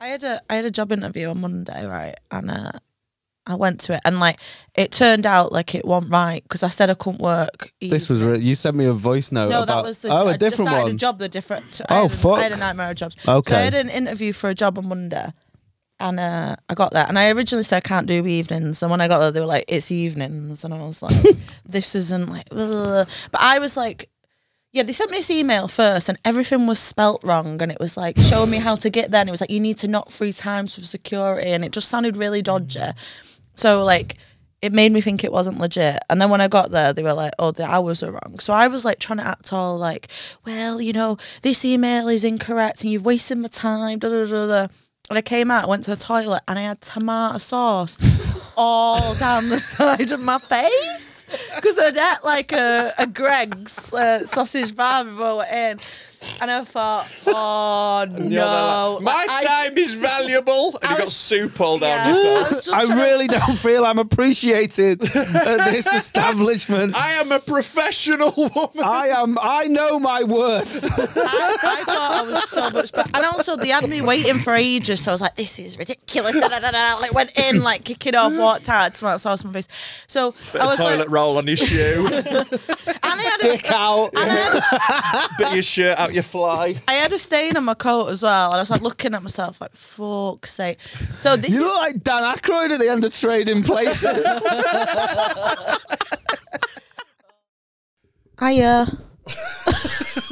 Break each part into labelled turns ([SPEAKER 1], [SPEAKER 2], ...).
[SPEAKER 1] I had a I had a job interview on Monday, right? And uh, I went to it, and like it turned out like it wasn't right because I said I couldn't work. e-,
[SPEAKER 2] This was re- you sent me a voce note.
[SPEAKER 1] no,
[SPEAKER 2] about,
[SPEAKER 1] that was the
[SPEAKER 2] oh
[SPEAKER 1] I
[SPEAKER 2] a different
[SPEAKER 1] decided
[SPEAKER 2] one.
[SPEAKER 1] A job, the different. I
[SPEAKER 2] Oh,
[SPEAKER 1] had a- I had a
[SPEAKER 2] fuck.
[SPEAKER 1] nightmare of jobs.
[SPEAKER 2] Okay.
[SPEAKER 1] So I had an interview for a job on Monday, and uh, I got there, and I originally said I can't do evenings, and when I got there, they were like, "It's evenings," and I was like, "This isn't like," ugh." but I was like. Yeah, they sent me this email first, and everything was spelt wrong, and it was like showing me how to get there. And it was like you need to knock three times for security, and it just sounded really dodgy. So like, it made me think it wasn't legit. And then when I got there, they were like, "Oh, the hours are wrong." So I was like trying to act all like, "Well, you know, this email is incorrect, and you've wasted my time." Da da da da. And I came out, went to the toilet, and I had tomato sauce all down the side of my face because I'd had like a, a Greg's uh, sausage bar before I went in. And I thought, oh no.
[SPEAKER 3] My
[SPEAKER 1] Like, I-
[SPEAKER 3] time is valuable, and
[SPEAKER 1] I
[SPEAKER 3] you got
[SPEAKER 1] was-
[SPEAKER 3] soup all down
[SPEAKER 1] yeah,
[SPEAKER 3] yourself.
[SPEAKER 1] I was just
[SPEAKER 2] I
[SPEAKER 1] trying to-
[SPEAKER 2] really don't feel I'm appreciated at this establishment.
[SPEAKER 3] I am a professional woman.
[SPEAKER 2] I am. I know my worth.
[SPEAKER 1] I, I thought I was so much better. And also, they had me waiting for ages, so I was like, this is ridiculous. Da, da, da, da. Like, went in, like, kicking off, walked out, smelled sauce on my face. So, I was
[SPEAKER 3] toilet
[SPEAKER 1] like,
[SPEAKER 3] roll on your shoe,
[SPEAKER 1] and I had a-
[SPEAKER 2] Dick out.
[SPEAKER 1] and I had a
[SPEAKER 3] bit your shirt out your fly.
[SPEAKER 1] I had a stain on my coat as well, and I was like looking at myself like, "Fuck's sake!" So this
[SPEAKER 2] You
[SPEAKER 1] is
[SPEAKER 2] look like Dan Aykroyd at the end of Trading Places.
[SPEAKER 1] hiya.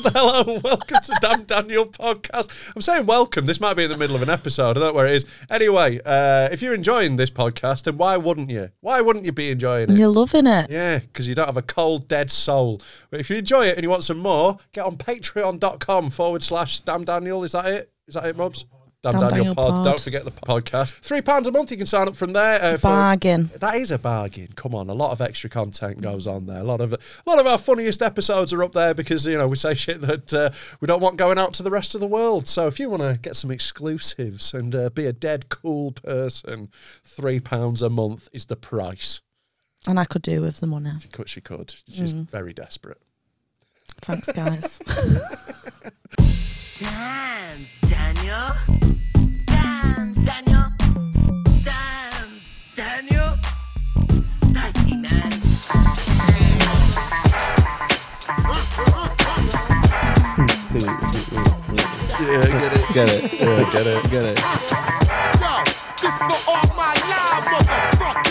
[SPEAKER 3] Hello, welcome to Damn Daniel podcast. I'm saying welcome. This might be in the middle of an episode. I don't know where it is. Anyway, uh, if you're enjoying this podcast, then why wouldn't you? Why wouldn't you be enjoying it?
[SPEAKER 1] You're loving it.
[SPEAKER 3] Yeah, because you don't have a cold, dead soul. But if you enjoy it and you want some more, get on patreon.com forward slash Damn Daniel. Is that it? Is that it, Mubs? Damn,
[SPEAKER 1] Damn
[SPEAKER 3] Daniel,
[SPEAKER 1] Daniel
[SPEAKER 3] pod.
[SPEAKER 1] Pod.
[SPEAKER 3] Don't forget the podcast. Three pounds a month. You can sign up from there. Uh, for-
[SPEAKER 1] Bargain.
[SPEAKER 3] that is a bargain. Come on, a lot of extra content goes on there. A lot of a lot of our funniest episodes are up there because you know we say shit that uh, we don't want going out to the rest of the world. So if you want to get some exclusives and uh, be a dead cool person, three pounds a month is the price.
[SPEAKER 1] And I could do with the money.
[SPEAKER 3] Could she could? She's very desperate.
[SPEAKER 1] Thanks, guys.
[SPEAKER 4] Damn, Daniel. Damn, Daniel. Damn, Daniel. Spicy, man.
[SPEAKER 2] yeah, get it. Get it. Yeah, get it. Get it.
[SPEAKER 5] Yo, this for all my live motherfuckers.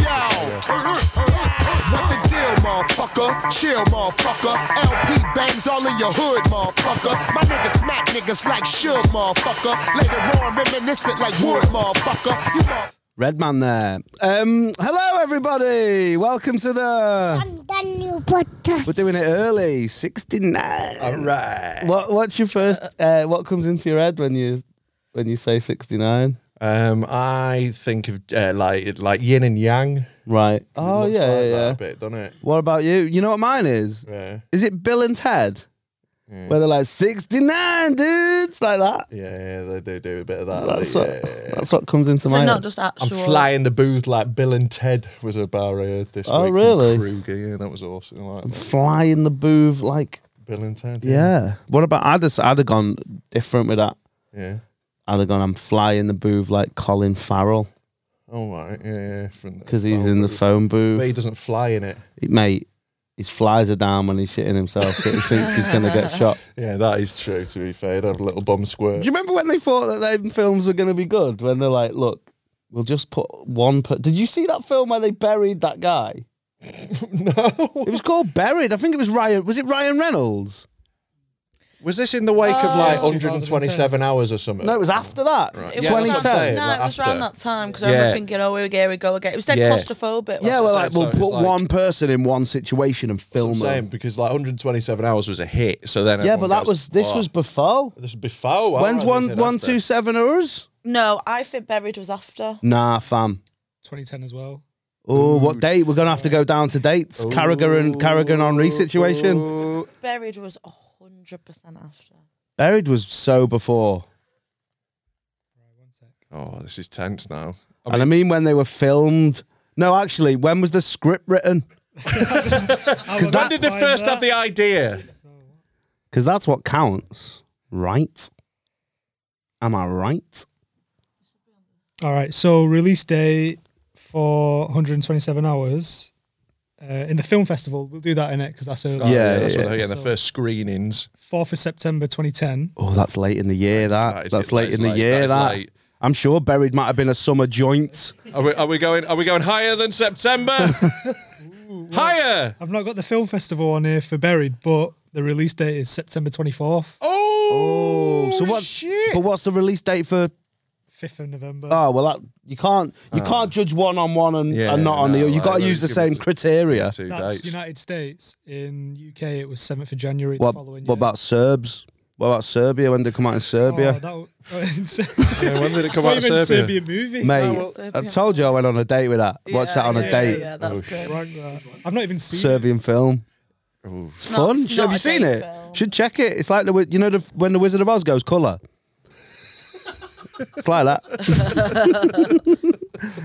[SPEAKER 5] Yo, what the deal, motherfucker? Chill, motherfucker. LP bangs all in your hood, motherfucker. My niggas smack niggas like Suge, motherfucker. Later on, reminiscent like Wood, motherfucker. You motherfucker.
[SPEAKER 2] Red man there. Um, hello everybody. Welcome to the.
[SPEAKER 6] I'm Daniel Podcast.
[SPEAKER 2] We're doing it early. Sixty nine. All right. What What's your first? Uh, what comes into your head when you when you say sixty nine?
[SPEAKER 3] Um, I think of uh, like like yin and yang.
[SPEAKER 2] Right. Oh yeah, yeah, yeah.
[SPEAKER 3] bit, doesn't it?
[SPEAKER 2] What about you? You know what mine is?
[SPEAKER 3] Yeah, Mm.
[SPEAKER 2] Is it Bill and Ted? Where they're like sixty nine dudes like that.
[SPEAKER 3] yeah, they do do a bit of that.
[SPEAKER 2] That's what. That's what comes into my
[SPEAKER 1] so not
[SPEAKER 2] head.
[SPEAKER 1] just
[SPEAKER 3] I'm
[SPEAKER 1] actual.
[SPEAKER 3] flying the booth like Bill and Ted was a bar I heard this
[SPEAKER 2] Oh,
[SPEAKER 3] week. from
[SPEAKER 2] really?
[SPEAKER 3] Kruger, yeah, that was awesome. I like that.
[SPEAKER 2] Fly in the booth like
[SPEAKER 3] Bill and Ted.
[SPEAKER 2] yeah. What about I'd have, I'd have gone different with that.
[SPEAKER 3] Yeah.
[SPEAKER 2] I'd have gone. I'm flying the booth like Colin Farrell.
[SPEAKER 3] All right. Yeah, yeah. From the
[SPEAKER 2] because he's
[SPEAKER 3] phone
[SPEAKER 2] in the
[SPEAKER 3] booth.
[SPEAKER 2] phone booth.
[SPEAKER 3] But he doesn't fly in it.
[SPEAKER 2] Mate, his flies are down when he's shitting himself. he thinks he's going to get shot.
[SPEAKER 3] Yeah, that is true. To be fair, He'd have a little bum
[SPEAKER 2] Do
[SPEAKER 3] squirt.
[SPEAKER 2] you remember when they thought that them films were going to be good? When they're like, look, we'll just put one. Per- Did you see that film where they buried that guy?
[SPEAKER 3] no.
[SPEAKER 2] It was called Buried. I think it was Ryan. Was it Ryan Reynolds?
[SPEAKER 3] Was this in the wake of like
[SPEAKER 1] 2010?
[SPEAKER 3] 127 hours or something?
[SPEAKER 2] No, it was after that.
[SPEAKER 3] Right.
[SPEAKER 1] It
[SPEAKER 3] Yeah,
[SPEAKER 1] was
[SPEAKER 3] that's what
[SPEAKER 2] 2010.
[SPEAKER 3] I'm
[SPEAKER 1] around,
[SPEAKER 3] saying,
[SPEAKER 1] no,
[SPEAKER 3] like
[SPEAKER 1] it was
[SPEAKER 3] after.
[SPEAKER 1] around that time because I
[SPEAKER 3] Yeah.
[SPEAKER 1] remember thinking, "Oh, here we go again." It was dead
[SPEAKER 3] Yeah.
[SPEAKER 1] claustrophobic.
[SPEAKER 2] Yeah,
[SPEAKER 1] wasn't
[SPEAKER 2] we're
[SPEAKER 1] it?
[SPEAKER 2] like,
[SPEAKER 3] So
[SPEAKER 2] we'll
[SPEAKER 3] it's
[SPEAKER 2] put
[SPEAKER 3] like-
[SPEAKER 2] one person in one situation and
[SPEAKER 3] That's what I'm
[SPEAKER 2] film
[SPEAKER 3] saying
[SPEAKER 2] it.
[SPEAKER 3] because like 127 hours was a hit. So then.
[SPEAKER 2] Yeah,
[SPEAKER 3] everyone
[SPEAKER 2] but that
[SPEAKER 3] goes,
[SPEAKER 2] was this
[SPEAKER 3] "Oh,
[SPEAKER 2] was before.
[SPEAKER 3] This was before. all
[SPEAKER 2] When's
[SPEAKER 3] right,
[SPEAKER 2] one
[SPEAKER 3] this is
[SPEAKER 2] one
[SPEAKER 3] after."
[SPEAKER 2] two seven hours?
[SPEAKER 1] no, I think buried was after.
[SPEAKER 2] Nah, fam.
[SPEAKER 7] 2010 as well.
[SPEAKER 2] Oh, what date? We're gonna have to go down to dates. Carragher and Carragher and Henry situation.
[SPEAKER 1] Buried was hundred percent after.
[SPEAKER 2] Buried was so before,
[SPEAKER 3] Oh, this is tense now.
[SPEAKER 2] and I mean when they were filmed. No, actually, when was the script written?
[SPEAKER 7] Because
[SPEAKER 3] When did they first have the idea?
[SPEAKER 2] Because that's what counts, right? Am I right?
[SPEAKER 8] All right. So release day for 127 hours uh, in the film festival. We'll do that in it because that's early.
[SPEAKER 3] Oh,
[SPEAKER 2] Yeah,
[SPEAKER 3] that's
[SPEAKER 2] yeah.
[SPEAKER 3] when they get the first screenings.
[SPEAKER 8] Fourth of September 2010.
[SPEAKER 2] Oh, that's late in the year. That,
[SPEAKER 3] That is-
[SPEAKER 2] that's
[SPEAKER 3] that
[SPEAKER 2] late
[SPEAKER 3] is
[SPEAKER 2] in the
[SPEAKER 3] late.
[SPEAKER 2] year.
[SPEAKER 3] That is
[SPEAKER 2] That,
[SPEAKER 3] late.
[SPEAKER 2] I'm sure buried might have been a summer joint.
[SPEAKER 3] Are we, are we going? Are we going higher than September? higher.
[SPEAKER 8] I've not got the film festival on here for Buried, but the release date is September 24th,
[SPEAKER 3] Oh,
[SPEAKER 2] so what?
[SPEAKER 3] Shit.
[SPEAKER 2] But what's the release date for?
[SPEAKER 8] 5th of November.
[SPEAKER 2] Oh well, that you can't you can't judge one on one and,
[SPEAKER 3] Ah. Yeah,
[SPEAKER 2] and not on the
[SPEAKER 3] no,
[SPEAKER 2] other. You
[SPEAKER 3] I
[SPEAKER 2] got to
[SPEAKER 3] know,
[SPEAKER 2] use the
[SPEAKER 3] give
[SPEAKER 2] same
[SPEAKER 3] it-
[SPEAKER 2] criteria.
[SPEAKER 3] Two
[SPEAKER 8] That's
[SPEAKER 3] dates.
[SPEAKER 8] United States. In UK, it was 7th of January
[SPEAKER 2] What,
[SPEAKER 8] the following
[SPEAKER 2] what
[SPEAKER 8] year.
[SPEAKER 2] about Serbs? What about Serbia when they come out in
[SPEAKER 8] Oh,
[SPEAKER 2] Serbia?
[SPEAKER 8] that w- it's-
[SPEAKER 3] Yeah, when did it come
[SPEAKER 8] Not
[SPEAKER 3] out?
[SPEAKER 8] even
[SPEAKER 3] Serbia.
[SPEAKER 8] Serbian movie.
[SPEAKER 2] Mate,
[SPEAKER 1] well-
[SPEAKER 2] I told you I went on a date with that. Watch that on a
[SPEAKER 8] yeah,
[SPEAKER 2] date.
[SPEAKER 1] Yeah, that's
[SPEAKER 3] Oh,
[SPEAKER 1] good.
[SPEAKER 8] Fuck that. I've not even seen it.
[SPEAKER 2] Serbian film. It's
[SPEAKER 1] not-
[SPEAKER 2] fun.
[SPEAKER 1] it's
[SPEAKER 2] Have
[SPEAKER 1] not
[SPEAKER 2] you
[SPEAKER 1] a
[SPEAKER 2] seen
[SPEAKER 1] date
[SPEAKER 2] it?
[SPEAKER 1] film.
[SPEAKER 2] Should check it. It's like the wi- you know the, when the Wizard of Oz goes color. it's like that.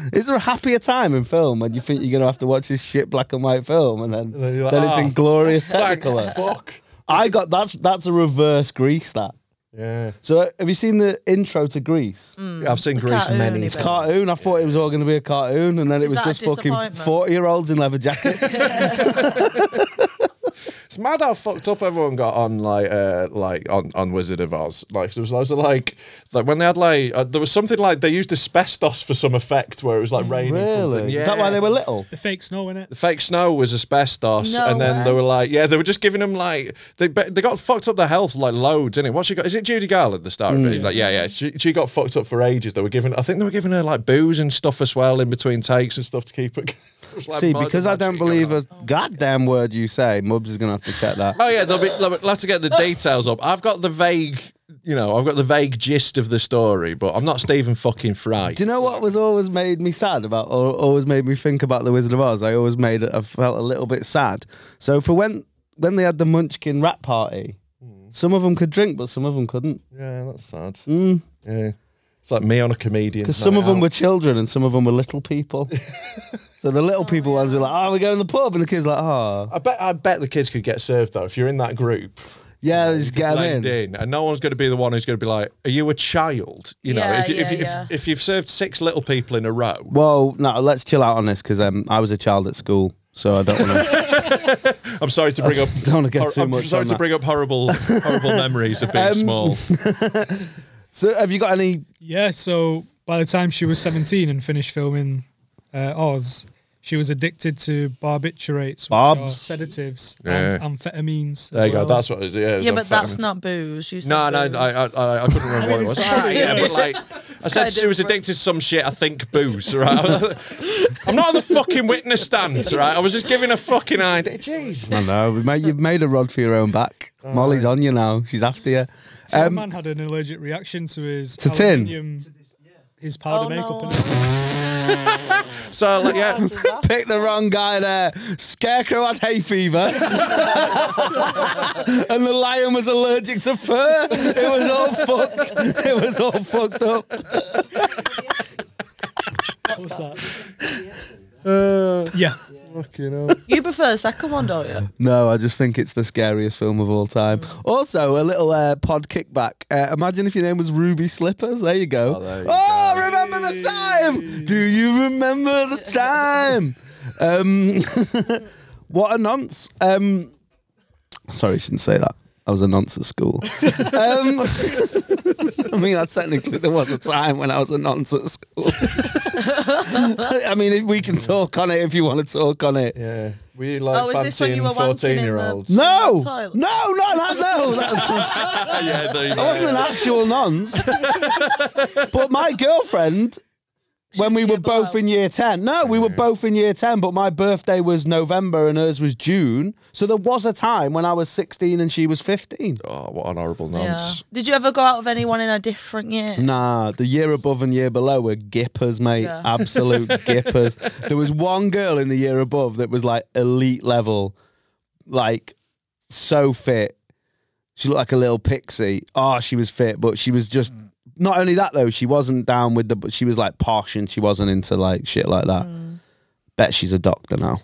[SPEAKER 2] Is there a happier time in film when you think you're gonna have to watch this shit black and white film and then
[SPEAKER 3] then you're like,
[SPEAKER 2] then it's
[SPEAKER 3] "Ah,
[SPEAKER 2] in glorious
[SPEAKER 3] Thank
[SPEAKER 2] technicolor?
[SPEAKER 3] Fuck.
[SPEAKER 2] I got that's that's a reverse Grease that.
[SPEAKER 3] Yeah.
[SPEAKER 2] So have you seen the intro to Grease?
[SPEAKER 3] I've seen Greece
[SPEAKER 1] cartoon
[SPEAKER 3] many
[SPEAKER 1] even.
[SPEAKER 3] times.
[SPEAKER 2] Cartoon. I thought it was all going to be a cartoon, and then it
[SPEAKER 1] Is
[SPEAKER 2] was
[SPEAKER 1] that a
[SPEAKER 2] just fucking
[SPEAKER 1] disappointment?
[SPEAKER 2] forty-year-olds in leather jackets.
[SPEAKER 3] It's mad how fucked up everyone got on like uh, like on, on Wizard of Oz. Like there was loads of like like when they had like uh, there was something like they used asbestos for some effect where it was like raining.
[SPEAKER 2] really?
[SPEAKER 3] something.
[SPEAKER 2] Is that why they were little?
[SPEAKER 8] The fake snow in it.
[SPEAKER 3] The fake snow was asbestos,
[SPEAKER 1] No
[SPEAKER 3] and then
[SPEAKER 1] way.
[SPEAKER 3] they were like, yeah, they were just giving them like they be- they got fucked up their health like loads, didn't it? What she got? Is it Judy Garland the star? of
[SPEAKER 2] Mm.
[SPEAKER 3] it? He's like, yeah, yeah, she, she got fucked up for ages. They were giving, I think they were giving her like booze and stuff as well in between takes and stuff to keep it. It was, like,
[SPEAKER 2] See,
[SPEAKER 3] mad
[SPEAKER 2] because I don't
[SPEAKER 3] magic going
[SPEAKER 2] believe
[SPEAKER 3] on.
[SPEAKER 2] a goddamn word you say, Mubs is gonna have to check that.
[SPEAKER 3] Oh yeah, they'll be. They'll they'll have to get the details up. I've got the vague, you know, I've got the vague gist of the story, but I'm not Stephen fucking Fry.
[SPEAKER 2] Do you know what was always made me sad about, or always made me think about the Wizard of Oz? I always made, I felt a little bit sad. So for when when they had the Munchkin rap party, some of them could drink, but some of them couldn't,
[SPEAKER 3] Hmm. yeah, that's sad. Yeah, it's like me on a comedian.
[SPEAKER 2] because some of them
[SPEAKER 3] were.
[SPEAKER 2] were children and some of them were little people. so the little people ones were like, "Oh, we're going to the pub," and the kids like, "Oh,
[SPEAKER 3] I bet. I bet the kids could get served though. If you're in that group,
[SPEAKER 2] yeah, just get 'em
[SPEAKER 3] blend
[SPEAKER 2] in."
[SPEAKER 3] in, and no one's going to be the one who's going to be like, "Are you a child?" You know,
[SPEAKER 1] Yeah,
[SPEAKER 3] if, you if,
[SPEAKER 1] yeah,
[SPEAKER 3] you-
[SPEAKER 1] yeah.
[SPEAKER 3] if if you've served six little people in a row,
[SPEAKER 2] Well, no, let's chill out on this because um, I was a child at school, so I don't want to.
[SPEAKER 3] I'm sorry to bring up.
[SPEAKER 2] Don't wanna get too
[SPEAKER 3] I'm
[SPEAKER 2] much
[SPEAKER 3] sorry
[SPEAKER 2] on
[SPEAKER 3] to
[SPEAKER 2] that.
[SPEAKER 3] bring up horrible, horrible memories of being small.
[SPEAKER 2] So, have you got any?
[SPEAKER 8] Yeah, so by the time she was 17 and finished filming uh, Oz, she was addicted to barbiturates, which are
[SPEAKER 2] Barbs.
[SPEAKER 8] sedatives,
[SPEAKER 3] Yeah.
[SPEAKER 8] and amphetamines.
[SPEAKER 3] There you go. That's what it is. Yeah, it was
[SPEAKER 1] Yeah, but that's
[SPEAKER 3] amphetamines.
[SPEAKER 1] not booze. You said
[SPEAKER 3] No, no, I,
[SPEAKER 1] booze.
[SPEAKER 3] I, I, I couldn't remember what it was. yeah, but like, I said
[SPEAKER 1] quite
[SPEAKER 3] she was
[SPEAKER 1] different.
[SPEAKER 3] addicted to some shit. I think booze. Right? I'm not on the fucking witness stand. Right? I was just giving a fucking idea. Jeez.
[SPEAKER 2] I know, mate, you've made a rod for your own back. Molly's on you now. She's after you.
[SPEAKER 8] Tin
[SPEAKER 2] Um,
[SPEAKER 8] man had an allergic reaction to his
[SPEAKER 2] To tin?
[SPEAKER 8] aluminium, his powder
[SPEAKER 1] Oh,
[SPEAKER 8] makeup.
[SPEAKER 1] no.
[SPEAKER 8] and everything.
[SPEAKER 3] So like, yeah.
[SPEAKER 1] Oh,
[SPEAKER 2] pick the wrong guy there. Scarecrow had hay fever, and the lion was allergic to fur. It was all fucked. It was all fucked up.
[SPEAKER 8] What's that? Uh, yeah.
[SPEAKER 1] You prefer the second one, don't you?
[SPEAKER 2] No, I just think it's the scariest film of all time. Also, a little uh, pod kickback. Uh, imagine if your name was Ruby Slippers. There you go. Oh,
[SPEAKER 3] there you
[SPEAKER 2] remember the time? Do you remember the time? um, what a nonce. Um, sorry, I shouldn't say that. I was a nonce at school. um, I mean, I technically there was a time when I was a nonce at school. I mean, if we can talk on it if you want to talk on it.
[SPEAKER 3] Yeah. Were you like
[SPEAKER 1] Oh, is this when you
[SPEAKER 3] fancying
[SPEAKER 1] were wanking in
[SPEAKER 3] 14
[SPEAKER 1] the-
[SPEAKER 3] year olds?
[SPEAKER 2] No, no,
[SPEAKER 1] Toilet.
[SPEAKER 2] no, no, no. That,
[SPEAKER 3] yeah, there you
[SPEAKER 2] I
[SPEAKER 1] Oh.
[SPEAKER 2] wasn't an
[SPEAKER 3] go.
[SPEAKER 2] actual nonce. but my girlfriend, when
[SPEAKER 1] was
[SPEAKER 2] we
[SPEAKER 1] a
[SPEAKER 2] were
[SPEAKER 1] year below.
[SPEAKER 2] both in year 10, no, we were both in year 10, but my birthday was November and hers was June. So there was a time when I was 16 and she was 15.
[SPEAKER 3] Oh, what an horrible
[SPEAKER 1] Yeah.
[SPEAKER 3] nonce.
[SPEAKER 1] Did you ever go out with anyone in a different year?
[SPEAKER 2] Nah, the year above and year below were gippers, mate.
[SPEAKER 1] Yeah.
[SPEAKER 2] Absolute gippers. There was one girl in the year above that was like elite level, like so fit. She looked like a little pixie. Oh, she was fit, but she was just not only that though. She wasn't down with the, but she was like posh and she wasn't into like shit like that. Bet she's a doctor now.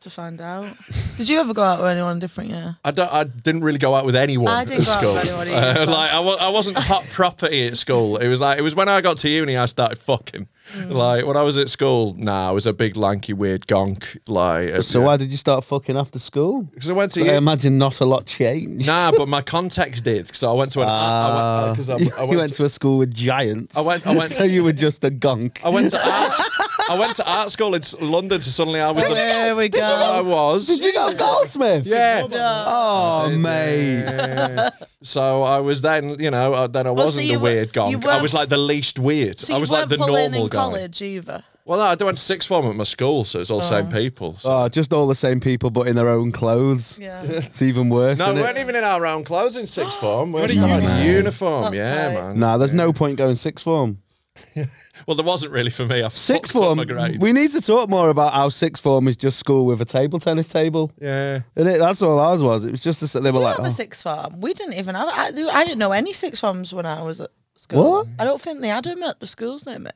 [SPEAKER 1] to find out. Did you ever go out with anyone different? Yeah.
[SPEAKER 3] I don't. I didn't really go out with anyone
[SPEAKER 1] I
[SPEAKER 3] at
[SPEAKER 1] didn't go out
[SPEAKER 3] school.
[SPEAKER 1] with anyone either,
[SPEAKER 3] Uh,
[SPEAKER 1] but-
[SPEAKER 3] like I w- I wasn't hot property at school. It was like it was when I got to uni I started fucking.
[SPEAKER 1] Mm.
[SPEAKER 3] Like when I was at school, nah, I was a big lanky weird gonk. Like uh,
[SPEAKER 2] So
[SPEAKER 3] yeah.
[SPEAKER 2] why did you start fucking after school?
[SPEAKER 3] 'Cause I went to
[SPEAKER 2] So I
[SPEAKER 3] uni-
[SPEAKER 2] imagine not a lot changed. Ah.
[SPEAKER 3] Nah, but my context did because I went to an. I, I went, 'cause I,
[SPEAKER 2] you
[SPEAKER 3] I
[SPEAKER 2] went to a school with giants.
[SPEAKER 3] I went- I went-
[SPEAKER 2] so you were just a gunk.
[SPEAKER 3] I went to art. I went to art school in s- London. So suddenly I was. the-
[SPEAKER 1] There we go.
[SPEAKER 3] I was.
[SPEAKER 2] Did you go Goldsmith?
[SPEAKER 3] yeah.
[SPEAKER 2] Oh, mate.
[SPEAKER 3] So I was then, you know, uh, then I wasn't
[SPEAKER 1] you
[SPEAKER 3] the
[SPEAKER 1] were-
[SPEAKER 3] weird
[SPEAKER 1] you
[SPEAKER 3] gonk. I
[SPEAKER 1] weren't-
[SPEAKER 3] was like the least weird.
[SPEAKER 1] So
[SPEAKER 3] I
[SPEAKER 1] you
[SPEAKER 3] was like
[SPEAKER 1] weren't
[SPEAKER 3] the
[SPEAKER 1] pulling
[SPEAKER 3] normal
[SPEAKER 1] in
[SPEAKER 3] guy.
[SPEAKER 1] college either.
[SPEAKER 3] Well, no, I went to sixth form at my school, so it's all the same people. So.
[SPEAKER 2] Oh, just all the same people, but in their own clothes.
[SPEAKER 1] Yeah.
[SPEAKER 2] It's even worse.
[SPEAKER 3] no,
[SPEAKER 2] isn't
[SPEAKER 3] we
[SPEAKER 2] it?
[SPEAKER 3] weren't even in our own clothes in sixth form. We were
[SPEAKER 8] What
[SPEAKER 3] just
[SPEAKER 8] are you
[SPEAKER 3] in
[SPEAKER 8] doing?
[SPEAKER 3] uniform.
[SPEAKER 1] That's
[SPEAKER 3] yeah,
[SPEAKER 1] tight.
[SPEAKER 3] man.
[SPEAKER 2] Nah, there's no point going sixth form.
[SPEAKER 3] Well, there wasn't really for me. I
[SPEAKER 2] Sixth
[SPEAKER 3] fucked up
[SPEAKER 2] form.
[SPEAKER 3] my grades.
[SPEAKER 2] We need to talk more about how sixth form is just school with a table tennis table.
[SPEAKER 3] yeah.
[SPEAKER 2] And it, that's all ours was. It was just a, they were
[SPEAKER 1] Did
[SPEAKER 2] like,
[SPEAKER 1] have
[SPEAKER 2] oh.
[SPEAKER 1] a sixth form? We didn't even have. I, I didn't know any sixth forms when I was at school.
[SPEAKER 2] What?
[SPEAKER 1] I don't think they had them at the schools near me.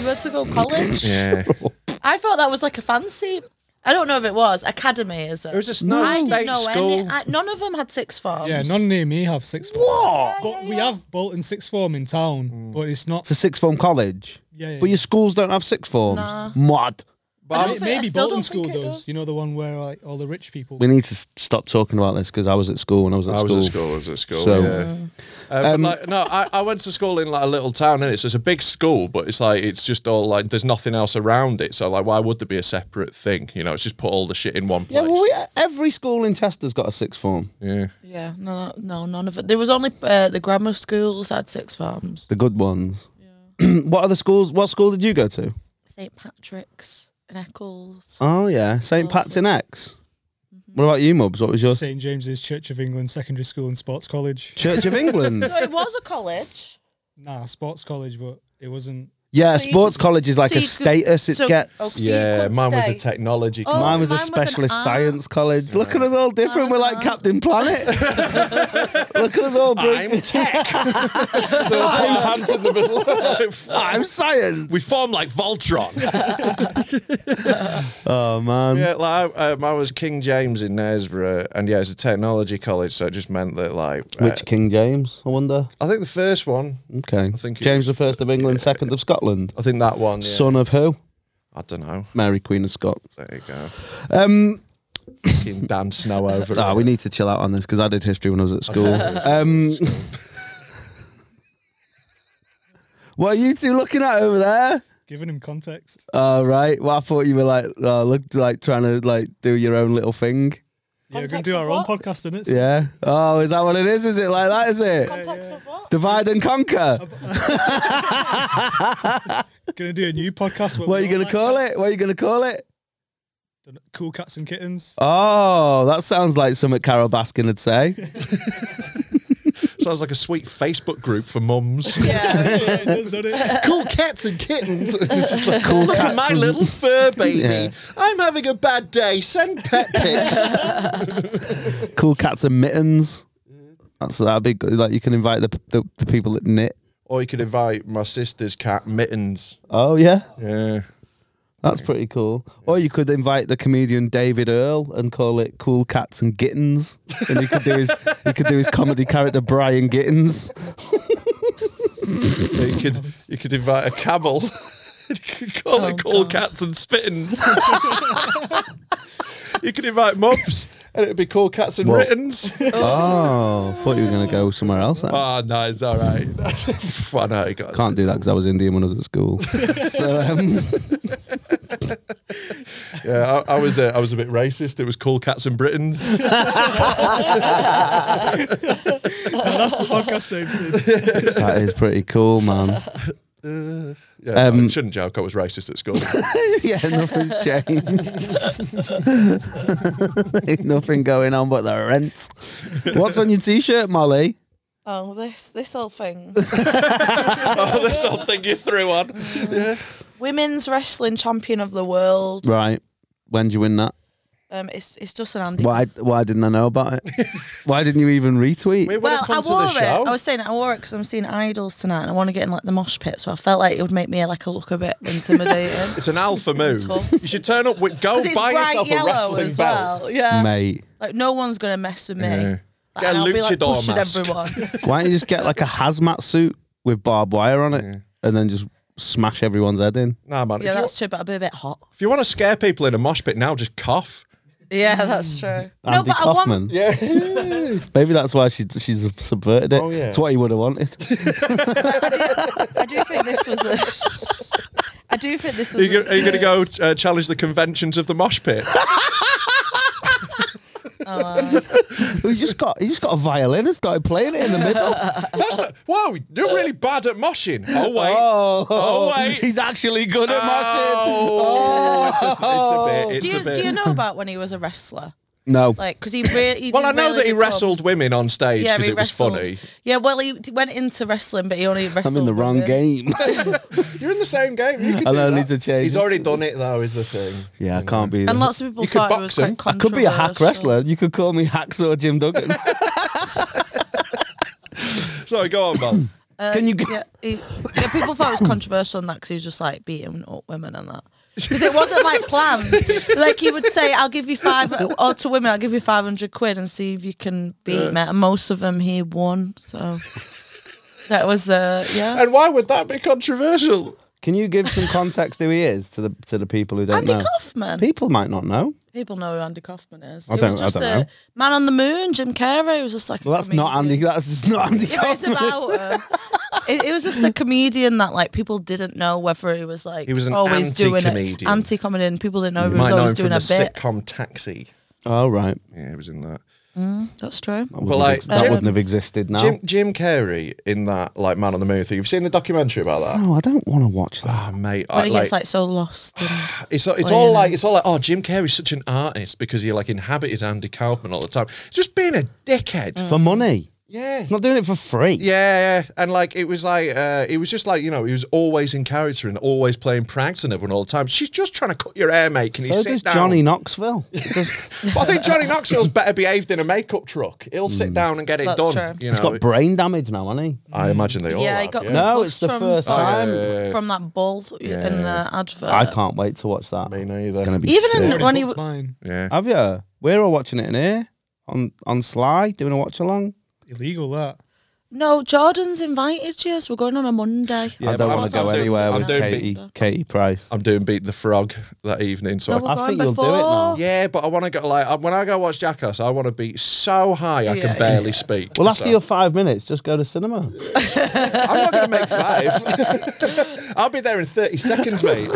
[SPEAKER 1] You had to go college.
[SPEAKER 3] Yeah.
[SPEAKER 1] I thought that was like a fancy. I don't know if it was academy. Is it?
[SPEAKER 3] It was a no,
[SPEAKER 1] I
[SPEAKER 3] state
[SPEAKER 1] didn't know
[SPEAKER 3] school.
[SPEAKER 1] any. I, none of them had sixth forms.
[SPEAKER 8] Yeah, none near me have sixth form. What? But we have Bolton sixth form in town, but it's not.
[SPEAKER 2] it's a sixth form college.
[SPEAKER 8] Yeah, yeah,
[SPEAKER 2] But
[SPEAKER 8] yeah.
[SPEAKER 2] your schools don't have sixth forms.
[SPEAKER 1] Nah.
[SPEAKER 2] Mod.
[SPEAKER 1] I
[SPEAKER 8] May-
[SPEAKER 1] don't think- I
[SPEAKER 8] Maybe
[SPEAKER 1] still
[SPEAKER 8] Bolton
[SPEAKER 1] don't
[SPEAKER 8] School
[SPEAKER 1] think
[SPEAKER 8] does.
[SPEAKER 1] it does.
[SPEAKER 8] You know the one where like, all the rich people.
[SPEAKER 2] We need to s- stop talking about this because I was at school when I was at
[SPEAKER 3] I
[SPEAKER 2] school.
[SPEAKER 3] was at school. I was at school.
[SPEAKER 2] So-
[SPEAKER 3] yeah. Uh, but like, no, I, I went to school in like a little town, and it's it's a big school, but it's like it's just all like there's nothing else around it. So like, why would there be a separate thing? You know, it's just put all the shit in one
[SPEAKER 2] Yeah,
[SPEAKER 3] place.
[SPEAKER 2] well, we, every school in Chester's got a sixth form.
[SPEAKER 3] yeah.
[SPEAKER 1] Yeah, no, no, none of it. There was only uh, the grammar schools had sixth forms.
[SPEAKER 2] The good ones. what other schools? What school did you go to?
[SPEAKER 1] St Patrick's and Eccles.
[SPEAKER 2] Oh yeah, St. Pat's in X. Mm-hmm. What about you, Mubs? What was your
[SPEAKER 8] St James's Church of England Secondary School and Sports College.
[SPEAKER 2] Church of England?
[SPEAKER 1] So it was a college.
[SPEAKER 8] Nah, Sports College, but it wasn't.
[SPEAKER 2] yeah,
[SPEAKER 1] So you
[SPEAKER 2] sports
[SPEAKER 1] could-
[SPEAKER 2] college is like
[SPEAKER 1] so
[SPEAKER 2] a
[SPEAKER 1] you could-
[SPEAKER 2] status it
[SPEAKER 1] so-
[SPEAKER 2] gets.
[SPEAKER 1] okay. You
[SPEAKER 3] Yeah,
[SPEAKER 1] could
[SPEAKER 3] mine was a
[SPEAKER 1] stay-
[SPEAKER 3] technology.
[SPEAKER 1] Oh,
[SPEAKER 2] Mine was a
[SPEAKER 1] mine was an
[SPEAKER 2] specialist science
[SPEAKER 1] arts.
[SPEAKER 2] college. Look at us all
[SPEAKER 1] was
[SPEAKER 2] different. We're
[SPEAKER 1] an
[SPEAKER 2] like
[SPEAKER 1] arts.
[SPEAKER 2] Captain Planet. Look at us all. Bro-
[SPEAKER 3] I'm tech. So I'm hands in the middle.
[SPEAKER 2] I'm science.
[SPEAKER 3] we form like Voltron.
[SPEAKER 2] oh man.
[SPEAKER 3] yeah, like I, um, I was King James in Knaresborough, and yeah, it's a technology college, so it just meant that like uh,
[SPEAKER 2] Which King James? I wonder.
[SPEAKER 3] I think the first one,
[SPEAKER 2] Okay.
[SPEAKER 3] think it
[SPEAKER 2] James the First of England, second of Scotland.
[SPEAKER 3] I think that one. Yeah.
[SPEAKER 2] Son of who?
[SPEAKER 3] I don't know.
[SPEAKER 2] Mary Queen of Scots.
[SPEAKER 3] There you go.
[SPEAKER 2] Um,
[SPEAKER 3] Fucking Dan Snow over.
[SPEAKER 2] ah,
[SPEAKER 3] it.
[SPEAKER 2] we need to chill out on this because I did history when I was at school. um, what are you two looking at over there?
[SPEAKER 8] Giving him context.
[SPEAKER 2] Oh, right. Well, I thought you were like, oh, look, like trying to like do your own little thing.
[SPEAKER 8] yeah, we're gonna
[SPEAKER 1] Context
[SPEAKER 8] do
[SPEAKER 1] of
[SPEAKER 8] our own
[SPEAKER 1] what?
[SPEAKER 8] podcast in it.
[SPEAKER 2] Yeah. Oh, is that what it is? Is it like that? Is it
[SPEAKER 1] Context of what?
[SPEAKER 2] divide and conquer?
[SPEAKER 8] Gonna do a new podcast.
[SPEAKER 2] What are you gonna call it? What are you gonna call it?
[SPEAKER 8] Cool cats and kittens.
[SPEAKER 2] Oh, that sounds like something Carol Baskin would say.
[SPEAKER 3] Sounds like a sweet Facebook group for mums.
[SPEAKER 1] Yeah,
[SPEAKER 8] Yeah, it does, doesn't it?
[SPEAKER 3] cool cats and kittens. It's just like,
[SPEAKER 2] Cool
[SPEAKER 3] Look
[SPEAKER 2] cats
[SPEAKER 3] at my
[SPEAKER 2] and-
[SPEAKER 3] little fur baby.
[SPEAKER 2] Yeah.
[SPEAKER 3] I'm having a bad day. Send pet pics.
[SPEAKER 2] cool cats and mittens. That's that'd be good. Like you can invite the the, the people that knit.
[SPEAKER 3] or you could invite my sister's cat, Mittens.
[SPEAKER 2] Oh yeah,
[SPEAKER 3] Yeah.
[SPEAKER 2] that's pretty cool. Or you could invite the comedian David Earl and call it Cool Cats and Gittens, and he could do his he could do his comedy character Brian Gittens.
[SPEAKER 3] Or you could you could invite a camel. you could call
[SPEAKER 1] Oh,
[SPEAKER 3] it cool
[SPEAKER 1] God.
[SPEAKER 3] cats and spittens. you could invite mobs. And it'd be cool cats and
[SPEAKER 2] Well-
[SPEAKER 3] rittens.
[SPEAKER 2] Oh, thought you were gonna go somewhere else. then.
[SPEAKER 3] oh, no, it's all right. I know you got
[SPEAKER 2] Can't do that because I was Indian when I was at school. so um,
[SPEAKER 3] Yeah, I, I was a, I was a bit racist. It was cool cats and Britons.
[SPEAKER 8] That's the podcast name. Sid.
[SPEAKER 2] that is pretty cool, man.
[SPEAKER 3] Yeah, no,
[SPEAKER 2] Um,
[SPEAKER 3] shouldn't joke. I was racist at school.
[SPEAKER 2] yeah, nothing's changed. Nothing going on but the rent. What's on your t-shirt, Molly?
[SPEAKER 1] Oh, this this whole thing.
[SPEAKER 3] oh, this whole thing you threw on.
[SPEAKER 1] Women's wrestling champion of the world.
[SPEAKER 2] Right. When would you win that?
[SPEAKER 1] Um, it's it's just an Andy.
[SPEAKER 2] Why? Why didn't I know about it? why didn't you even retweet?
[SPEAKER 3] We wouldn't
[SPEAKER 1] Well, I
[SPEAKER 3] come to
[SPEAKER 1] wore
[SPEAKER 3] the
[SPEAKER 1] it.
[SPEAKER 3] show.
[SPEAKER 1] I was saying I wore it because I'm seeing Idols tonight, and I want to get in like the mosh pit. So I felt like it would make me like a look a bit intimidating.
[SPEAKER 3] it's an alpha move.
[SPEAKER 1] Tough.
[SPEAKER 3] You should turn up with go
[SPEAKER 1] Because it's
[SPEAKER 3] buy
[SPEAKER 1] bright
[SPEAKER 3] yourself a
[SPEAKER 1] yellow
[SPEAKER 3] wrestling
[SPEAKER 1] as
[SPEAKER 3] belt.
[SPEAKER 1] well. Yeah.
[SPEAKER 2] Mate,
[SPEAKER 1] Like no one's gonna mess with me.
[SPEAKER 3] Yeah.
[SPEAKER 1] Like,
[SPEAKER 3] Get a
[SPEAKER 1] and I'll be like
[SPEAKER 3] luchador
[SPEAKER 1] pushing
[SPEAKER 3] mask.
[SPEAKER 1] everyone.
[SPEAKER 2] why don't you just get like a hazmat suit with barbed wire on it and then just smash everyone's head in?
[SPEAKER 3] Nah, man.
[SPEAKER 1] yeah,
[SPEAKER 3] if, you,
[SPEAKER 1] that's true, but I'll be a bit hot.
[SPEAKER 3] if you want to scare people in a mosh pit now, just cough.
[SPEAKER 1] Yeah,
[SPEAKER 3] Mm.
[SPEAKER 1] that's true. no,
[SPEAKER 2] Andy
[SPEAKER 1] but I
[SPEAKER 2] Kaufman.
[SPEAKER 1] want.
[SPEAKER 3] Yeah.
[SPEAKER 2] Maybe that's why she she's subverted it.
[SPEAKER 3] Oh, yeah.
[SPEAKER 2] It's what he would have wanted.
[SPEAKER 1] I do think this was a. I do think this
[SPEAKER 3] Are
[SPEAKER 1] was.
[SPEAKER 3] you, go-
[SPEAKER 1] a-
[SPEAKER 3] are you going to go uh, challenge the conventions of the mosh pit?
[SPEAKER 2] he just got he just got a violin and started playing it in the middle.
[SPEAKER 3] That's not, wow, you're really bad at moshing. Oh, wait.
[SPEAKER 2] Oh,
[SPEAKER 3] Oh, wait.
[SPEAKER 2] he's actually good at marketing.
[SPEAKER 3] Oh, it's, a, it's a bit. It's
[SPEAKER 1] Do
[SPEAKER 3] a
[SPEAKER 1] you,
[SPEAKER 3] bit.
[SPEAKER 1] do you know about when he was a wrestler?
[SPEAKER 2] No,
[SPEAKER 1] Like, because he really. he
[SPEAKER 3] Well, I
[SPEAKER 1] did
[SPEAKER 3] know
[SPEAKER 1] really
[SPEAKER 3] that he
[SPEAKER 1] good
[SPEAKER 3] wrestled women on stage
[SPEAKER 1] job. Yeah,
[SPEAKER 3] because
[SPEAKER 1] he
[SPEAKER 3] it was
[SPEAKER 1] wrestled.
[SPEAKER 3] funny.
[SPEAKER 1] Yeah, well, he d- went into wrestling, but he only wrestled.
[SPEAKER 2] I'm in the wrong
[SPEAKER 1] women.
[SPEAKER 2] game.
[SPEAKER 3] You're in the same game. You could
[SPEAKER 2] I
[SPEAKER 3] do
[SPEAKER 2] know, I
[SPEAKER 3] that.
[SPEAKER 2] need to change.
[SPEAKER 3] He's already done it, though, is the thing.
[SPEAKER 2] yeah, I can't be.
[SPEAKER 1] And lots of people
[SPEAKER 3] You could
[SPEAKER 1] thought it was
[SPEAKER 3] box him.
[SPEAKER 1] quite
[SPEAKER 2] I
[SPEAKER 1] controversial. Uh,
[SPEAKER 2] could be a hack wrestler. You could call me Hacksaw Jim Duggan.
[SPEAKER 3] Sorry, go on, man.
[SPEAKER 2] Can you?
[SPEAKER 1] Uh, Yeah, he, yeah, people thought it was controversial and that because he was just like beating up women and that. Because it wasn't like planned. Like he would say, "I'll give you five or to women, I'll give you five hundred quid and see if you can beat me." And most of them he won. So that was uh yeah.
[SPEAKER 3] and why would that be controversial?
[SPEAKER 2] Can you give some context who he is to the to the people who don't
[SPEAKER 1] Andy
[SPEAKER 2] know?
[SPEAKER 1] Kaufman.
[SPEAKER 2] People might not know.
[SPEAKER 1] People know who Andy Kaufman is.
[SPEAKER 2] I
[SPEAKER 1] It
[SPEAKER 2] don't-
[SPEAKER 1] was
[SPEAKER 2] I
[SPEAKER 1] just
[SPEAKER 2] don't
[SPEAKER 1] a
[SPEAKER 2] know.
[SPEAKER 1] Man on the Moon, Jim Carrey was just like. a
[SPEAKER 2] Well, that's not Andy.
[SPEAKER 1] comedian.
[SPEAKER 2] That's just not Andy
[SPEAKER 1] Yeah, but it's
[SPEAKER 2] Kaufman.
[SPEAKER 1] about. uh, it, it was just a comedian that like people didn't know whether he was like
[SPEAKER 3] He was an
[SPEAKER 1] always doing it,
[SPEAKER 3] anti-comedian.
[SPEAKER 1] anti-comedian. People didn't know he
[SPEAKER 3] You
[SPEAKER 1] was
[SPEAKER 3] might know
[SPEAKER 1] always
[SPEAKER 3] him from
[SPEAKER 1] doing
[SPEAKER 3] the
[SPEAKER 1] a bit.
[SPEAKER 3] sitcom Taxi.
[SPEAKER 2] oh right,
[SPEAKER 3] Yeah, he was in that.
[SPEAKER 1] That's true.
[SPEAKER 2] but
[SPEAKER 3] like,
[SPEAKER 2] like that
[SPEAKER 1] Jim-
[SPEAKER 2] wouldn't have existed now.
[SPEAKER 3] Jim Jim Carrey in that like Man on the Moon thing. You've seen the documentary about that?
[SPEAKER 2] oh, I don't want to watch that.
[SPEAKER 3] Oh, mate,
[SPEAKER 1] When
[SPEAKER 3] I,
[SPEAKER 1] he
[SPEAKER 3] like,
[SPEAKER 1] gets like so lost. And,
[SPEAKER 3] it's it's
[SPEAKER 1] Well,
[SPEAKER 3] all
[SPEAKER 1] you know.
[SPEAKER 3] like it's all like oh Jim Carrey's such an artist because he like inhabited Andy Kaufman all the time. He's Just being a dickhead.
[SPEAKER 1] Mm.
[SPEAKER 2] For money,
[SPEAKER 3] Mm. Yeah.
[SPEAKER 2] he's not doing it for free.
[SPEAKER 3] Yeah, and like it was like uh, it was just like you know he was always in character and always playing pranks and everyone all the time. She's just trying to cut your hair, mate. Can you
[SPEAKER 2] So
[SPEAKER 3] sit
[SPEAKER 2] does
[SPEAKER 3] down?
[SPEAKER 2] Johnny Knoxville. He does-
[SPEAKER 3] But I think Johnny Knoxville's better behaved in a makeup truck. He'll sit down and get it
[SPEAKER 1] That's
[SPEAKER 3] done.
[SPEAKER 1] true.
[SPEAKER 3] You
[SPEAKER 2] Hmm. he's
[SPEAKER 3] know,
[SPEAKER 2] got brain damage now, hasn't he?
[SPEAKER 3] I imagine they all.
[SPEAKER 1] yeah, he
[SPEAKER 3] have,
[SPEAKER 1] got
[SPEAKER 3] yeah.
[SPEAKER 2] No,
[SPEAKER 1] concussed
[SPEAKER 2] it's the
[SPEAKER 1] from,
[SPEAKER 2] first time.
[SPEAKER 1] from that ball in the advert.
[SPEAKER 2] I can't wait to watch that.
[SPEAKER 3] Me neither.
[SPEAKER 2] It's gonna be
[SPEAKER 1] Even
[SPEAKER 2] sick.
[SPEAKER 1] in, when he
[SPEAKER 8] Booked mine.
[SPEAKER 3] Yeah.
[SPEAKER 2] Have you? We're all watching it in here on on Sly doing a watch along.
[SPEAKER 8] Illegal that.
[SPEAKER 1] no, Jordan's invited you. So we're going on a Monday.
[SPEAKER 3] Yeah,
[SPEAKER 2] I don't
[SPEAKER 3] but
[SPEAKER 2] want
[SPEAKER 3] I'm-
[SPEAKER 2] to go
[SPEAKER 3] I'm doing-
[SPEAKER 2] anywhere
[SPEAKER 3] I'm
[SPEAKER 2] with
[SPEAKER 3] doing
[SPEAKER 2] Katie Katie Price.
[SPEAKER 3] I'm doing Beat the Frog that evening, so
[SPEAKER 1] No,
[SPEAKER 3] I
[SPEAKER 1] we're
[SPEAKER 2] I
[SPEAKER 1] going
[SPEAKER 2] think you'll do it
[SPEAKER 1] before.
[SPEAKER 2] now.
[SPEAKER 3] Yeah, but I want to go like I- when I go watch Jackass, I want to be so high I
[SPEAKER 1] Yeah,
[SPEAKER 3] can barely speak.
[SPEAKER 2] Well, after
[SPEAKER 3] so-
[SPEAKER 2] your five minutes, just go to cinema.
[SPEAKER 3] I'm not going to make five. I'll be there in thirty seconds, mate.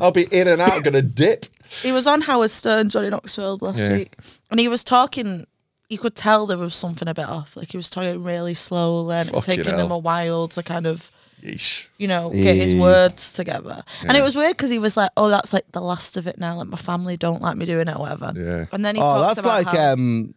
[SPEAKER 3] I'll be in and out, going to dip.
[SPEAKER 1] He was on Howard Stern, Johnny Knoxville last
[SPEAKER 3] Yeah.
[SPEAKER 1] week, and he was talking. You could tell there was something a bit off. Like he was talking really slowly, and it was
[SPEAKER 3] Fucking
[SPEAKER 1] taking him
[SPEAKER 3] hell.
[SPEAKER 1] a while to kind of
[SPEAKER 3] Yeesh.
[SPEAKER 1] you know, get his
[SPEAKER 2] Yeah.
[SPEAKER 1] words together. And it was weird because he was like, "Oh, that's like the last of it now. Like my family don't like me doing it, or whatever."
[SPEAKER 3] Yeah.
[SPEAKER 1] And then he
[SPEAKER 2] oh,
[SPEAKER 1] talks
[SPEAKER 2] that's
[SPEAKER 1] about
[SPEAKER 2] like
[SPEAKER 1] how,
[SPEAKER 2] um,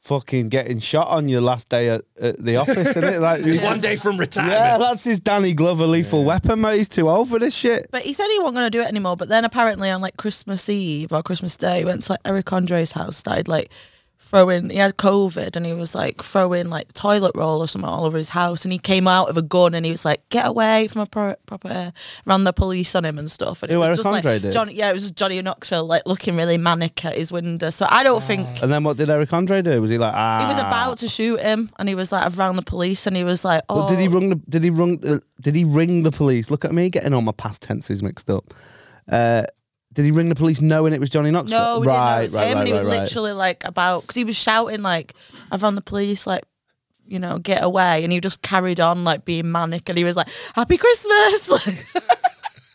[SPEAKER 2] fucking getting shot on your last day at, at the office, isn't it? Like,
[SPEAKER 3] It's one day from retirement.
[SPEAKER 2] yeah, that's his Danny Glover lethal weapon, mate. He's too old for this shit.
[SPEAKER 1] but he said he wasn't going to do it anymore. But then apparently on like Christmas Eve or Christmas Day, he went to like Eric Andre's house, started like throwing. He had COVID, and he was like throwing like toilet roll or something all over his house. And he came out with a gun, and he was like, "Get away from a pro- proper!" Ran the police on him and stuff. And it
[SPEAKER 2] Who,
[SPEAKER 1] was
[SPEAKER 2] Eric
[SPEAKER 1] just like
[SPEAKER 2] Andre did?
[SPEAKER 1] Johnny. Yeah, it was just Johnny Knoxville, like looking really manic at his window. So I don't think.
[SPEAKER 2] And then what did Eric Andre do? Was he like ah?
[SPEAKER 1] He was about to shoot him, and he was like, "I've rang the police," and he was like, "Oh,
[SPEAKER 2] Well, did he ring the? Did he ring? Uh, did he ring the police? Look at me getting all my past tenses mixed up. Uh, did he ring the police knowing it was Johnny Knoxville?
[SPEAKER 1] No, we didn't know it was him, and he was
[SPEAKER 2] right.
[SPEAKER 1] literally like about because he was shouting like, "I've rang the police," like. You know, get away, and he just carried on like being manic, and he was like, "Happy Christmas!" like,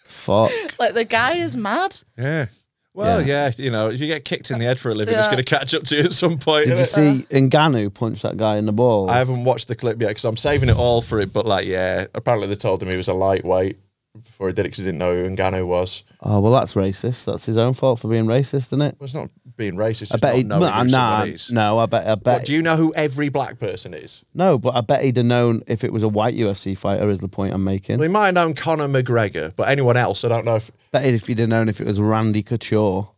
[SPEAKER 2] Fuck.
[SPEAKER 1] like the guy is mad.
[SPEAKER 3] Yeah. Well, yeah. you know, if you get kicked in the head for a living, it's
[SPEAKER 1] Yeah.
[SPEAKER 3] going to catch up to you at some point.
[SPEAKER 2] Did
[SPEAKER 3] isn't
[SPEAKER 2] you
[SPEAKER 3] it?
[SPEAKER 2] see Ngannou punch that guy in the ball?
[SPEAKER 3] I haven't watched the clip yet because I'm saving it all for it. But like, yeah, apparently they told him he was a lightweight before he did it because he didn't know who Ngannou was.
[SPEAKER 2] Oh well, that's racist. That's his own fault for being racist, isn't it?
[SPEAKER 3] Well, it's not being racist.
[SPEAKER 2] I bet he.
[SPEAKER 3] not
[SPEAKER 2] Nah,
[SPEAKER 3] knowing who
[SPEAKER 2] nah,
[SPEAKER 3] someone is.
[SPEAKER 2] no, I bet. I bet.
[SPEAKER 3] What, do you know who every black person is?
[SPEAKER 2] no, but I bet he'd have known if it was a white UFC fighter. Is the point I'm making?
[SPEAKER 3] Well, he might have known Conor McGregor, but anyone else, I don't know. If,
[SPEAKER 2] bet if he'd have known if it was Randy Couture.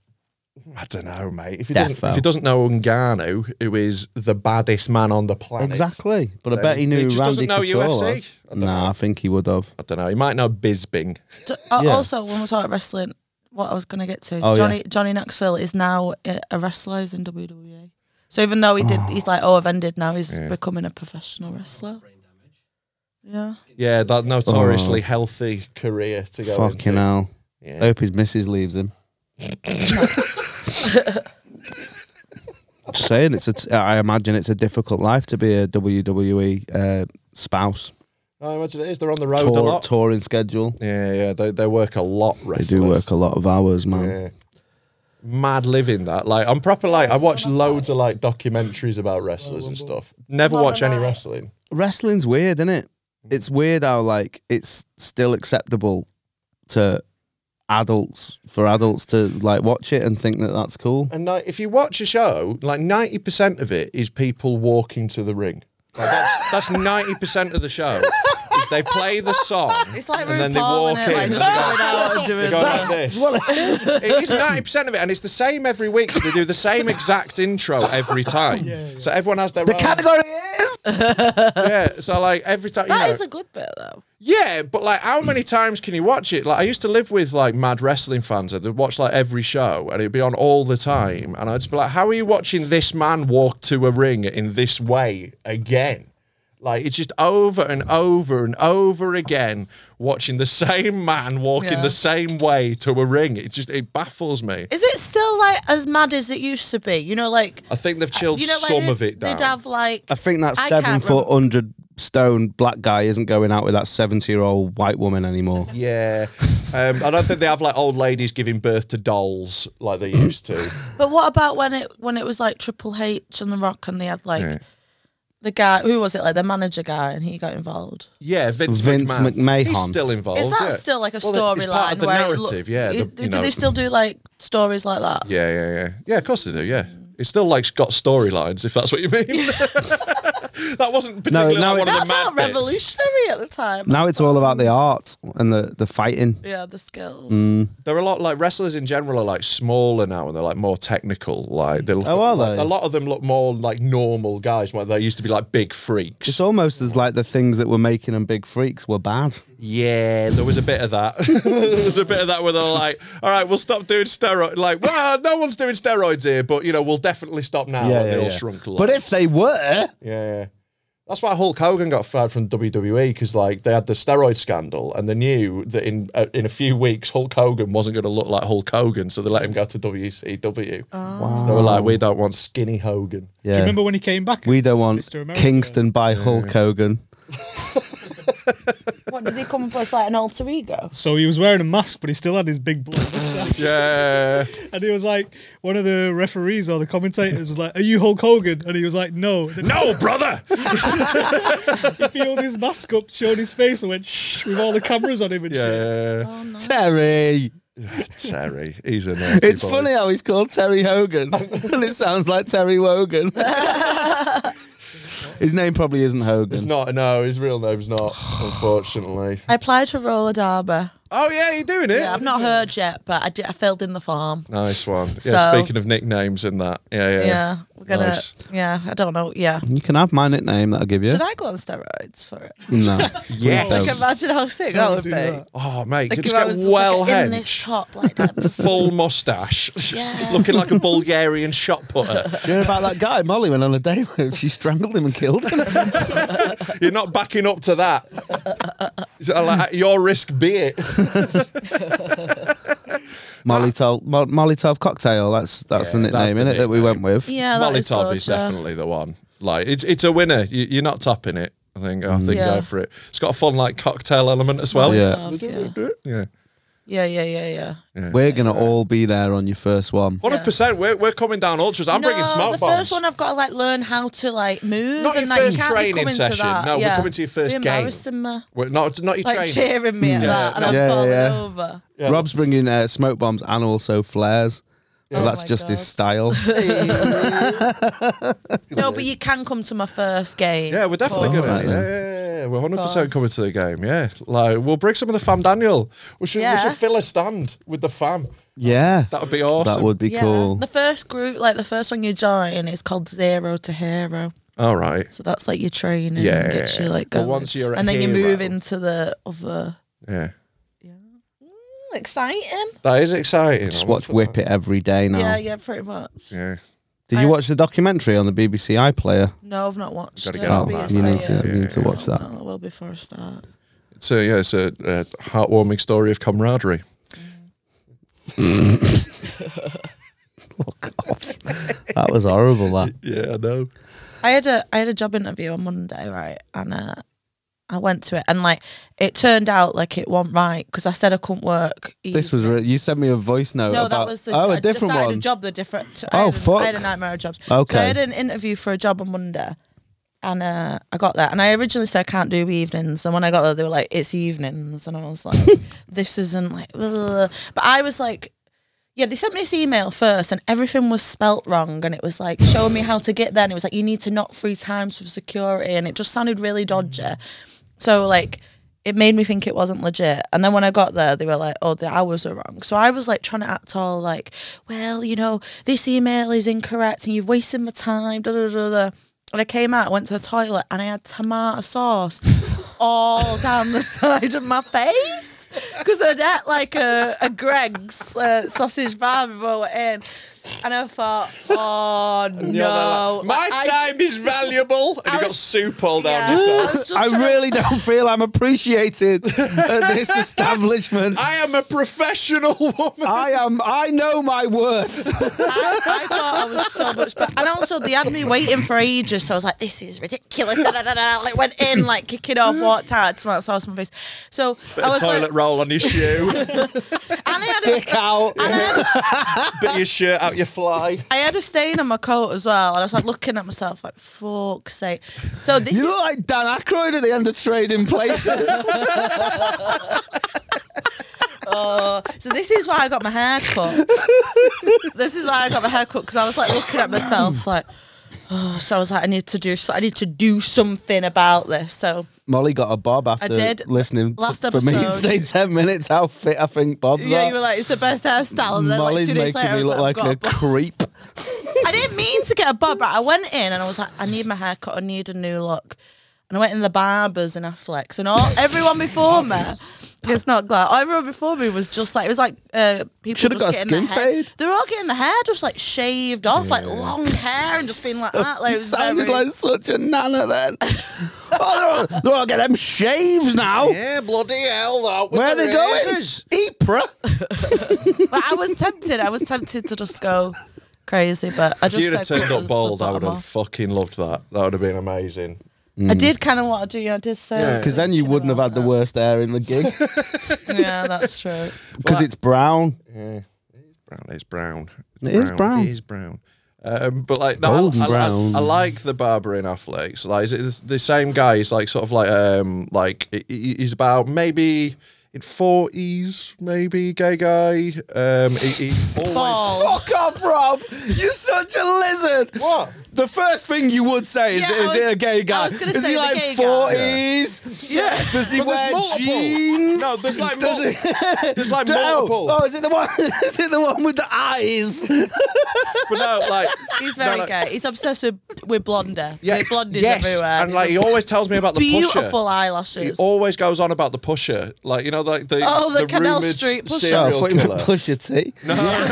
[SPEAKER 3] I don't know, mate. If he, doesn't,
[SPEAKER 2] Defo.
[SPEAKER 3] if he doesn't know Ngannou, who is the baddest man on the planet,
[SPEAKER 2] Exactly. But I
[SPEAKER 3] Then
[SPEAKER 2] bet he
[SPEAKER 3] he
[SPEAKER 2] knew
[SPEAKER 3] just
[SPEAKER 2] Randy
[SPEAKER 3] doesn't know
[SPEAKER 2] Couture
[SPEAKER 3] UFC?
[SPEAKER 2] was.
[SPEAKER 3] I don't
[SPEAKER 2] Nah,
[SPEAKER 3] know.
[SPEAKER 2] I think he would have.
[SPEAKER 3] I don't know. He might know Bisbing.
[SPEAKER 1] D- uh,
[SPEAKER 2] Yeah.
[SPEAKER 1] Also, when we're talking about wrestling, what I was going to get to is
[SPEAKER 2] Oh, yeah.
[SPEAKER 1] Johnny Johnny Knoxville is now a a wrestler who's in WWE. So even though he did, he's like, oh, I've ended now. He's
[SPEAKER 3] Yeah.
[SPEAKER 1] becoming a professional wrestler. Yeah,
[SPEAKER 3] Yeah, that notoriously
[SPEAKER 2] Oh.
[SPEAKER 3] healthy career to go
[SPEAKER 2] Fucking
[SPEAKER 3] into.
[SPEAKER 2] hell. Oh. I
[SPEAKER 3] Yeah.
[SPEAKER 2] hope his missus leaves him. Just saying, it's a t- I imagine it's a difficult life to be a WWE uh, spouse.
[SPEAKER 3] I Oh, imagine it is. They're on the road a
[SPEAKER 2] Tour,
[SPEAKER 3] lot.
[SPEAKER 2] touring schedule.
[SPEAKER 3] Yeah, yeah. They, they work a lot.
[SPEAKER 2] They
[SPEAKER 3] Wrestlers.
[SPEAKER 2] do work a lot of hours, man.
[SPEAKER 3] Yeah. Mad living that. Like I'm proper like I watch loads of like documentaries about wrestlers and stuff. Never watch any wrestling.
[SPEAKER 2] Wrestling's weird, isn't it? It's weird how like it's still acceptable to adults for adults to like watch it and think that that's cool.
[SPEAKER 3] And like, if you watch a show, like ninety percent of it is people walking to the ring. Like, that's that's ninety percent of the show. Is they play the song
[SPEAKER 1] it's like
[SPEAKER 3] and then they
[SPEAKER 1] RuPaul
[SPEAKER 3] walk
[SPEAKER 1] and it, like
[SPEAKER 3] in. and
[SPEAKER 1] just going out and
[SPEAKER 3] they
[SPEAKER 1] doing.
[SPEAKER 3] go
[SPEAKER 1] that.
[SPEAKER 3] like this. it is ninety percent of it, and it's the same every week. They do the same exact intro every time. So everyone has their
[SPEAKER 2] The
[SPEAKER 3] own-
[SPEAKER 2] category is
[SPEAKER 3] Yeah. So like every time. you
[SPEAKER 1] That
[SPEAKER 3] know-
[SPEAKER 1] is a good bit though.
[SPEAKER 3] Yeah, but like, how many
[SPEAKER 1] Mm.
[SPEAKER 3] times can you watch it? Like, I used to live with like mad wrestling fans. I'd watch like every show, and it'd be on all the time. And I'd just be like, "How are you watching this man walk to a ring in this way again?" Like, it's just over and over and over again watching the same man walking
[SPEAKER 1] Yeah.
[SPEAKER 3] the same way to a ring. It just it baffles me.
[SPEAKER 1] Is it still like as mad as it used to be? You know, like
[SPEAKER 3] I think they've
[SPEAKER 1] Uh,
[SPEAKER 3] chilled
[SPEAKER 1] you know, like
[SPEAKER 3] some
[SPEAKER 1] they'd-
[SPEAKER 3] of it down.
[SPEAKER 1] They'd have like
[SPEAKER 2] I think that
[SPEAKER 1] I
[SPEAKER 2] seven
[SPEAKER 1] can't
[SPEAKER 2] foot
[SPEAKER 1] remember.
[SPEAKER 2] hundred stone black guy isn't going out with that seventy year old white woman anymore.
[SPEAKER 3] yeah, um, I don't think they have like old ladies giving birth to dolls like they used to.
[SPEAKER 1] But what about when it when it was like Triple H and The Rock and they had like
[SPEAKER 3] Yeah.
[SPEAKER 1] the guy who was it like the manager guy and he got involved.
[SPEAKER 3] Yeah, Vince,
[SPEAKER 2] Vince
[SPEAKER 3] McMahon.
[SPEAKER 2] McMahon.
[SPEAKER 3] He's still involved.
[SPEAKER 1] Is that
[SPEAKER 3] Oh, yeah.
[SPEAKER 1] still like a
[SPEAKER 3] Well, it's part
[SPEAKER 1] storyline?
[SPEAKER 3] of the
[SPEAKER 1] where it
[SPEAKER 3] narrative?
[SPEAKER 1] look-
[SPEAKER 3] yeah. the-
[SPEAKER 1] it-
[SPEAKER 3] you
[SPEAKER 1] do
[SPEAKER 3] know.
[SPEAKER 1] they still do like stories like that?
[SPEAKER 3] Yeah, yeah, yeah. Yeah, of course they do. Yeah, it's still like got storylines, if that's what you mean. that wasn't particularly
[SPEAKER 2] no,
[SPEAKER 3] like, one
[SPEAKER 2] it's-
[SPEAKER 1] That
[SPEAKER 3] of the mad
[SPEAKER 1] felt
[SPEAKER 3] bits.
[SPEAKER 1] revolutionary at the time.
[SPEAKER 2] Now it's all about the art and the the fighting.
[SPEAKER 1] yeah, the skills.
[SPEAKER 3] There are a lot like wrestlers in general are like smaller now and they're like more technical. Like they look,
[SPEAKER 2] Oh, are
[SPEAKER 3] like,
[SPEAKER 2] they?
[SPEAKER 3] A lot of them look more like normal guys. Like they used to be like big freaks.
[SPEAKER 2] It's almost as like the things that were making them big freaks were bad.
[SPEAKER 3] Yeah, there was a bit of that. there was a bit of that where they're like, all right, we'll stop doing steroids. Like, well, no one's doing steroids here, but, you know, we'll definitely stop now. and they all shrunk a lot.
[SPEAKER 2] But if they were,
[SPEAKER 3] Yeah, yeah. That's why Hulk Hogan got fired from WWE because like they had the steroid scandal and they knew that in uh, in a few weeks Hulk Hogan wasn't going to look like Hulk Hogan, so they let him go to WCW. They were like, we don't want skinny Hogan.
[SPEAKER 8] Do you
[SPEAKER 2] yeah,
[SPEAKER 8] remember when he came back?
[SPEAKER 2] we
[SPEAKER 8] as
[SPEAKER 2] don't want
[SPEAKER 8] Mr. America?
[SPEAKER 2] Kingston by Hulk Hogan.
[SPEAKER 1] What did he come up with like an alter ego?
[SPEAKER 8] So he was wearing a mask, but he still had his big blonde mustache.
[SPEAKER 3] Yeah,
[SPEAKER 8] and he was like, one of the referees or the commentators was like, "Are you Hulk Hogan?" And he was like, "No." Then
[SPEAKER 3] no, brother.
[SPEAKER 8] he peeled his mask up, showed his face, and went shh with all the cameras on him and shit.
[SPEAKER 1] Oh,
[SPEAKER 3] Yeah,
[SPEAKER 2] Terry.
[SPEAKER 3] Terry, he's a naughty
[SPEAKER 2] It's
[SPEAKER 3] boy.
[SPEAKER 2] funny how he's called Terry Hogan, and it sounds like Terry Wogan. His name probably isn't
[SPEAKER 3] It's
[SPEAKER 2] Hogan.
[SPEAKER 3] not. No, his real name's not. unfortunately.
[SPEAKER 1] I applied for roller derby.
[SPEAKER 3] Oh yeah, you're doing it.
[SPEAKER 1] Yeah, I've not heard yet, but I, did, I filled in the form.
[SPEAKER 3] Nice one. Yeah.
[SPEAKER 1] So-
[SPEAKER 3] Speaking of nicknames and that. Yeah, yeah.
[SPEAKER 1] Yeah, we're gonna.
[SPEAKER 3] Nice.
[SPEAKER 1] Yeah, I don't know. Yeah,
[SPEAKER 2] You can have my nickname that I'll give you.
[SPEAKER 1] should I go on steroids for it?
[SPEAKER 2] No.
[SPEAKER 1] Like,
[SPEAKER 3] Yes.
[SPEAKER 2] Please don't.
[SPEAKER 1] imagine how sick that would
[SPEAKER 8] do
[SPEAKER 1] be.
[SPEAKER 8] that.
[SPEAKER 3] Oh mate,
[SPEAKER 1] Like,
[SPEAKER 3] could just
[SPEAKER 1] if I
[SPEAKER 3] get
[SPEAKER 1] was just,
[SPEAKER 3] well
[SPEAKER 1] like, in this
[SPEAKER 3] hench.
[SPEAKER 1] top, like that.
[SPEAKER 3] full mustache,
[SPEAKER 1] Yeah.
[SPEAKER 3] looking like a Bulgarian shot putter.
[SPEAKER 2] You heard about that guy Molly went on a day with. She strangled him and killed him.
[SPEAKER 3] You're not backing up to that. So, like, at your risk be it.
[SPEAKER 2] Molly Molotov, Mol- Molotov cocktail. That's that's the
[SPEAKER 3] Yeah,
[SPEAKER 2] nickname
[SPEAKER 3] that's the
[SPEAKER 2] in it that we went
[SPEAKER 3] nickname.
[SPEAKER 2] with.
[SPEAKER 1] yeah, that is
[SPEAKER 3] Molotov
[SPEAKER 1] good, uh,
[SPEAKER 3] is
[SPEAKER 1] yeah.
[SPEAKER 3] definitely the one. Like it's it's a winner. You, you're not topping it. I think. I think
[SPEAKER 1] Yeah.
[SPEAKER 3] go for it. It's got a fun like cocktail element as well.
[SPEAKER 2] Yeah.
[SPEAKER 1] Molotov,
[SPEAKER 3] yeah.
[SPEAKER 1] Yeah, yeah, yeah, yeah.
[SPEAKER 2] We're gonna all be there on your first one.
[SPEAKER 3] Hundred percent. We're we're coming down ultras. I'm bringing smoke
[SPEAKER 1] the
[SPEAKER 3] bombs.
[SPEAKER 1] first one I've got to like learn how to like move.
[SPEAKER 3] Not your
[SPEAKER 1] and, like,
[SPEAKER 3] first
[SPEAKER 1] you can't be
[SPEAKER 3] training
[SPEAKER 1] coming to
[SPEAKER 3] session.
[SPEAKER 1] that.
[SPEAKER 3] No, we're
[SPEAKER 1] yeah.
[SPEAKER 3] coming to your first
[SPEAKER 1] Be
[SPEAKER 3] game.
[SPEAKER 1] embarrassing me,
[SPEAKER 3] We're not not your
[SPEAKER 1] like
[SPEAKER 3] training.
[SPEAKER 1] cheering me at
[SPEAKER 3] Yeah.
[SPEAKER 1] that, and I'm
[SPEAKER 2] Yeah, yeah,
[SPEAKER 1] falling
[SPEAKER 2] yeah.
[SPEAKER 1] over.
[SPEAKER 2] Rob's bringing uh, smoke bombs and also flares. But
[SPEAKER 1] Oh
[SPEAKER 2] that's
[SPEAKER 1] my
[SPEAKER 2] just his
[SPEAKER 1] God.
[SPEAKER 2] style.
[SPEAKER 1] No, but you can come to my first game.
[SPEAKER 3] Yeah, we're definitely
[SPEAKER 2] Oh,
[SPEAKER 3] gonna.
[SPEAKER 2] right
[SPEAKER 3] Yeah,
[SPEAKER 2] then.
[SPEAKER 3] yeah, yeah, yeah. we're hundred
[SPEAKER 1] course.
[SPEAKER 3] percent coming to the game. Yeah, like we'll bring some of the fam Daniel. We should we
[SPEAKER 1] Yeah.
[SPEAKER 3] should fill a stand with the fam.
[SPEAKER 2] Yeah.
[SPEAKER 3] That would be awesome.
[SPEAKER 2] That would be cool.
[SPEAKER 1] The first group, like the first one you join, is called Zero to Hero.
[SPEAKER 3] All right.
[SPEAKER 1] So that's like your training.
[SPEAKER 3] Yeah.
[SPEAKER 1] Yeah. Gets you like
[SPEAKER 3] But
[SPEAKER 1] going.
[SPEAKER 3] once you're a
[SPEAKER 1] and then you
[SPEAKER 3] hero-
[SPEAKER 1] move into the other.
[SPEAKER 3] Yeah,
[SPEAKER 1] Exciting.
[SPEAKER 3] that is exciting.
[SPEAKER 2] Just
[SPEAKER 3] I want
[SPEAKER 2] watch
[SPEAKER 3] to-
[SPEAKER 2] Whip It every day now.
[SPEAKER 1] Yeah, yeah, pretty much.
[SPEAKER 3] Yeah.
[SPEAKER 2] Did you watch the documentary on the BBC iPlayer? Oh,
[SPEAKER 1] No, I've not watched
[SPEAKER 3] Gotta
[SPEAKER 1] it.
[SPEAKER 3] get
[SPEAKER 1] I'll
[SPEAKER 3] on
[SPEAKER 1] be
[SPEAKER 3] that.
[SPEAKER 2] you need to
[SPEAKER 1] excited.
[SPEAKER 2] you need to watch that.
[SPEAKER 1] Well, I will before I start.
[SPEAKER 3] So yeah, it's a, a heartwarming story of camaraderie.
[SPEAKER 2] Oh, That was horrible. That
[SPEAKER 3] Yeah, I know.
[SPEAKER 1] I had a I had a job interview on Monday, right? And uh, I went to it, and like it turned out like it wasn't right because I said I couldn't work.
[SPEAKER 2] this was re- you sent me a voice note.
[SPEAKER 1] No,
[SPEAKER 2] about-
[SPEAKER 1] that was the
[SPEAKER 2] oh
[SPEAKER 1] I
[SPEAKER 2] a different
[SPEAKER 1] decided
[SPEAKER 2] one.
[SPEAKER 1] A job, the different.
[SPEAKER 2] Oh,
[SPEAKER 1] I had A,
[SPEAKER 2] fuck.
[SPEAKER 1] I had a nightmare of jobs. So
[SPEAKER 2] Okay.
[SPEAKER 1] I had an interview for a job on Monday, and uh, I got that. And I originally said I can't do evenings, and when I got there, they were like, "It's evenings," and I was like, "This isn't like." ugh." But I was like. Yeah, they sent me this email first, and everything was spelt wrong, and it was like showing me how to get there, and it was like you need to knock three times for security, and it just sounded really dodgy. So like it made me think it wasn't legit. And then when I got there, they were like, oh, the hours are wrong. So I was like trying to act all like, well, you know, this email is incorrect and you've wasted my time, da da da da. And I came out, went to the toilet, and I had tomato sauce all down the side of my face because I'd had like a, a Greg's uh, sausage bar before I went in. And I thought, oh no.
[SPEAKER 3] My
[SPEAKER 1] Like, I-
[SPEAKER 3] time is valuable. And
[SPEAKER 1] I
[SPEAKER 3] you got
[SPEAKER 1] was-
[SPEAKER 3] soup all down
[SPEAKER 1] yeah, I
[SPEAKER 3] yourself.
[SPEAKER 1] was just
[SPEAKER 2] I
[SPEAKER 1] trying to-
[SPEAKER 2] really don't feel I'm appreciated at this establishment.
[SPEAKER 3] I am a professional woman.
[SPEAKER 2] I am. I know my worth.
[SPEAKER 1] I, I thought I was so much better. And also, they had me waiting for ages, so I was like, this is ridiculous. Da, da, da, da. Like, went in, like, kicking off, walked out, tomato sauce on my face. So I
[SPEAKER 3] a
[SPEAKER 1] was
[SPEAKER 3] toilet
[SPEAKER 1] like,
[SPEAKER 3] roll on your shoe.
[SPEAKER 1] and I had a,
[SPEAKER 2] Dick out.
[SPEAKER 1] and I had a
[SPEAKER 3] bit your shirt out your fly.
[SPEAKER 1] I had a stain on my coat as well, and I was like looking at myself like, "Fuck's sake!" So this
[SPEAKER 2] You
[SPEAKER 1] is
[SPEAKER 2] look like Dan Aykroyd at the end of Trading Places.
[SPEAKER 1] so this is why I got my hair cut. this is why I got my hair cut because I was like looking at myself like, oh, so I was like, I need to do, so I need to do something about this. So
[SPEAKER 2] Molly got a bob after
[SPEAKER 1] did.
[SPEAKER 2] listening to,
[SPEAKER 1] Last
[SPEAKER 2] for me to
[SPEAKER 1] episode.
[SPEAKER 2] say ten minutes how fit I think Bob's
[SPEAKER 1] yeah,
[SPEAKER 2] are.
[SPEAKER 1] you were like, it's the best hairstyle, and then like
[SPEAKER 2] Molly's
[SPEAKER 1] two days
[SPEAKER 2] making
[SPEAKER 1] later, I
[SPEAKER 2] me
[SPEAKER 1] was
[SPEAKER 2] look
[SPEAKER 1] like,
[SPEAKER 2] like,
[SPEAKER 1] I've got a
[SPEAKER 2] a creep.
[SPEAKER 1] I didn't mean to get a bob, but I went in and I was like, I need my haircut, I need a new look. And I went in the barbers in Affleck, and all everyone before me. It's not glad. Everyone before me was just like it was like uh, people
[SPEAKER 2] Should've
[SPEAKER 1] just
[SPEAKER 2] got a
[SPEAKER 1] getting their
[SPEAKER 2] skin
[SPEAKER 1] hair-
[SPEAKER 2] fade.
[SPEAKER 1] They were all getting the hair just like shaved off, like long hair, and just being like that. Like,
[SPEAKER 2] you
[SPEAKER 1] it was
[SPEAKER 2] sounded
[SPEAKER 1] very-
[SPEAKER 2] like such a nana then. oh, they're all, they're all get them shaves now.
[SPEAKER 3] Yeah, bloody hell, though. with
[SPEAKER 2] Where are
[SPEAKER 3] the
[SPEAKER 2] they going?
[SPEAKER 3] razors.
[SPEAKER 2] Ypres.
[SPEAKER 1] But I was tempted. I was tempted to just go crazy, but I
[SPEAKER 3] If
[SPEAKER 1] just
[SPEAKER 3] you'd have
[SPEAKER 1] said,
[SPEAKER 3] turned
[SPEAKER 1] "Cut
[SPEAKER 3] up
[SPEAKER 1] the-
[SPEAKER 3] bald,
[SPEAKER 1] the
[SPEAKER 3] I would
[SPEAKER 1] bottom
[SPEAKER 3] have
[SPEAKER 1] off."
[SPEAKER 3] fucking loved that. That would have been amazing.
[SPEAKER 2] Mm.
[SPEAKER 1] I did kind of want to do. I did say I was
[SPEAKER 2] Because then you
[SPEAKER 1] thinking
[SPEAKER 2] wouldn't have
[SPEAKER 1] about
[SPEAKER 2] had the worst hair in the gig
[SPEAKER 1] that. Yeah, that's true.
[SPEAKER 2] because it's brown.
[SPEAKER 3] Brown is brown.
[SPEAKER 2] It is brown.
[SPEAKER 3] It is brown. Um, but like, no, I-
[SPEAKER 2] Golden
[SPEAKER 3] I, I-
[SPEAKER 2] brown.
[SPEAKER 3] I like the barber in Affleck. So, Like, is it the same guy? He's like sort of like um like he- he- he's about maybe in forties, maybe gay guy. Um, he, he always.
[SPEAKER 1] Bald.
[SPEAKER 2] Fuck off, Rob. You're such a lizard.
[SPEAKER 3] What?
[SPEAKER 2] The first thing you would say is,
[SPEAKER 1] Yeah, I
[SPEAKER 2] is it
[SPEAKER 1] was-
[SPEAKER 2] a gay guy?
[SPEAKER 1] I was gonna
[SPEAKER 2] is
[SPEAKER 1] say
[SPEAKER 2] he
[SPEAKER 1] the
[SPEAKER 2] like
[SPEAKER 1] gay guy.
[SPEAKER 2] 40s? Yeah. Does he
[SPEAKER 3] But there's
[SPEAKER 2] wear
[SPEAKER 3] multiple.
[SPEAKER 2] jeans?
[SPEAKER 3] No, there's like
[SPEAKER 2] Does
[SPEAKER 3] mul-
[SPEAKER 2] he-
[SPEAKER 3] there's like
[SPEAKER 2] Oh,
[SPEAKER 3] multiple.
[SPEAKER 2] Oh, is it the one? Is it the one with the eyes?
[SPEAKER 3] But no, like
[SPEAKER 1] He's very
[SPEAKER 3] no, no.
[SPEAKER 1] gay. He's obsessed with with blonder. Yeah,
[SPEAKER 3] Yeah,
[SPEAKER 1] with blondies
[SPEAKER 3] yes.
[SPEAKER 1] everywhere.
[SPEAKER 3] And like he always tells me about the pusher.
[SPEAKER 1] beautiful
[SPEAKER 3] He
[SPEAKER 1] eyelashes.
[SPEAKER 3] always goes on about the pusher, like you know, like the
[SPEAKER 1] Oh, the Canal
[SPEAKER 3] rumored
[SPEAKER 1] Street pusher.
[SPEAKER 2] Oh,
[SPEAKER 3] serial
[SPEAKER 2] I thought you meant
[SPEAKER 3] killer.
[SPEAKER 2] push your tea.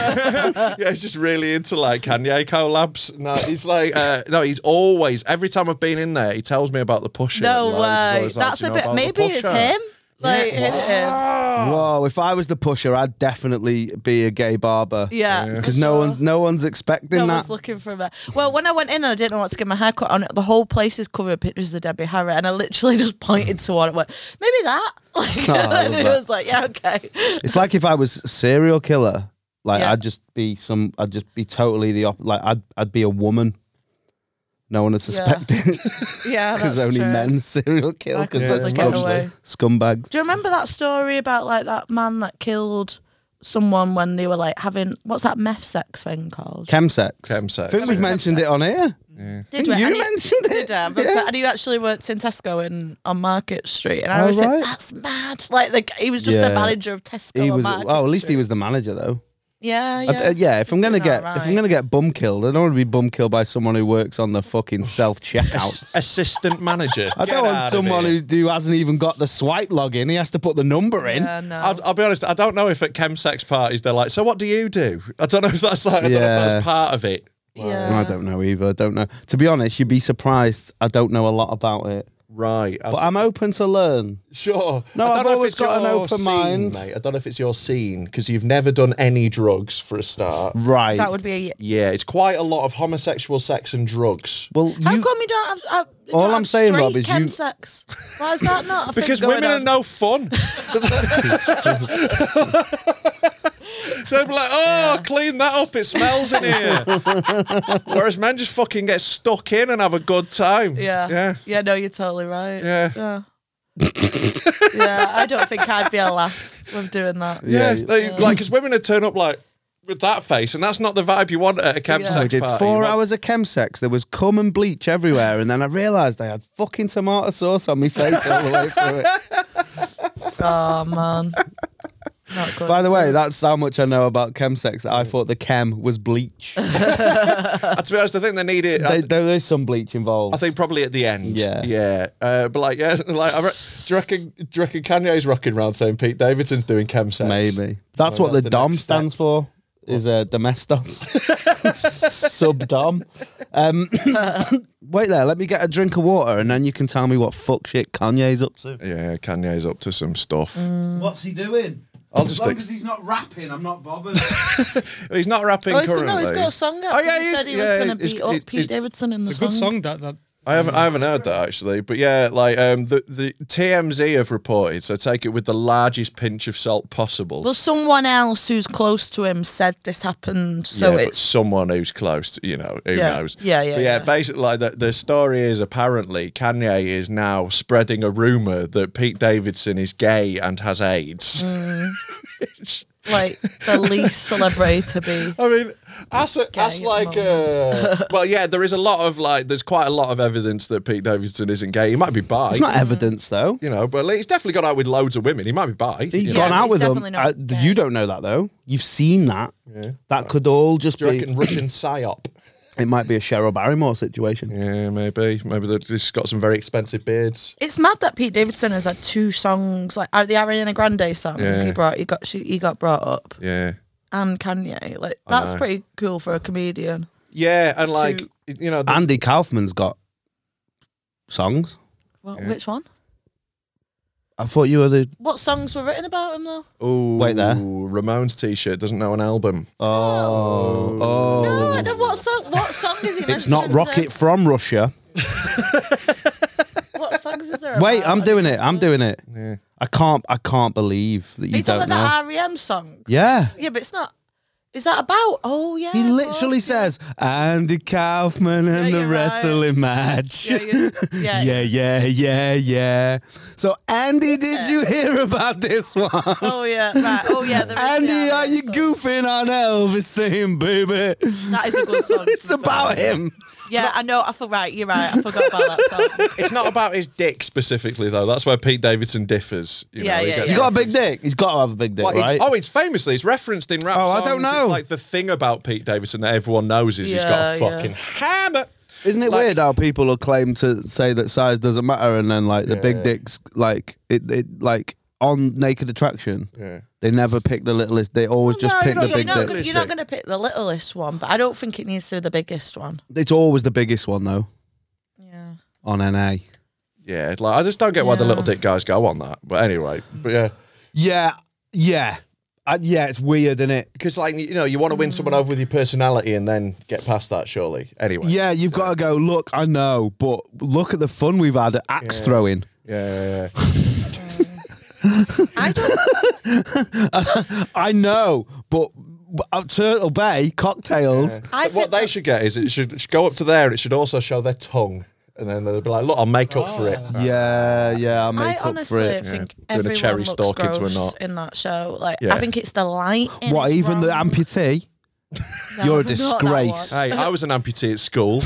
[SPEAKER 3] yeah, he's just really into like Kanye collabs. No, he's like, uh, no, he's always every time I've been in there, he tells me about the pusher.
[SPEAKER 1] no
[SPEAKER 3] Like, he's
[SPEAKER 1] way.
[SPEAKER 3] always like,
[SPEAKER 1] That's
[SPEAKER 3] "Do you
[SPEAKER 1] a
[SPEAKER 3] know
[SPEAKER 1] bit.
[SPEAKER 3] about the
[SPEAKER 1] Maybe it's
[SPEAKER 3] pusher?"
[SPEAKER 1] him. Like
[SPEAKER 3] Yeah.
[SPEAKER 1] yeah.
[SPEAKER 2] Whoa! If I was the pusher, I'd definitely be a gay barber.
[SPEAKER 1] Yeah,
[SPEAKER 2] because
[SPEAKER 1] for
[SPEAKER 2] no
[SPEAKER 1] sure.
[SPEAKER 2] one's no one's expecting
[SPEAKER 1] I
[SPEAKER 2] that.
[SPEAKER 1] was looking for that. Well, when I went in and I didn't know what to get my haircut on, the whole place is covered with pictures of Debbie Harry, and I literally just pointed to one and went, maybe that. Like,
[SPEAKER 2] Oh, I
[SPEAKER 1] and
[SPEAKER 2] love
[SPEAKER 1] it
[SPEAKER 2] that.
[SPEAKER 1] was like, yeah, okay.
[SPEAKER 2] It's like if I was a serial killer, like
[SPEAKER 1] Yeah.
[SPEAKER 2] I'd just be some, I'd just be totally the op- like I'd I'd be a woman. No one would suspect it
[SPEAKER 1] Yeah,
[SPEAKER 2] because
[SPEAKER 1] that's
[SPEAKER 2] only
[SPEAKER 1] true.
[SPEAKER 2] men serial kill
[SPEAKER 1] I could
[SPEAKER 2] because they're
[SPEAKER 1] probably
[SPEAKER 2] scum-
[SPEAKER 1] get away.
[SPEAKER 2] scumbags.
[SPEAKER 1] Do you remember that story about like that man that killed someone when they were like having what's that meth sex thing called?
[SPEAKER 2] Chemsex.
[SPEAKER 3] Chemsex,
[SPEAKER 2] I think we've
[SPEAKER 3] yeah.
[SPEAKER 2] mentioned it on here.
[SPEAKER 1] Did we?
[SPEAKER 2] you
[SPEAKER 1] And he-
[SPEAKER 2] mentioned it.
[SPEAKER 1] did, uh, but so- and he actually worked in Tesco in on Market Street, and I
[SPEAKER 2] Oh,
[SPEAKER 1] was
[SPEAKER 2] right.
[SPEAKER 1] like, "That's mad!" Like, like he was just
[SPEAKER 2] Yeah.
[SPEAKER 1] the manager of Tesco.
[SPEAKER 2] He
[SPEAKER 1] on
[SPEAKER 2] was.
[SPEAKER 1] Market
[SPEAKER 2] Well, at least
[SPEAKER 1] Street.
[SPEAKER 2] he was the manager, though.
[SPEAKER 1] Yeah, yeah.
[SPEAKER 2] I- uh, yeah if I'm gonna
[SPEAKER 1] doing
[SPEAKER 2] get if I'm
[SPEAKER 1] alright.
[SPEAKER 2] gonna get bum killed, I don't want to be bum killed by someone who works on the fucking self checkout.
[SPEAKER 3] Assistant manager.
[SPEAKER 2] I don't want someone who, who hasn't even got the swipe login. He has to put the number in.
[SPEAKER 1] Yeah, no.
[SPEAKER 3] I'll, I'll be honest. I don't know if at chemsex parties they're like, "So what do you do?" I don't know if that's like. I don't know if
[SPEAKER 2] Yeah.
[SPEAKER 3] that's part of it.
[SPEAKER 1] yeah.
[SPEAKER 2] I don't know either. I don't know. To be honest, you'd be surprised. I don't know a lot about it,
[SPEAKER 3] Right. I
[SPEAKER 2] but
[SPEAKER 3] see.
[SPEAKER 2] I'm open to learn.
[SPEAKER 3] Sure.
[SPEAKER 2] No,
[SPEAKER 3] I don't
[SPEAKER 2] I've
[SPEAKER 3] know if
[SPEAKER 2] always
[SPEAKER 3] it's
[SPEAKER 2] got an
[SPEAKER 3] your
[SPEAKER 2] open
[SPEAKER 3] scene,
[SPEAKER 2] mind.
[SPEAKER 3] mate. I don't know if it's your scene because you've never done any drugs for a start.
[SPEAKER 2] Right.
[SPEAKER 1] That would be. A,
[SPEAKER 3] Yeah, it's quite a lot of homosexual sex and drugs.
[SPEAKER 2] well,
[SPEAKER 1] how
[SPEAKER 2] you.
[SPEAKER 1] come you don't have? Uh, you
[SPEAKER 2] All
[SPEAKER 1] don't
[SPEAKER 2] I'm
[SPEAKER 1] have
[SPEAKER 2] saying, Rob,
[SPEAKER 1] straight
[SPEAKER 2] is you-
[SPEAKER 1] chemsex? Why is that not? A thing
[SPEAKER 3] Because
[SPEAKER 1] going
[SPEAKER 3] women
[SPEAKER 1] on?
[SPEAKER 3] are no fun. so they'll be like, oh, clean that up. It smells in here. Whereas men just fucking get stuck in and have a good time.
[SPEAKER 1] Yeah.
[SPEAKER 3] Yeah.
[SPEAKER 1] Yeah, no, you're totally right.
[SPEAKER 3] Yeah.
[SPEAKER 1] Yeah. Yeah, I don't think I'd be a laugh with doing that.
[SPEAKER 3] Yeah.
[SPEAKER 2] Yeah.
[SPEAKER 3] they- Like, because women would turn up like, with that face, and that's not the vibe you want at a camp
[SPEAKER 1] Yeah.
[SPEAKER 3] sex
[SPEAKER 2] I did
[SPEAKER 3] party.
[SPEAKER 2] four
[SPEAKER 3] You want-
[SPEAKER 2] hours of chemsex. There was cum and bleach everywhere, and then I realised I had fucking tomato sauce on my face all the way through it.
[SPEAKER 1] Oh man. Not good.
[SPEAKER 2] By the way, that's how much I know about chemsex. That I thought the chem was bleach.
[SPEAKER 3] Uh, to be honest, I think they need it. uh, I-
[SPEAKER 2] There- there is some bleach involved.
[SPEAKER 3] I think probably at the end.
[SPEAKER 2] Yeah.
[SPEAKER 3] yeah. Uh, but like, yeah, like, I re- do you reckon? Do you reckon Kanye's rocking around saying Pete Davidson's doing chem sex?
[SPEAKER 2] Maybe. That's
[SPEAKER 3] Well,
[SPEAKER 2] what
[SPEAKER 3] that's
[SPEAKER 2] the
[SPEAKER 3] the
[SPEAKER 2] DOM
[SPEAKER 3] next step.
[SPEAKER 2] stands for. Is a domestos sub dom. Um, wait there, let me get a drink of water and then you can tell me what fuck shit Kanye's up to.
[SPEAKER 3] Yeah, Kanye's up to some stuff.
[SPEAKER 2] What's he doing?
[SPEAKER 3] I'll just think-
[SPEAKER 2] he's not rapping, I'm not bothered.
[SPEAKER 3] He's not rapping
[SPEAKER 1] Oh, he's,
[SPEAKER 3] currently.
[SPEAKER 1] no, he's got a song out.
[SPEAKER 3] Oh, yeah,
[SPEAKER 1] he
[SPEAKER 3] he's-
[SPEAKER 1] said he
[SPEAKER 3] yeah,
[SPEAKER 1] was going to
[SPEAKER 3] he's-
[SPEAKER 1] beat up
[SPEAKER 3] he's-
[SPEAKER 1] Pete Davidson in the
[SPEAKER 8] It's a good song that that
[SPEAKER 3] I haven't, I haven't heard that actually, but yeah, like um, the the TMZ have reported, so take it with the largest pinch of salt possible.
[SPEAKER 1] Well, someone else who's close to him said this happened, so
[SPEAKER 3] yeah, but
[SPEAKER 1] it's
[SPEAKER 3] someone who's close, to, you know, who
[SPEAKER 1] Yeah.
[SPEAKER 3] knows?
[SPEAKER 1] Yeah, yeah,
[SPEAKER 3] But yeah,
[SPEAKER 1] yeah.
[SPEAKER 3] basically, like the, the story is apparently Kanye is now spreading a rumor that Pete Davidson is gay and has AIDS.
[SPEAKER 1] Hmm. like the least celebrity to be.
[SPEAKER 3] I mean, that's, a, that's
[SPEAKER 1] at the
[SPEAKER 3] like, uh, well, yeah, there is a lot of like, there's quite a lot of evidence that Pete Davidson isn't gay. He might be bi,
[SPEAKER 2] It's not evidence though.
[SPEAKER 3] you know, but like, he's definitely gone out with loads of women. He might be bi.
[SPEAKER 2] He's
[SPEAKER 3] you know.
[SPEAKER 2] gone
[SPEAKER 1] Yeah,
[SPEAKER 2] out
[SPEAKER 1] he's
[SPEAKER 2] with
[SPEAKER 1] definitely
[SPEAKER 2] them.
[SPEAKER 1] not
[SPEAKER 2] Uh,
[SPEAKER 1] gay.
[SPEAKER 2] you don't know that though. You've seen that.
[SPEAKER 3] Yeah.
[SPEAKER 2] That could all just
[SPEAKER 3] Do you
[SPEAKER 2] be.
[SPEAKER 3] reckon Russian psyop?
[SPEAKER 2] It might be a Cheryl Barrymore situation.
[SPEAKER 3] Yeah, maybe. Maybe they've just got some very expensive beards.
[SPEAKER 1] It's mad that Pete Davidson has had two songs, like uh, the Ariana Grande song. I think
[SPEAKER 3] Yeah.
[SPEAKER 1] he brought he got she, he got brought up,
[SPEAKER 3] Yeah.
[SPEAKER 1] and Kanye. Like that's pretty cool for a comedian.
[SPEAKER 3] Yeah, and like,
[SPEAKER 1] To-
[SPEAKER 3] you know, there's-
[SPEAKER 2] Andy Kaufman's got songs.
[SPEAKER 1] Well, Which one?
[SPEAKER 2] I thought you were the.
[SPEAKER 1] What songs were written about him though?
[SPEAKER 3] Ooh,
[SPEAKER 2] Wait there.
[SPEAKER 3] Ramones t-shirt doesn't know an album.
[SPEAKER 2] Oh. Oh.
[SPEAKER 1] No, I don't- what song? What song is he?
[SPEAKER 2] It's not
[SPEAKER 1] mentioned
[SPEAKER 2] Rocket
[SPEAKER 1] there?
[SPEAKER 2] from Russia.
[SPEAKER 1] What songs is there?
[SPEAKER 2] Wait,
[SPEAKER 1] about?
[SPEAKER 2] I'm
[SPEAKER 1] I
[SPEAKER 2] doing
[SPEAKER 1] don't
[SPEAKER 2] it. I'm
[SPEAKER 1] know.
[SPEAKER 2] doing it.
[SPEAKER 3] Yeah.
[SPEAKER 2] I can't. I can't believe that
[SPEAKER 1] Are
[SPEAKER 2] you
[SPEAKER 1] you talking
[SPEAKER 2] don't
[SPEAKER 1] about
[SPEAKER 2] know.
[SPEAKER 1] that REM song?
[SPEAKER 2] Yeah.
[SPEAKER 1] Yeah, but it's not. Is that about? Oh yeah.
[SPEAKER 2] He
[SPEAKER 1] of
[SPEAKER 2] literally
[SPEAKER 1] course, yeah.
[SPEAKER 2] says Andy Kaufman and the
[SPEAKER 1] you're right.
[SPEAKER 2] wrestling match.
[SPEAKER 1] Yeah, you- yeah.
[SPEAKER 2] yeah, yeah, yeah, yeah. So Andy, did
[SPEAKER 1] Yeah.
[SPEAKER 2] you hear about this one?
[SPEAKER 1] Oh yeah. Right. Oh yeah. there is the
[SPEAKER 2] Andy, are
[SPEAKER 1] REM
[SPEAKER 2] you
[SPEAKER 1] song.
[SPEAKER 2] goofing on Elvis saying, baby?
[SPEAKER 1] That is a good song. to
[SPEAKER 2] It's
[SPEAKER 1] be fair.
[SPEAKER 2] about him.
[SPEAKER 1] Yeah, I know. I feel right. You're right. I forgot about that song.
[SPEAKER 3] It's not about his dick specifically, though. That's where Pete Davidson differs. You
[SPEAKER 1] Yeah,
[SPEAKER 3] know, he
[SPEAKER 1] yeah,
[SPEAKER 3] gets
[SPEAKER 2] He's
[SPEAKER 1] yeah.
[SPEAKER 2] got a big dick. He's got to have a big dick,
[SPEAKER 3] Well, it's-
[SPEAKER 2] right?
[SPEAKER 3] oh, it's famously it's referenced in rap
[SPEAKER 2] Oh, I
[SPEAKER 3] songs.
[SPEAKER 2] don't know.
[SPEAKER 3] It's like the thing about Pete Davidson that everyone knows is he's got a
[SPEAKER 1] Yeah, yeah.
[SPEAKER 3] fucking hammer.
[SPEAKER 2] Isn't it
[SPEAKER 3] Like-
[SPEAKER 2] weird how people will claim to say that size doesn't matter, and then like the big dicks, like it, it, like on Naked Attraction,
[SPEAKER 3] Yeah.
[SPEAKER 2] they never pick the littlest. They always just
[SPEAKER 3] no,
[SPEAKER 2] pick
[SPEAKER 3] you
[SPEAKER 2] the
[SPEAKER 3] know,
[SPEAKER 1] Oh, You're
[SPEAKER 2] big
[SPEAKER 1] not,
[SPEAKER 2] dick.
[SPEAKER 1] gonna, you're not going to pick the littlest one, but I don't think it needs to be the biggest one.
[SPEAKER 2] It's always the biggest one though
[SPEAKER 1] Yeah.
[SPEAKER 2] on NA.
[SPEAKER 3] Yeah, like I just don't get why the
[SPEAKER 1] Yeah.
[SPEAKER 3] little dick guys go on that. But anyway, but yeah,
[SPEAKER 2] Yeah, yeah, Uh, yeah. It's weird, isn't it?
[SPEAKER 3] because like you know, you want to win
[SPEAKER 1] Mm.
[SPEAKER 3] someone over with your personality and then get past that. Surely, anyway.
[SPEAKER 2] Yeah, you've got to go. Look, I know, but look at the fun we've had at axe throwing.
[SPEAKER 3] yeah,
[SPEAKER 1] I don't.
[SPEAKER 2] I know, but but at Turtle Bay cocktails.
[SPEAKER 1] I
[SPEAKER 3] But what
[SPEAKER 1] think
[SPEAKER 3] they should get is it should, it should go up to there and it should also show their tongue. And then they'll be like, look, I'll make up for it.
[SPEAKER 2] Yeah, yeah. I'll
[SPEAKER 1] I
[SPEAKER 2] make up
[SPEAKER 1] honestly
[SPEAKER 2] for it.
[SPEAKER 1] think
[SPEAKER 3] Doing a
[SPEAKER 1] everyone
[SPEAKER 3] cherry
[SPEAKER 1] looks
[SPEAKER 3] stalk into a
[SPEAKER 1] gross
[SPEAKER 3] knot.
[SPEAKER 1] in that show. Like,
[SPEAKER 3] Yeah.
[SPEAKER 1] I think it's the light.
[SPEAKER 2] What? Even the amputee?
[SPEAKER 1] No,
[SPEAKER 2] You're
[SPEAKER 1] not
[SPEAKER 2] a
[SPEAKER 1] that one.
[SPEAKER 2] disgrace.
[SPEAKER 3] Hey, I was an amputee at school.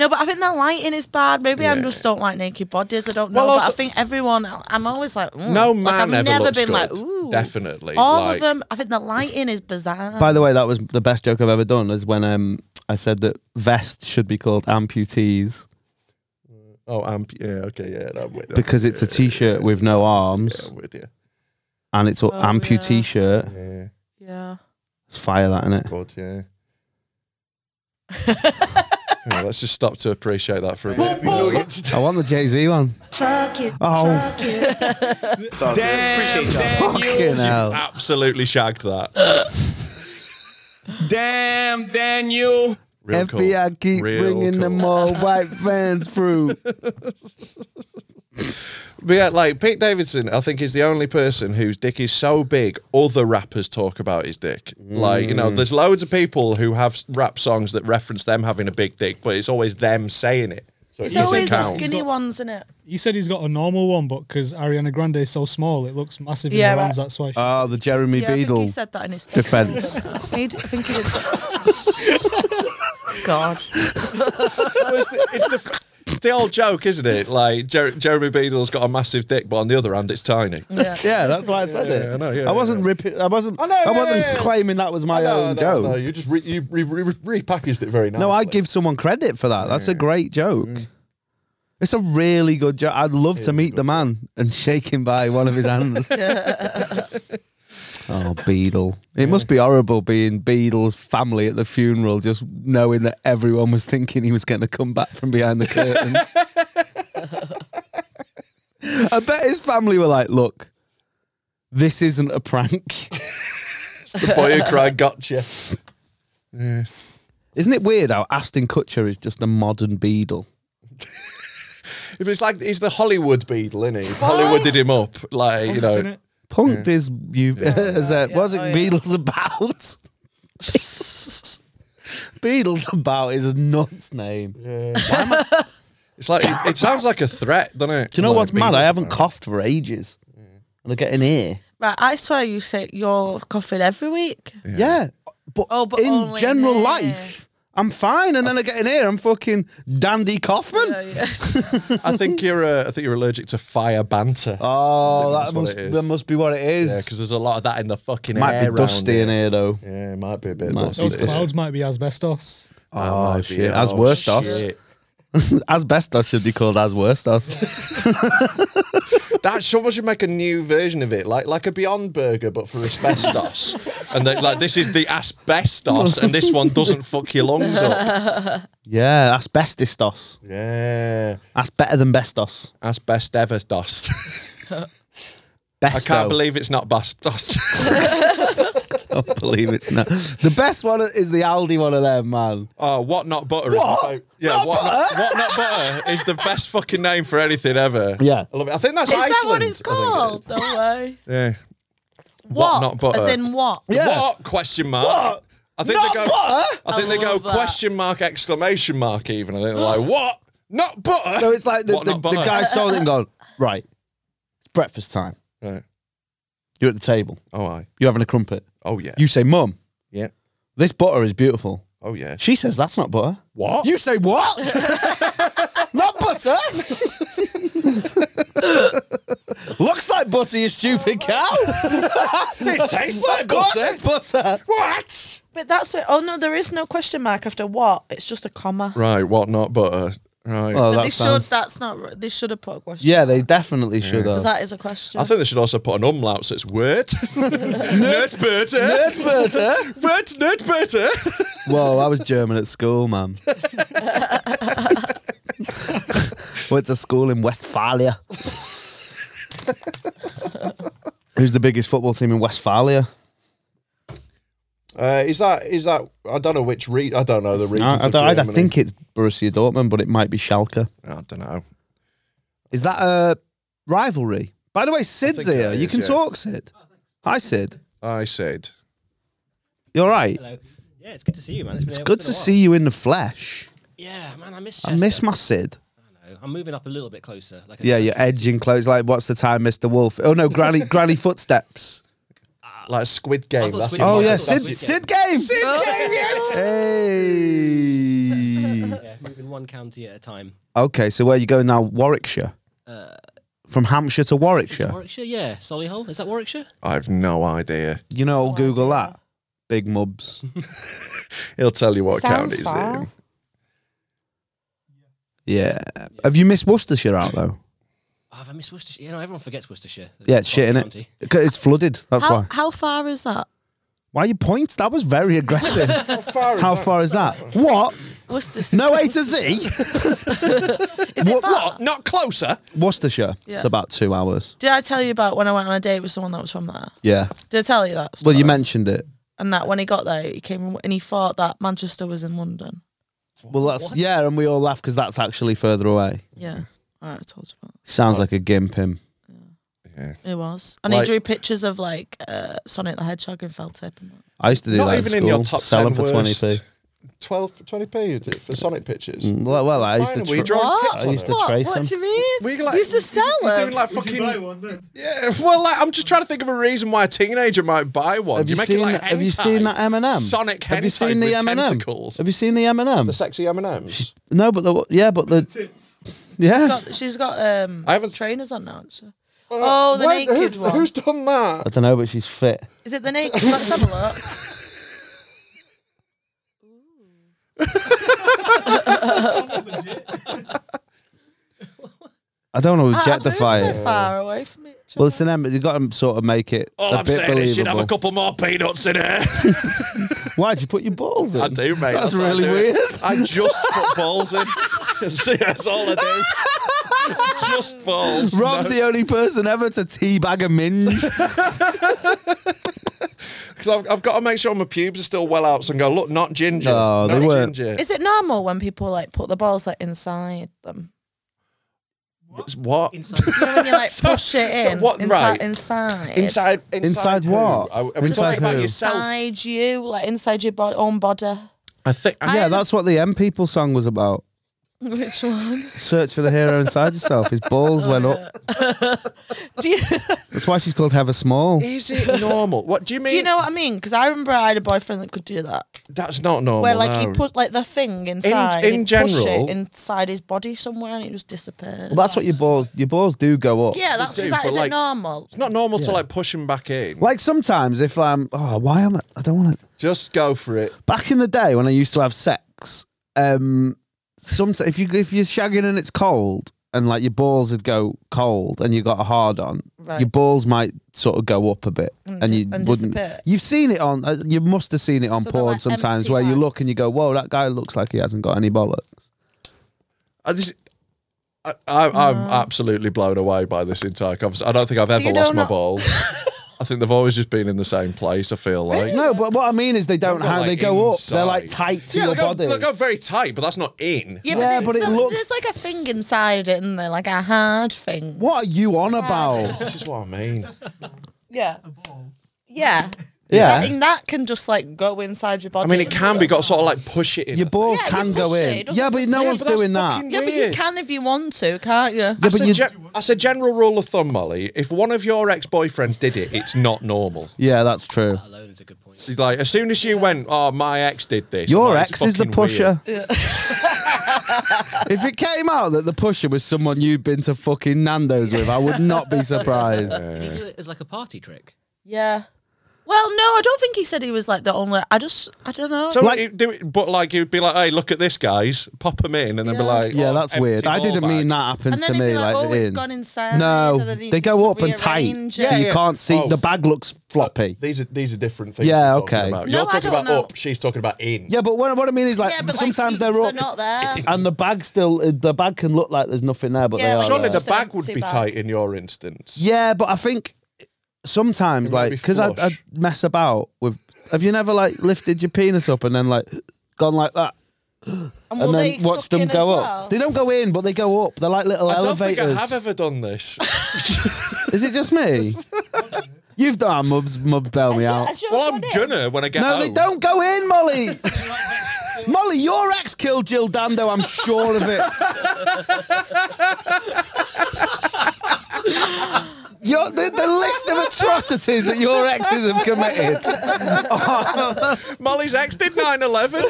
[SPEAKER 1] No, but I think the lighting is bad. Maybe I
[SPEAKER 3] Yeah.
[SPEAKER 1] just don't like naked bodies. I don't know.
[SPEAKER 3] Well,
[SPEAKER 1] but
[SPEAKER 3] also-
[SPEAKER 1] I think everyone, I'm always like, mm.
[SPEAKER 3] No man
[SPEAKER 1] like, I've
[SPEAKER 3] ever
[SPEAKER 1] never
[SPEAKER 3] looks
[SPEAKER 1] been
[SPEAKER 3] good.
[SPEAKER 1] like, ooh.
[SPEAKER 3] Definitely.
[SPEAKER 1] All
[SPEAKER 3] like,
[SPEAKER 1] of them, I think the lighting is bizarre.
[SPEAKER 2] By the way, that was the best joke I've ever done. Is when um, I said that vests should be called amputees
[SPEAKER 3] Oh, amp. Yeah. Okay. Yeah. no, I'm with you.
[SPEAKER 2] because it's a t-shirt with no
[SPEAKER 3] Yeah,
[SPEAKER 2] arms
[SPEAKER 3] I'm with you.
[SPEAKER 2] and it's an
[SPEAKER 1] Oh,
[SPEAKER 2] amputee
[SPEAKER 1] yeah.
[SPEAKER 2] shirt.
[SPEAKER 3] Yeah.
[SPEAKER 1] yeah.
[SPEAKER 2] It's fire that in it.
[SPEAKER 3] Good. Yeah. Yeah, let's just stop to appreciate that for a bit.
[SPEAKER 2] I want the Jay Z one. Oh,
[SPEAKER 9] Appreciate y'all.
[SPEAKER 2] fucking hell.
[SPEAKER 3] Absolutely shagged that.
[SPEAKER 9] Damn, Daniel.
[SPEAKER 3] Real cool.
[SPEAKER 2] FBI keep
[SPEAKER 3] Real
[SPEAKER 2] bringing
[SPEAKER 3] cool.
[SPEAKER 2] them all white fans through.
[SPEAKER 3] But yeah, like Pete Davidson, I think is the only person whose dick is so big other rappers talk about his dick. Like, you know, there's loads of people who have s- rap songs that reference them having a big dick, but it's always them saying it. So
[SPEAKER 1] It's
[SPEAKER 3] it doesn't
[SPEAKER 1] always the
[SPEAKER 3] count.
[SPEAKER 1] skinny ones, isn't it?
[SPEAKER 8] He said he's got a normal one, but because Ariana Grande is so small, it looks massive
[SPEAKER 1] Yeah,
[SPEAKER 8] in the lens.
[SPEAKER 1] right.
[SPEAKER 8] That's why. She,
[SPEAKER 2] Oh, the Jeremy
[SPEAKER 1] Yeah, I think he
[SPEAKER 2] Beadle
[SPEAKER 1] said that in his
[SPEAKER 2] defense.
[SPEAKER 1] He d- I think he did. God.
[SPEAKER 3] Well, it's, the, it's, the, it's the old joke, isn't it? Like Jer- Jeremy Beadle's got a massive dick, but on the other hand, it's tiny.
[SPEAKER 1] Yeah.
[SPEAKER 2] Yeah, that's why I said it.
[SPEAKER 3] I know, yeah,
[SPEAKER 2] I wasn't
[SPEAKER 3] yeah.
[SPEAKER 2] ripping. I
[SPEAKER 1] Oh,
[SPEAKER 2] wasn't. I,
[SPEAKER 3] know, yeah,
[SPEAKER 2] wasn't
[SPEAKER 3] yeah, yeah.
[SPEAKER 2] claiming that was my own
[SPEAKER 3] no,
[SPEAKER 2] joke.
[SPEAKER 3] no,
[SPEAKER 2] No,
[SPEAKER 3] you just re- you re- re- re- repackaged it very nicely.
[SPEAKER 2] I give someone credit for that. That's a great joke. It's a Mm. really good joke. I'd love to meet the man and shake him by one of his hands. oh, Beadle! It must be horrible being Beadle's family at the funeral, just knowing that everyone was thinking he was going to come back from behind the curtain. I bet his family were like, "Look, this isn't a prank."
[SPEAKER 3] the boy who cried gotcha.
[SPEAKER 2] Isn't it weird how Aston Kutcher is just a modern Beadle?
[SPEAKER 3] If it's like he's the Hollywood Beadle, isn't he? He's Hollywooded him up, like you know.
[SPEAKER 8] Isn't
[SPEAKER 2] Punked is you as a,
[SPEAKER 1] Yeah,
[SPEAKER 2] was it
[SPEAKER 1] oh, yeah.
[SPEAKER 2] Beatles about? Beatles about is a nuts name. Do
[SPEAKER 3] It's like it, it sounds like a threat, doesn't it?
[SPEAKER 2] you know
[SPEAKER 3] Like
[SPEAKER 2] what's mad? I
[SPEAKER 3] Beatles.
[SPEAKER 2] haven't coughed for ages, and I get an ear.
[SPEAKER 1] Right, I swear you say you're coughing every week.
[SPEAKER 2] Yeah, But,
[SPEAKER 1] Oh, but
[SPEAKER 2] in
[SPEAKER 1] only
[SPEAKER 2] general
[SPEAKER 1] an ear.
[SPEAKER 2] life, I'm fine, and then I get an ear. I'm fucking Dandy Kaufman.
[SPEAKER 1] Oh, Yeah, yeah.
[SPEAKER 3] I think you're uh, I think you're allergic to fire banter. Yeah, 'cause
[SPEAKER 2] Oh,
[SPEAKER 3] I
[SPEAKER 2] that
[SPEAKER 3] think that's what
[SPEAKER 2] must
[SPEAKER 3] it is.
[SPEAKER 2] that must be what it is.
[SPEAKER 3] yeah, because there's a lot of that in the fucking
[SPEAKER 2] Might
[SPEAKER 3] air
[SPEAKER 2] be
[SPEAKER 3] round
[SPEAKER 2] dusty
[SPEAKER 3] here.
[SPEAKER 2] in here though.
[SPEAKER 3] Yeah, it might be a bit
[SPEAKER 2] Might
[SPEAKER 3] dusty.
[SPEAKER 8] Those
[SPEAKER 2] It's-
[SPEAKER 8] clouds might be asbestos.
[SPEAKER 2] Oh,
[SPEAKER 3] might be
[SPEAKER 2] shit,
[SPEAKER 3] it.
[SPEAKER 2] as
[SPEAKER 3] Oh,
[SPEAKER 2] worst us.
[SPEAKER 3] shit.
[SPEAKER 2] Asbestos should be called asbestos.
[SPEAKER 3] That someone should make a new version of it, like like a Beyond Burger, but for asbestos. and they, like this is the asbestos, and this one doesn't fuck your lungs up.
[SPEAKER 2] yeah, asbestos.
[SPEAKER 3] Yeah,
[SPEAKER 2] That's better than bestos.
[SPEAKER 3] asbest ever dust.
[SPEAKER 2] Besto.
[SPEAKER 3] I can't believe it's not bust dust.
[SPEAKER 2] I can't believe it's not. The best one is the Aldi one of them, man.
[SPEAKER 3] oh, what not butter? is
[SPEAKER 2] What?
[SPEAKER 3] my fav- yeah,
[SPEAKER 2] Not
[SPEAKER 3] what,
[SPEAKER 2] butter?
[SPEAKER 3] Not, what not butter is the best fucking name for anything ever.
[SPEAKER 2] Yeah.
[SPEAKER 3] I love it. I think that's
[SPEAKER 1] Is
[SPEAKER 3] Iceland.
[SPEAKER 1] that what it's
[SPEAKER 3] I think it is.
[SPEAKER 1] called? No way.
[SPEAKER 3] Yeah.
[SPEAKER 1] What?
[SPEAKER 3] not butter?
[SPEAKER 1] As in what?
[SPEAKER 2] Yeah.
[SPEAKER 3] What question mark? What? I think
[SPEAKER 2] Not
[SPEAKER 3] they go.
[SPEAKER 2] butter?
[SPEAKER 3] I think
[SPEAKER 1] I
[SPEAKER 3] they go
[SPEAKER 1] love that.
[SPEAKER 3] question mark exclamation mark even. I think they're like what? Not butter.
[SPEAKER 2] So it's like the,
[SPEAKER 3] What,
[SPEAKER 2] the,
[SPEAKER 3] not
[SPEAKER 2] the
[SPEAKER 3] butter?
[SPEAKER 2] guy sold it and gone, right, it's breakfast time.
[SPEAKER 3] Right.
[SPEAKER 2] You're at the table.
[SPEAKER 3] Oh, I.
[SPEAKER 2] You're having a crumpet.
[SPEAKER 3] Oh yeah.
[SPEAKER 2] You say, Mum,
[SPEAKER 3] yeah.
[SPEAKER 2] this butter is beautiful.
[SPEAKER 3] Oh yeah.
[SPEAKER 2] She says, that's not butter.
[SPEAKER 3] What?
[SPEAKER 2] You say, what? not butter? Looks like butter, you stupid cow. it tastes like butter. It's butter.
[SPEAKER 3] what?
[SPEAKER 1] But that's what. Oh no, there is no question mark after what. It's just a comma.
[SPEAKER 3] Right. What not butter? Right.
[SPEAKER 1] But
[SPEAKER 2] Oh, that
[SPEAKER 1] they
[SPEAKER 2] sounds-
[SPEAKER 1] should. That's not. r- They should have put a question.
[SPEAKER 2] Yeah, they definitely should have.
[SPEAKER 1] Because that is a question.
[SPEAKER 3] I think they should also put an umlaut so it's word. nerd butter.
[SPEAKER 2] Nerds butter.
[SPEAKER 3] Word nerd butter.
[SPEAKER 2] Whoa, I was German at school, man. Went to school in Westphalia. Who's the biggest football team in Westphalia?
[SPEAKER 3] Uh, is that is that? I don't know which read. I don't know the regions.
[SPEAKER 2] I, I,
[SPEAKER 3] of
[SPEAKER 2] don't- I
[SPEAKER 3] Germany.
[SPEAKER 2] think it's Borussia Dortmund, but it might be Schalke.
[SPEAKER 3] I don't know.
[SPEAKER 2] Is that a rivalry? By the way, Sid's
[SPEAKER 3] that
[SPEAKER 2] here. you
[SPEAKER 3] is,
[SPEAKER 2] can
[SPEAKER 3] yeah.
[SPEAKER 2] talk, Sid. Hi, Sid.
[SPEAKER 3] I said.
[SPEAKER 2] You all right?
[SPEAKER 10] Hello. Yeah, it's good to see you, man. It's, been
[SPEAKER 2] It's
[SPEAKER 10] a-
[SPEAKER 2] good
[SPEAKER 10] been a
[SPEAKER 2] to
[SPEAKER 10] while.
[SPEAKER 2] see you in the flesh.
[SPEAKER 10] Yeah, man, I miss.
[SPEAKER 2] I
[SPEAKER 10] Chester.
[SPEAKER 2] miss my Sid.
[SPEAKER 10] I know. I'm moving up a little bit closer. Like a,
[SPEAKER 2] Yeah, you're edging close. Like, what's the time, Mr. Wolf? Oh no, Granny, Granny footsteps.
[SPEAKER 10] Ah,
[SPEAKER 3] Like Squid Game.
[SPEAKER 10] thought
[SPEAKER 3] That's
[SPEAKER 10] Squid
[SPEAKER 3] what
[SPEAKER 10] Game-
[SPEAKER 2] Oh
[SPEAKER 3] it
[SPEAKER 2] yeah,
[SPEAKER 3] was.
[SPEAKER 10] that's
[SPEAKER 2] Sid,
[SPEAKER 10] it.
[SPEAKER 2] Sid game. Sid game. Yes. Hey.
[SPEAKER 10] Yeah, moving one county at a time.
[SPEAKER 2] Okay, so where are you going now? Warwickshire. From Hampshire to Warwickshire.
[SPEAKER 10] Warwickshire, yeah. Solihull, is that Warwickshire?
[SPEAKER 3] I've no idea.
[SPEAKER 2] You know, I'll Google that. Big mubs.
[SPEAKER 3] He'll tell you what
[SPEAKER 1] Sounds
[SPEAKER 3] county
[SPEAKER 1] far.
[SPEAKER 3] county's in.
[SPEAKER 2] Yeah. Have you missed Worcestershire out though?
[SPEAKER 10] Oh, have I missed Worcestershire? You know, everyone forgets Worcestershire.
[SPEAKER 2] Yeah, it's shit,
[SPEAKER 10] Scotland
[SPEAKER 2] innit?
[SPEAKER 10] county.
[SPEAKER 2] It's flooded. That's
[SPEAKER 1] how,
[SPEAKER 2] why.
[SPEAKER 1] how far is that?
[SPEAKER 2] Why you point? That was very aggressive. How far is, that? What?
[SPEAKER 1] Worcestershire.
[SPEAKER 2] No A to Z?
[SPEAKER 1] Is it far?
[SPEAKER 3] Not closer.
[SPEAKER 2] Worcestershire. It's
[SPEAKER 1] Yeah.
[SPEAKER 2] about two hours.
[SPEAKER 1] Did I tell you about when I went on a date with someone that was from there?
[SPEAKER 2] Yeah.
[SPEAKER 1] Did I tell you that?
[SPEAKER 2] Well,
[SPEAKER 1] story?
[SPEAKER 2] you mentioned it.
[SPEAKER 1] and that when he got there, he came and he thought that Manchester was in London.
[SPEAKER 2] Well, that's yeah, and we all laugh because that's actually further away.
[SPEAKER 1] Yeah, All right, I told you about
[SPEAKER 2] Sounds like a gimp him.
[SPEAKER 1] it. It was, and
[SPEAKER 3] Like-
[SPEAKER 1] he drew pictures of like uh, Sonic the Hedgehog and felt tip and that.
[SPEAKER 2] I used to do
[SPEAKER 3] Not
[SPEAKER 2] that
[SPEAKER 3] even
[SPEAKER 2] at
[SPEAKER 3] in
[SPEAKER 2] school.
[SPEAKER 3] your top
[SPEAKER 2] Sell
[SPEAKER 3] 10
[SPEAKER 2] them for twenty
[SPEAKER 3] worst.
[SPEAKER 2] p. Mm.
[SPEAKER 3] 12, 20p you did for Sonic pictures.
[SPEAKER 2] Well, well, I used to.
[SPEAKER 3] Fine, we
[SPEAKER 2] tr-
[SPEAKER 3] draw
[SPEAKER 1] What?
[SPEAKER 3] tips on
[SPEAKER 2] I used
[SPEAKER 3] it.
[SPEAKER 2] to
[SPEAKER 1] What?
[SPEAKER 2] trace
[SPEAKER 1] What
[SPEAKER 2] them.
[SPEAKER 1] do you mean?
[SPEAKER 3] We
[SPEAKER 1] You used to sell
[SPEAKER 3] you're
[SPEAKER 1] them.
[SPEAKER 3] Doing like
[SPEAKER 8] Would you
[SPEAKER 3] fucking,
[SPEAKER 8] buy one then?
[SPEAKER 3] yeah. Well, like, I'm just trying to think of a reason why a teenager might buy one.
[SPEAKER 2] Have
[SPEAKER 3] you
[SPEAKER 2] you,
[SPEAKER 3] make
[SPEAKER 2] seen?
[SPEAKER 3] it like
[SPEAKER 2] have you
[SPEAKER 3] hentai.
[SPEAKER 2] seen that Eminem?
[SPEAKER 3] Sonic
[SPEAKER 2] Have you
[SPEAKER 3] hentai
[SPEAKER 2] seen the
[SPEAKER 3] with
[SPEAKER 2] Eminem?
[SPEAKER 3] tentacles.
[SPEAKER 2] Have you seen the
[SPEAKER 3] the
[SPEAKER 2] Eminem?
[SPEAKER 3] sexy M and M's?
[SPEAKER 2] No, but the yeah, but the
[SPEAKER 8] Tits.
[SPEAKER 2] yeah.
[SPEAKER 1] Got- she's got um,
[SPEAKER 3] I haven't- Uh,
[SPEAKER 1] trainers on now. So. oh, the naked
[SPEAKER 3] who's,
[SPEAKER 1] one.
[SPEAKER 3] who's done that?
[SPEAKER 2] I don't know, but she's fit.
[SPEAKER 1] Is it the naked? Let's have a look.
[SPEAKER 2] I don't want to
[SPEAKER 1] Ah,
[SPEAKER 2] objectify
[SPEAKER 1] I've moved
[SPEAKER 2] it.
[SPEAKER 1] so far away from it.
[SPEAKER 2] Well, it's an M. You've got to sort of make it
[SPEAKER 3] All
[SPEAKER 2] a
[SPEAKER 3] Oh, I'm
[SPEAKER 2] bit
[SPEAKER 3] saying is you'd have
[SPEAKER 2] believable.
[SPEAKER 3] a couple more peanuts in here.
[SPEAKER 2] Why'd you put your balls in?
[SPEAKER 3] I do, mate.
[SPEAKER 2] That's,
[SPEAKER 3] what I
[SPEAKER 2] really
[SPEAKER 3] do.
[SPEAKER 2] weird.
[SPEAKER 3] I just put balls in. See, that's all I do. just balls.
[SPEAKER 2] Rob's the only person ever to teabag a minge.
[SPEAKER 3] Because I've, I've got to make sure my pubes are still well out. So I can go, look, not ginger.
[SPEAKER 2] No, they
[SPEAKER 3] not
[SPEAKER 2] weren't.
[SPEAKER 3] ginger.
[SPEAKER 1] Is it normal when people like put the balls like inside them?
[SPEAKER 3] It's what?
[SPEAKER 10] Inside.
[SPEAKER 1] You know when you like push it
[SPEAKER 3] so
[SPEAKER 1] in,
[SPEAKER 3] what-
[SPEAKER 1] inside,
[SPEAKER 3] right.
[SPEAKER 1] inside,
[SPEAKER 3] Inside, inside,
[SPEAKER 2] Inside
[SPEAKER 3] who?
[SPEAKER 2] what?
[SPEAKER 3] Are, we- are we
[SPEAKER 2] Inside
[SPEAKER 3] talking about
[SPEAKER 2] who?
[SPEAKER 3] yourself?
[SPEAKER 1] inside you, like inside your bod- own body.
[SPEAKER 3] I think.
[SPEAKER 2] yeah, that's what the M People song was about.
[SPEAKER 1] Which one?
[SPEAKER 2] Search for the hero inside yourself. His balls went up.
[SPEAKER 1] Do you,
[SPEAKER 2] That's why she's called Heather Small.
[SPEAKER 3] Is it normal? What do you mean?
[SPEAKER 1] do you know what I mean? Because I remember I had a boyfriend that could do that,
[SPEAKER 3] That's not normal.
[SPEAKER 1] where like
[SPEAKER 3] no.
[SPEAKER 1] he put like the thing inside,
[SPEAKER 3] Oh, in
[SPEAKER 1] he'd push
[SPEAKER 3] general-
[SPEAKER 1] it inside his body somewhere, and it just disappeared.
[SPEAKER 2] Well, that's what your balls. Your balls do go up.
[SPEAKER 1] yeah, that's
[SPEAKER 3] do,
[SPEAKER 1] is that
[SPEAKER 3] but,
[SPEAKER 1] is
[SPEAKER 3] like-
[SPEAKER 1] it normal?
[SPEAKER 3] It's not normal to like push him back in.
[SPEAKER 2] Like sometimes if I'm, oh, why am I? I don't want to.
[SPEAKER 3] Just go for it.
[SPEAKER 2] Back in the day when I used to have sex, um, sometimes if you if you're shagging and it's cold and like your balls would go cold and you got a hard on,
[SPEAKER 1] Right. Mm,
[SPEAKER 2] your balls might sort of go up a bit and,
[SPEAKER 1] di-
[SPEAKER 2] you
[SPEAKER 1] and
[SPEAKER 2] wouldn't.
[SPEAKER 1] disappear.
[SPEAKER 2] You've seen it on. uh, You must have seen it on
[SPEAKER 1] So they're
[SPEAKER 2] porn
[SPEAKER 1] like
[SPEAKER 2] sometimes
[SPEAKER 1] empty
[SPEAKER 2] where you look
[SPEAKER 1] bags.
[SPEAKER 2] and you go, "Whoa, that guy looks like he hasn't got any bollocks."
[SPEAKER 3] I just, Uh, I, I, I'm absolutely blown away by this entire conversation. I don't think I've ever
[SPEAKER 1] you
[SPEAKER 3] lost
[SPEAKER 1] know
[SPEAKER 3] my
[SPEAKER 1] not-
[SPEAKER 3] balls. I think they've always just been in the same place. I feel like.
[SPEAKER 2] No, but what I mean is they don't
[SPEAKER 3] They've got,
[SPEAKER 2] have.
[SPEAKER 3] like,
[SPEAKER 2] they go up. They're like
[SPEAKER 3] inside.
[SPEAKER 2] tight to
[SPEAKER 3] yeah,
[SPEAKER 2] your
[SPEAKER 3] they go,
[SPEAKER 2] body.
[SPEAKER 3] they go very tight, but that's not in.
[SPEAKER 2] Yeah,
[SPEAKER 1] there-
[SPEAKER 2] but it
[SPEAKER 1] there-
[SPEAKER 2] looks-
[SPEAKER 1] There's like a thing inside it, and there like a hard thing.
[SPEAKER 2] What are you on about?
[SPEAKER 3] This is what I mean.
[SPEAKER 1] Yeah. Yeah.
[SPEAKER 2] Yeah.
[SPEAKER 1] That, and that can just like go inside your
[SPEAKER 3] I
[SPEAKER 1] body.
[SPEAKER 3] mean, it can be got sort of like push it in.
[SPEAKER 2] Your balls
[SPEAKER 1] Yeah, you
[SPEAKER 2] can
[SPEAKER 1] push
[SPEAKER 2] go
[SPEAKER 1] it,
[SPEAKER 2] in.
[SPEAKER 1] it doesn't
[SPEAKER 2] yeah, but
[SPEAKER 1] just-
[SPEAKER 2] no
[SPEAKER 1] Yeah,
[SPEAKER 2] one's
[SPEAKER 3] but that's
[SPEAKER 2] doing that.
[SPEAKER 3] fucking
[SPEAKER 1] Yeah, but you
[SPEAKER 3] weird.
[SPEAKER 1] can if you want to, can't you?
[SPEAKER 2] Yeah,
[SPEAKER 3] That's
[SPEAKER 2] but
[SPEAKER 3] a,
[SPEAKER 2] you-
[SPEAKER 3] gen- that's a general rule of thumb, Molly. If one of your ex-boyfriends did it, it's not normal.
[SPEAKER 2] yeah, that's true.
[SPEAKER 10] Alone is a good point.
[SPEAKER 3] Like as soon as you went, oh my ex did this. I'm
[SPEAKER 2] Your
[SPEAKER 3] like,
[SPEAKER 2] ex
[SPEAKER 3] "It's
[SPEAKER 2] is the
[SPEAKER 3] fucking weird."
[SPEAKER 2] pusher. if it came out that the pusher was someone you'd been to fucking Nando's with, I would not be surprised.
[SPEAKER 10] Did he do it as like a party trick?
[SPEAKER 1] Yeah. Well, no, I don't think he said he was like the only. I just, I don't know.
[SPEAKER 3] So
[SPEAKER 2] Like-
[SPEAKER 3] like, do it, but like you'd be like, "Hey, look at this, guys! Pop them in," and then be
[SPEAKER 1] Yeah.
[SPEAKER 3] like,
[SPEAKER 2] Yeah,
[SPEAKER 3] "Oh,
[SPEAKER 2] that's
[SPEAKER 3] empty
[SPEAKER 2] weird. I
[SPEAKER 3] ball
[SPEAKER 2] didn't
[SPEAKER 3] bag."
[SPEAKER 2] mean that
[SPEAKER 1] and
[SPEAKER 2] happens
[SPEAKER 1] then
[SPEAKER 2] to
[SPEAKER 1] he'd
[SPEAKER 2] me
[SPEAKER 1] be like,
[SPEAKER 2] like
[SPEAKER 1] oh, it's
[SPEAKER 2] in.
[SPEAKER 1] gone inside.
[SPEAKER 2] No,
[SPEAKER 1] and I need
[SPEAKER 2] they
[SPEAKER 1] to
[SPEAKER 2] go up and tight,
[SPEAKER 1] rearrange
[SPEAKER 2] so
[SPEAKER 1] it."
[SPEAKER 2] you can't see.
[SPEAKER 3] Oh.
[SPEAKER 2] The bag looks floppy.
[SPEAKER 3] These are these are different things.
[SPEAKER 2] Yeah,
[SPEAKER 3] we're talking
[SPEAKER 2] okay.
[SPEAKER 3] about.
[SPEAKER 1] No,
[SPEAKER 3] You're
[SPEAKER 1] I
[SPEAKER 3] talking
[SPEAKER 1] don't
[SPEAKER 3] about
[SPEAKER 1] know.
[SPEAKER 3] up. She's talking about in.
[SPEAKER 2] Yeah, but what, what I mean is like
[SPEAKER 1] Yeah, but
[SPEAKER 2] sometimes
[SPEAKER 1] like,
[SPEAKER 2] they're up
[SPEAKER 1] They're not there.
[SPEAKER 2] and the bag still the bag can look like there's nothing there, but
[SPEAKER 1] Yeah,
[SPEAKER 2] they
[SPEAKER 1] but
[SPEAKER 2] are.
[SPEAKER 1] surely
[SPEAKER 3] Surely
[SPEAKER 2] there.
[SPEAKER 3] the
[SPEAKER 1] Just an
[SPEAKER 3] bag would
[SPEAKER 1] empty
[SPEAKER 3] be
[SPEAKER 1] bag.
[SPEAKER 3] tight in your instance.
[SPEAKER 2] Yeah, but I think sometimes,
[SPEAKER 3] It might
[SPEAKER 2] like,
[SPEAKER 3] be
[SPEAKER 2] because I
[SPEAKER 3] flush.
[SPEAKER 2] I'd mess about with. Have you never like lifted your penis up and then like gone like that,
[SPEAKER 1] And,
[SPEAKER 2] and
[SPEAKER 1] will
[SPEAKER 2] then
[SPEAKER 1] they
[SPEAKER 2] watched
[SPEAKER 1] suck
[SPEAKER 2] them
[SPEAKER 1] in
[SPEAKER 2] go
[SPEAKER 1] as
[SPEAKER 2] up?
[SPEAKER 1] well?
[SPEAKER 2] They don't go in, but they go up. They're like little
[SPEAKER 3] I don't
[SPEAKER 2] elevators.
[SPEAKER 3] think I have ever done this.
[SPEAKER 2] Is it just me? You've done ah, mubs, mubs, bail me
[SPEAKER 1] I
[SPEAKER 2] out.
[SPEAKER 1] should- I should
[SPEAKER 3] well,
[SPEAKER 1] have
[SPEAKER 3] I'm
[SPEAKER 1] done it.
[SPEAKER 3] gonna when I get
[SPEAKER 2] No,
[SPEAKER 3] home.
[SPEAKER 2] they don't go in, Molly. Molly, your ex killed Jill Dando. I'm sure of it. Your, the, the list of atrocities atrocities that your exes have committed.
[SPEAKER 3] Molly's ex did 9 11.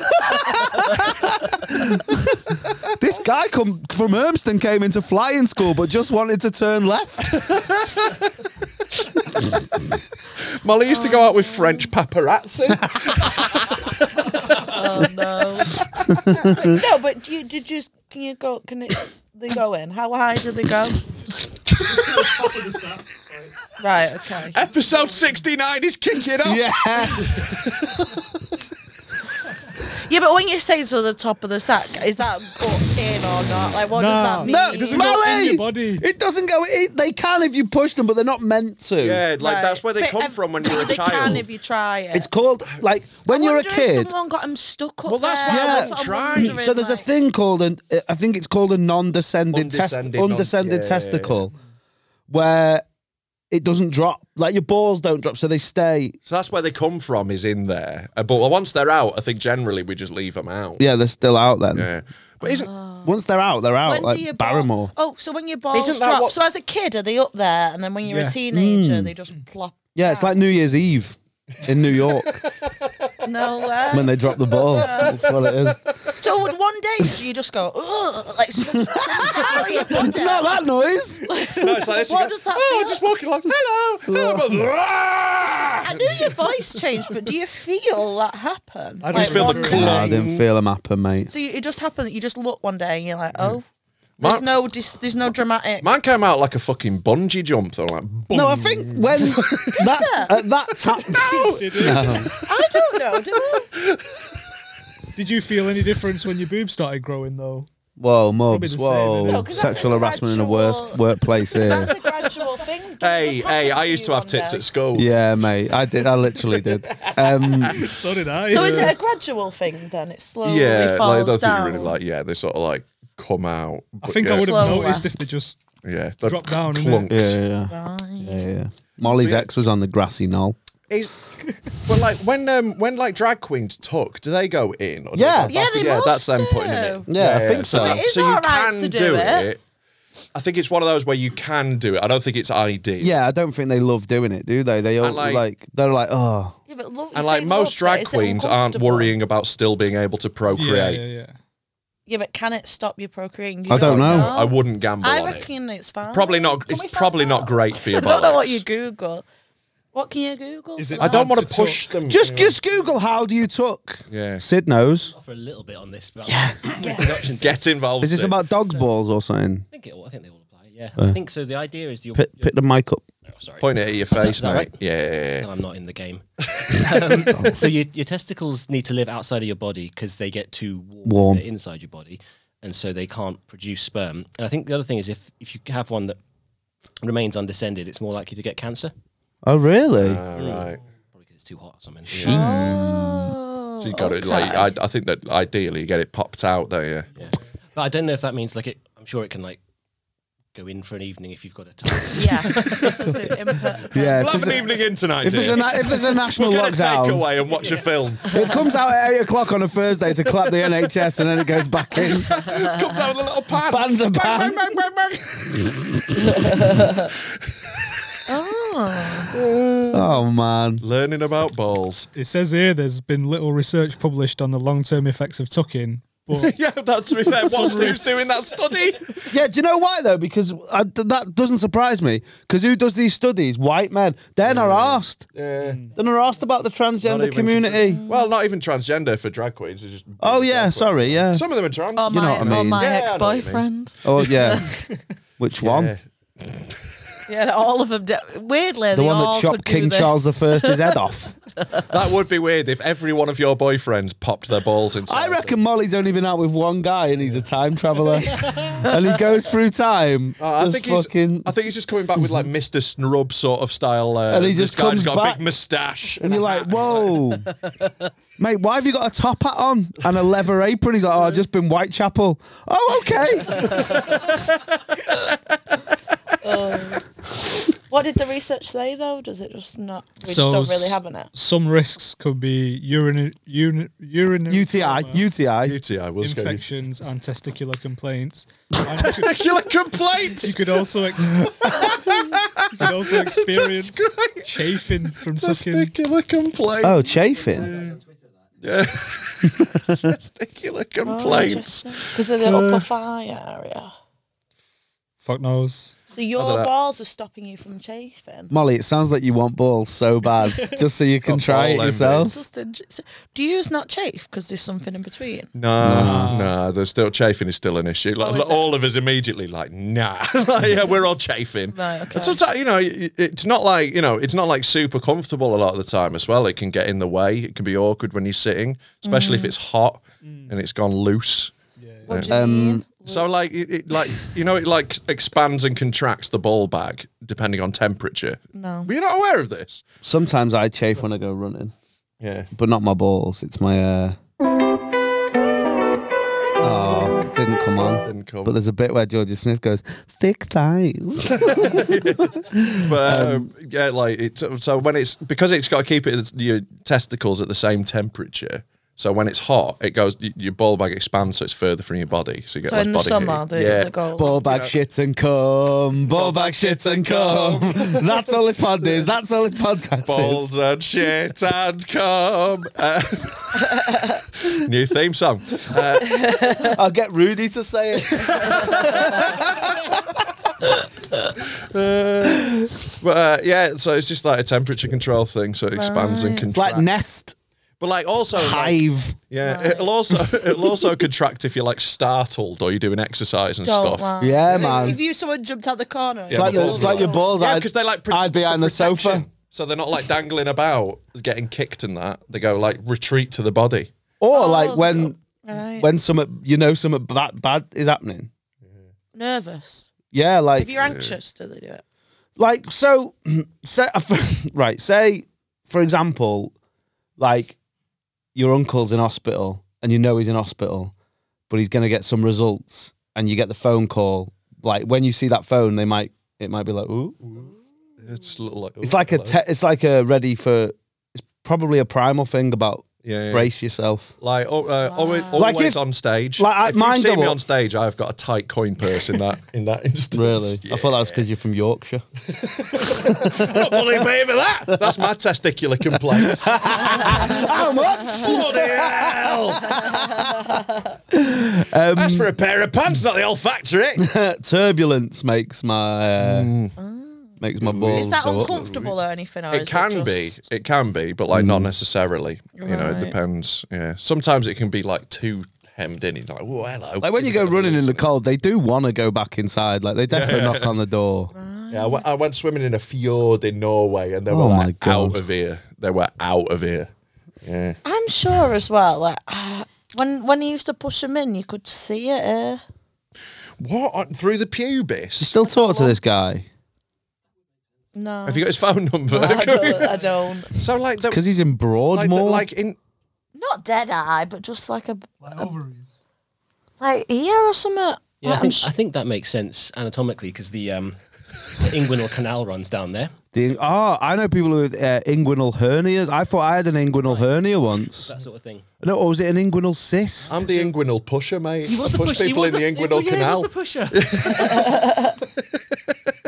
[SPEAKER 2] This guy come, from Ermston came into flying school but just wanted to turn left.
[SPEAKER 3] Molly used to go out with French paparazzi.
[SPEAKER 1] Oh no. no, but you did you can you go can it they go in? How high do they go? right, okay.
[SPEAKER 3] Episode 69 is kicking off.
[SPEAKER 2] Yes.
[SPEAKER 1] Yeah, but when you say to the top of the sack, is that butt in or not? Like what does that
[SPEAKER 8] No.
[SPEAKER 1] mean?
[SPEAKER 2] No,
[SPEAKER 8] doesn't go in
[SPEAKER 2] Molly!
[SPEAKER 8] your body.
[SPEAKER 2] It doesn't go. It, they can if you push them, but they're not meant to.
[SPEAKER 3] Yeah, like
[SPEAKER 1] Right.
[SPEAKER 3] that's where they
[SPEAKER 1] But
[SPEAKER 3] come
[SPEAKER 1] ev-
[SPEAKER 3] from when you're a
[SPEAKER 1] they
[SPEAKER 3] child.
[SPEAKER 1] can if you try it.
[SPEAKER 2] It's called like when you're a
[SPEAKER 1] wonder if
[SPEAKER 2] kid.
[SPEAKER 1] someone got him stuck up
[SPEAKER 3] Well, that's
[SPEAKER 1] there.
[SPEAKER 3] why I
[SPEAKER 2] Yeah.
[SPEAKER 1] That's what I'm
[SPEAKER 3] tried.
[SPEAKER 1] wondering,
[SPEAKER 2] So there's a
[SPEAKER 1] like-
[SPEAKER 2] thing called an uh, I think it's called a non-descending test,
[SPEAKER 3] Undescending, non-
[SPEAKER 2] undescending
[SPEAKER 3] yeah, yeah, yeah.
[SPEAKER 2] testicle, where it doesn't drop. Like your balls don't drop, so they stay.
[SPEAKER 3] So that's where they come from, is in there. Uh, But once they're out, I think generally we just leave them out.
[SPEAKER 2] Yeah, they're still out then.
[SPEAKER 3] Yeah. But isn't
[SPEAKER 1] Oh.
[SPEAKER 2] Once they're out, they're out.
[SPEAKER 1] When
[SPEAKER 2] like
[SPEAKER 1] do your ball-
[SPEAKER 2] Barrymore.
[SPEAKER 1] oh, so when your balls
[SPEAKER 3] Isn't that
[SPEAKER 1] drop.
[SPEAKER 3] what-
[SPEAKER 1] So as a kid, are they up there? And then when you're
[SPEAKER 3] Yeah.
[SPEAKER 1] a teenager,
[SPEAKER 2] Hmm.
[SPEAKER 1] they just plop.
[SPEAKER 2] Yeah, it's like New Year's Eve in New York
[SPEAKER 1] No way.
[SPEAKER 2] when they drop the ball. That's what it is.
[SPEAKER 1] So would one day you just go, ugh, like, something's out of your body.
[SPEAKER 2] Not that noise.
[SPEAKER 3] no, it's like this. you
[SPEAKER 1] What
[SPEAKER 3] go,
[SPEAKER 1] does that
[SPEAKER 3] oh,
[SPEAKER 1] feel
[SPEAKER 3] just walking along. Hello. hello.
[SPEAKER 1] I knew your voice changed, but do you feel that happen?
[SPEAKER 8] I
[SPEAKER 1] Like,
[SPEAKER 8] just feel the
[SPEAKER 1] one day-
[SPEAKER 2] Nah, I didn't feel them happen, mate.
[SPEAKER 1] So you, it just happens. You just look one day and you're like, oh,
[SPEAKER 3] Mar-
[SPEAKER 1] there's no, dis- there's no dramatic.
[SPEAKER 3] Mine came out like a fucking bungee jump, though. Like,
[SPEAKER 2] No, I think when that uh, at that time.
[SPEAKER 8] Did, you-
[SPEAKER 1] I don't know. Do I?
[SPEAKER 8] did you feel any difference when your boobs started growing though?
[SPEAKER 2] Whoa,
[SPEAKER 8] the
[SPEAKER 2] mubs,
[SPEAKER 8] same,
[SPEAKER 2] whoa.
[SPEAKER 8] isn't it?
[SPEAKER 1] No, 'cause that's
[SPEAKER 2] Sexual
[SPEAKER 1] a
[SPEAKER 2] harassment in a worst
[SPEAKER 1] gradual-
[SPEAKER 2] workplace here.
[SPEAKER 1] That's a gradual thing. Doesn't
[SPEAKER 3] hey,
[SPEAKER 1] just
[SPEAKER 3] hey,
[SPEAKER 1] happen
[SPEAKER 3] I used to
[SPEAKER 1] you
[SPEAKER 3] have
[SPEAKER 1] one
[SPEAKER 3] tits
[SPEAKER 1] day.
[SPEAKER 3] at school.
[SPEAKER 2] Yeah, mate. I did. I literally did. Um,
[SPEAKER 8] So did I.
[SPEAKER 1] So is it a gradual thing then? It slowly
[SPEAKER 3] Yeah. Like,
[SPEAKER 1] falls
[SPEAKER 3] those things
[SPEAKER 1] down.
[SPEAKER 3] really like, yeah, they sort of like come out.
[SPEAKER 8] I
[SPEAKER 3] but
[SPEAKER 8] think
[SPEAKER 3] yeah,
[SPEAKER 8] I would have
[SPEAKER 1] Slower.
[SPEAKER 8] noticed if they just.
[SPEAKER 3] Yeah. they're
[SPEAKER 8] dropped down, innit?
[SPEAKER 3] clunked.
[SPEAKER 2] yeah, yeah, yeah. yeah, yeah. Molly's ex was on the grassy knoll.
[SPEAKER 3] Is, well, like when um when like drag queens tuck, do they go in? Or do
[SPEAKER 2] Yeah.
[SPEAKER 3] they go
[SPEAKER 1] Yeah,
[SPEAKER 3] back
[SPEAKER 1] they
[SPEAKER 3] in? yeah. That's
[SPEAKER 1] must
[SPEAKER 3] them putting it.
[SPEAKER 1] do.
[SPEAKER 3] in.
[SPEAKER 2] Yeah, I think so.
[SPEAKER 1] It is
[SPEAKER 3] so you
[SPEAKER 1] all right
[SPEAKER 3] can
[SPEAKER 1] to
[SPEAKER 3] do,
[SPEAKER 1] do
[SPEAKER 3] it.
[SPEAKER 1] it.
[SPEAKER 3] I think it's one of those where you can do it. I don't think it's ideal.
[SPEAKER 2] Yeah, I don't think they love doing it, do they? They all
[SPEAKER 3] And, like-
[SPEAKER 2] like, they're like, oh,
[SPEAKER 1] Yeah, but love,
[SPEAKER 3] And like most drag queens aren't worrying about still being able to procreate.
[SPEAKER 8] Yeah, yeah, yeah.
[SPEAKER 1] Yeah, but can it stop you procreating? You
[SPEAKER 2] I don't know.
[SPEAKER 3] I wouldn't gamble
[SPEAKER 1] Oh, I
[SPEAKER 3] on it.
[SPEAKER 1] reckon it's fine.
[SPEAKER 3] Probably not.
[SPEAKER 1] Can we find
[SPEAKER 3] it's probably
[SPEAKER 1] out?
[SPEAKER 3] not great for your
[SPEAKER 1] I don't
[SPEAKER 3] bollocks.
[SPEAKER 1] know what you Google. What can you Google?
[SPEAKER 8] Is
[SPEAKER 1] for
[SPEAKER 8] it-
[SPEAKER 3] I
[SPEAKER 1] that?
[SPEAKER 3] don't want to
[SPEAKER 8] to
[SPEAKER 3] push them.
[SPEAKER 2] just just Google how do you tuck.
[SPEAKER 3] Yeah.
[SPEAKER 2] Sid knows.
[SPEAKER 10] For a little bit on this. But yeah. I
[SPEAKER 1] Yeah.
[SPEAKER 3] get involved.
[SPEAKER 2] Is this
[SPEAKER 3] in.
[SPEAKER 2] about dog's balls or something?
[SPEAKER 10] think it. all- I think they all apply. Yeah.
[SPEAKER 2] Uh.
[SPEAKER 10] I think so. The idea is you're.
[SPEAKER 2] Pick,
[SPEAKER 10] you're
[SPEAKER 2] pick the mic up.
[SPEAKER 10] oh, sorry.
[SPEAKER 3] point it at your
[SPEAKER 10] Is that-
[SPEAKER 3] face,
[SPEAKER 10] is that
[SPEAKER 3] mate?
[SPEAKER 10] right?
[SPEAKER 3] Yeah, yeah,
[SPEAKER 10] No,
[SPEAKER 3] yeah.
[SPEAKER 10] I'm not in the game. um, so your, your testicles need to live outside of your body because they get too warm, if
[SPEAKER 2] Warm.
[SPEAKER 10] they're inside your body, and so they can't produce sperm. And I think the other thing is if if you have one that remains undescended, it's more likely to get cancer,
[SPEAKER 2] Oh, really?
[SPEAKER 3] All right.
[SPEAKER 10] probably because it's too hot or something.
[SPEAKER 1] Oh,
[SPEAKER 3] So you got
[SPEAKER 1] okay.
[SPEAKER 3] it. Like I, I think that ideally you get it popped out there. Yeah.
[SPEAKER 10] Yeah. But I don't know if that means like it. I'm sure it can like go in for an evening if you've got a time.
[SPEAKER 1] yes. This is an input.
[SPEAKER 2] Yeah.
[SPEAKER 3] We'll
[SPEAKER 2] If
[SPEAKER 3] have
[SPEAKER 2] there's,
[SPEAKER 3] an
[SPEAKER 2] a,
[SPEAKER 3] evening in tonight.
[SPEAKER 2] if, there's a,
[SPEAKER 3] dear.
[SPEAKER 2] na- if there's a national
[SPEAKER 3] We're gonna take
[SPEAKER 2] lockdown,
[SPEAKER 3] away and watch a film.
[SPEAKER 2] it comes out at eight o'clock on a Thursday to clap the NHS, and then it goes back in.
[SPEAKER 3] comes out with a little pad.
[SPEAKER 2] Bands are banned.
[SPEAKER 1] Oh.
[SPEAKER 2] Oh man.
[SPEAKER 3] Learning about balls.
[SPEAKER 8] It says here there's been little research published on the long-term effects of tucking, but
[SPEAKER 3] yeah, that's to be fair. What's who's doing that study?
[SPEAKER 2] Yeah, do you know why though? Because I, th- that doesn't surprise me. Because who does these studies? White men. Then are asked.
[SPEAKER 3] Yeah.
[SPEAKER 2] Then are asked about the transgender community.
[SPEAKER 3] Well, not even transgender for drag queens. It's just
[SPEAKER 2] oh yeah, sorry. Yeah.
[SPEAKER 3] Some of them are trans.
[SPEAKER 1] Or
[SPEAKER 2] know
[SPEAKER 1] Oh, my,
[SPEAKER 2] what I
[SPEAKER 1] or
[SPEAKER 2] mean.
[SPEAKER 1] my
[SPEAKER 3] Yeah, I know what you mean.
[SPEAKER 1] ex-boyfriend.
[SPEAKER 2] oh yeah. Which one?
[SPEAKER 3] Yeah.
[SPEAKER 1] Yeah, all of them. d- Weirdly,
[SPEAKER 2] The
[SPEAKER 1] they
[SPEAKER 2] one that
[SPEAKER 1] all
[SPEAKER 2] chopped
[SPEAKER 1] could do
[SPEAKER 2] King
[SPEAKER 1] this.
[SPEAKER 2] Charles I's head off.
[SPEAKER 3] That would be weird if every one of your boyfriends popped their balls inside.
[SPEAKER 2] I reckon Molly's only been out with one guy, and he's a time traveler, and he goes through time.
[SPEAKER 3] Oh, I
[SPEAKER 2] just
[SPEAKER 3] think
[SPEAKER 2] fucking.
[SPEAKER 3] he's. I think he's just coming back with like Mr. Snrub sort of style. Uh,
[SPEAKER 2] And he
[SPEAKER 3] this
[SPEAKER 2] just
[SPEAKER 3] guy's
[SPEAKER 2] comes
[SPEAKER 3] got a
[SPEAKER 2] back.
[SPEAKER 3] big moustache.
[SPEAKER 2] and you're like, whoa, mate, why have you got a top hat on and a leather apron? He's like, oh, I've just been Whitechapel. Oh, okay.
[SPEAKER 1] What did the research say though? Does it just not? We
[SPEAKER 8] So
[SPEAKER 1] just don't really
[SPEAKER 8] s-
[SPEAKER 1] have it.
[SPEAKER 8] some risks could be urine, urine, urinary
[SPEAKER 2] UTI,
[SPEAKER 8] trauma,
[SPEAKER 2] UTI.
[SPEAKER 3] UTI was going.
[SPEAKER 8] infections, and testicular complaints.
[SPEAKER 3] Testicular complaints.
[SPEAKER 8] You could also ex- you could also experience chafing from sucking.
[SPEAKER 3] Testicular complaints.
[SPEAKER 2] Oh, chafing.
[SPEAKER 3] Yeah. Testicular complaints.
[SPEAKER 1] because of the
[SPEAKER 3] Uh.
[SPEAKER 1] upper thigh area.
[SPEAKER 8] Fuck knows.
[SPEAKER 1] So your balls are stopping you from chafing.
[SPEAKER 2] Molly, it sounds like you want balls so bad, just so you can try it
[SPEAKER 3] ball envy.
[SPEAKER 2] yourself.
[SPEAKER 1] Just in- so- Do yours not chafe because there's something in between?
[SPEAKER 3] No, no, there's still chafing is still an issue. Like,
[SPEAKER 1] Oh, is it?
[SPEAKER 3] all of us immediately like, nah, Like, yeah, we're all chafing.
[SPEAKER 1] Right, okay.
[SPEAKER 3] And sometimes you know, it- it's not like you know, it's not like super comfortable a lot of the time as well. It can get in the way. It can be awkward when you're sitting, especially
[SPEAKER 1] Mm.
[SPEAKER 3] if it's hot and it's gone loose.
[SPEAKER 1] What do you
[SPEAKER 3] Um,
[SPEAKER 1] mean?
[SPEAKER 3] So like it, it like you know it like expands and contracts the ball bag depending on temperature.
[SPEAKER 1] No.
[SPEAKER 3] Were you not aware of this?
[SPEAKER 2] Sometimes I chafe when I go running,
[SPEAKER 3] Yeah.
[SPEAKER 2] but not my balls. It's my. Uh... Oh, didn't come on.
[SPEAKER 3] Didn't come.
[SPEAKER 2] But there's a bit where Georgia Smith goes, thick thighs.
[SPEAKER 3] But um, yeah, like it, so when it's because it's got to keep it your testicles at the same temperature. So when it's hot, it goes y- your ball bag expands, so it's further from your body. So you get
[SPEAKER 1] So
[SPEAKER 3] like
[SPEAKER 1] in the
[SPEAKER 3] body
[SPEAKER 1] summer,
[SPEAKER 3] heat.
[SPEAKER 1] the,
[SPEAKER 3] yeah.
[SPEAKER 1] the goal.
[SPEAKER 2] Ball bag shit and come. Ball bag shit and come. That's all this pod is. That's all this podcast is.
[SPEAKER 3] Balls and shit and come. Uh, new theme song. Uh,
[SPEAKER 2] I'll get Rudy to say it.
[SPEAKER 3] but uh, yeah, so it's just like a temperature control thing, so it expands and
[SPEAKER 2] It's
[SPEAKER 3] contracts.
[SPEAKER 2] like nest,
[SPEAKER 3] but like also like,
[SPEAKER 2] hive.
[SPEAKER 3] Yeah, it'll also it'll also contract if you're like startled or you're doing exercise and
[SPEAKER 1] Don't
[SPEAKER 3] stuff.
[SPEAKER 1] lie.
[SPEAKER 2] Yeah,
[SPEAKER 1] So
[SPEAKER 2] man.
[SPEAKER 1] If you someone jumped out the corner,
[SPEAKER 2] It's like,
[SPEAKER 3] the
[SPEAKER 2] the,
[SPEAKER 3] balls
[SPEAKER 2] it's like your balls.
[SPEAKER 3] Yeah,
[SPEAKER 2] I'd,
[SPEAKER 3] because they like prote-
[SPEAKER 2] I'd be
[SPEAKER 3] for
[SPEAKER 2] on the sofa.
[SPEAKER 3] protection. so they're not like dangling about, getting kicked and that. They go like retreat to the body.
[SPEAKER 2] Or
[SPEAKER 1] Oh,
[SPEAKER 2] like when
[SPEAKER 1] Right.
[SPEAKER 2] when some you know some bad, bad is happening.
[SPEAKER 1] nervous.
[SPEAKER 2] Yeah, like
[SPEAKER 1] If you're anxious, do they do it?
[SPEAKER 2] like so say right say for example like your uncle's in hospital and you know he's in hospital but he's going to get some results and you get the phone call like when you see that phone they might it might be like ooh
[SPEAKER 3] It's little like
[SPEAKER 2] it's like a te- it's like a ready for it's probably a primal thing about
[SPEAKER 3] yeah, yeah.
[SPEAKER 2] brace yourself
[SPEAKER 3] Like oh, uh, always,
[SPEAKER 2] Like
[SPEAKER 3] always
[SPEAKER 2] if-
[SPEAKER 3] on stage.
[SPEAKER 2] like, I-
[SPEAKER 3] if you
[SPEAKER 2] mine
[SPEAKER 3] see me
[SPEAKER 2] double-
[SPEAKER 3] on stage, I've got a tight coin purse in that in that instance.
[SPEAKER 2] really
[SPEAKER 3] Yeah.
[SPEAKER 2] i thought that was because you're from yorkshire
[SPEAKER 3] Not bloody pay for that. That's my testicular complaints.
[SPEAKER 2] how much
[SPEAKER 3] bloody hell!
[SPEAKER 2] Um,
[SPEAKER 3] That's for a pair of pants, not the old factory.
[SPEAKER 2] turbulence makes my uh,
[SPEAKER 3] Mm.
[SPEAKER 2] makes my balls
[SPEAKER 1] Is that
[SPEAKER 2] go up.
[SPEAKER 1] uncomfortable or anything? Or
[SPEAKER 3] it
[SPEAKER 1] is
[SPEAKER 3] can
[SPEAKER 1] just-
[SPEAKER 3] be it can be but like
[SPEAKER 2] Mm.
[SPEAKER 3] not necessarily you know it
[SPEAKER 1] Right.
[SPEAKER 3] depends yeah sometimes it can be like too hemmed in it's like oh hello
[SPEAKER 2] Like when you go
[SPEAKER 3] There's a bit of
[SPEAKER 2] running in the
[SPEAKER 3] loose
[SPEAKER 2] cold, they do want to go back inside. Like they definitely knock on the door.
[SPEAKER 3] it. yeah I went, I went swimming in a fjord in Norway and they were
[SPEAKER 2] Oh my
[SPEAKER 3] like
[SPEAKER 2] God.
[SPEAKER 3] out of here they were out of here yeah
[SPEAKER 1] I'm sure as well. Like ah, when when he used to push him in, you could see it. eh?
[SPEAKER 3] what On- through the pubis
[SPEAKER 2] You still talk to this guy
[SPEAKER 1] No,
[SPEAKER 3] have you got his phone number
[SPEAKER 1] I don't. I don't.
[SPEAKER 3] so like the,
[SPEAKER 2] because he's in
[SPEAKER 3] like, the,
[SPEAKER 2] Broadmoor.
[SPEAKER 3] like in
[SPEAKER 1] Not dead eye, but just like a
[SPEAKER 8] Ovaries.
[SPEAKER 1] like ear or something. Like,
[SPEAKER 10] Yeah, I,
[SPEAKER 1] I'm
[SPEAKER 10] think,
[SPEAKER 1] sh-
[SPEAKER 10] I think that makes sense anatomically because the, um, the inguinal canal runs down there.
[SPEAKER 2] the, oh, I know people with uh, inguinal hernias. I thought I had an inguinal hernia once.
[SPEAKER 10] That sort of thing.
[SPEAKER 2] No, or was it an inguinal cyst?
[SPEAKER 3] I'm the inguinal pusher mate I push
[SPEAKER 10] he
[SPEAKER 3] people
[SPEAKER 10] was
[SPEAKER 3] in the,
[SPEAKER 10] he-
[SPEAKER 3] inguinal
[SPEAKER 10] yeah, he
[SPEAKER 3] canal
[SPEAKER 10] was the pusher.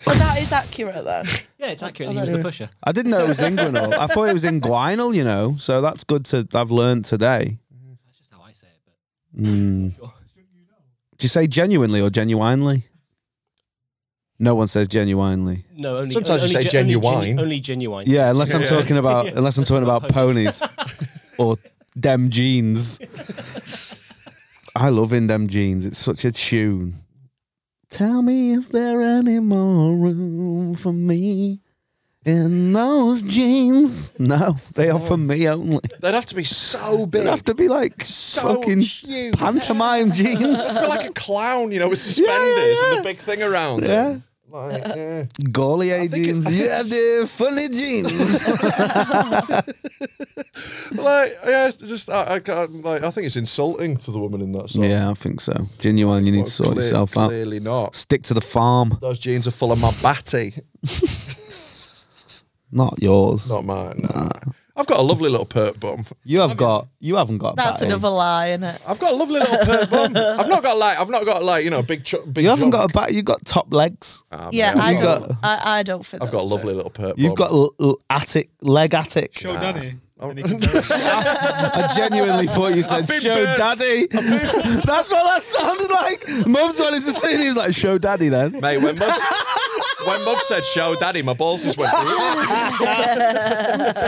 [SPEAKER 1] so that is accurate then.
[SPEAKER 10] yeah, it's accurate. He was the pusher.
[SPEAKER 2] I didn't know it was inguinal. I thought it was inguinal. You know, so that's good to I've learned today.
[SPEAKER 10] That's just how I say it. But
[SPEAKER 2] Hmm. Do you say genuinely or genuinely? No one says genuinely.
[SPEAKER 10] no, only
[SPEAKER 3] Sometimes you
[SPEAKER 10] only
[SPEAKER 3] say
[SPEAKER 10] ge- only genu-
[SPEAKER 3] genuine.
[SPEAKER 10] Only genuine.
[SPEAKER 2] Yeah, unless I'm talking about unless I'm talking about ponies or dem jeans. I love in dem jeans. It's such a tune. Tell me, is there any more room for me in those jeans? No, they are for me only.
[SPEAKER 3] they'd have to be so
[SPEAKER 2] They
[SPEAKER 3] big
[SPEAKER 2] have to be like
[SPEAKER 3] so
[SPEAKER 2] fucking
[SPEAKER 3] huge
[SPEAKER 2] pantomime
[SPEAKER 3] I
[SPEAKER 2] jeans.
[SPEAKER 3] feel like a clown, you know, with
[SPEAKER 2] Yeah,
[SPEAKER 3] suspenders
[SPEAKER 2] yeah, yeah.
[SPEAKER 3] and the big thing around.
[SPEAKER 2] Yeah.
[SPEAKER 3] them. Like, eh. yeah.
[SPEAKER 2] Gaulier
[SPEAKER 3] think it-
[SPEAKER 2] jeans. Yeah, they're funny jeans.
[SPEAKER 3] like, yeah, just I, I can't, like, I think it's insulting to the woman in that song.
[SPEAKER 2] yeah, I think so. Genuine, you need
[SPEAKER 3] Well,
[SPEAKER 2] to sort
[SPEAKER 3] clear-
[SPEAKER 2] yourself out.
[SPEAKER 3] Clearly not.
[SPEAKER 2] Stick to the farm,
[SPEAKER 3] Those jeans are full of my batty,
[SPEAKER 2] not yours.
[SPEAKER 3] not mine. no. I've got a lovely little pert bum.
[SPEAKER 2] You have got. You haven't got. A
[SPEAKER 1] That's
[SPEAKER 2] batty.
[SPEAKER 1] another lie, isn't it?
[SPEAKER 3] I've got a lovely little pert bum. I've not got like I've not got like you know big ch- big.
[SPEAKER 2] You haven't
[SPEAKER 3] junk.
[SPEAKER 2] got a bat. You've got top legs.
[SPEAKER 1] Yeah, I
[SPEAKER 2] You've
[SPEAKER 1] don't.
[SPEAKER 2] got-
[SPEAKER 1] I, I don't think
[SPEAKER 3] I've got a
[SPEAKER 1] that's
[SPEAKER 3] lovely little pert.
[SPEAKER 2] You've
[SPEAKER 3] bum.
[SPEAKER 2] got l- l- attic leg attic.
[SPEAKER 8] Show Danny.
[SPEAKER 3] Oh.
[SPEAKER 8] and he can
[SPEAKER 2] I genuinely thought you said
[SPEAKER 3] been
[SPEAKER 2] show
[SPEAKER 3] burnt.
[SPEAKER 2] daddy. That's what that sounded like. Mum's wanted to see it. He was like, show daddy then.
[SPEAKER 3] Mate, when Mum, when Mum said show daddy, my balls just went.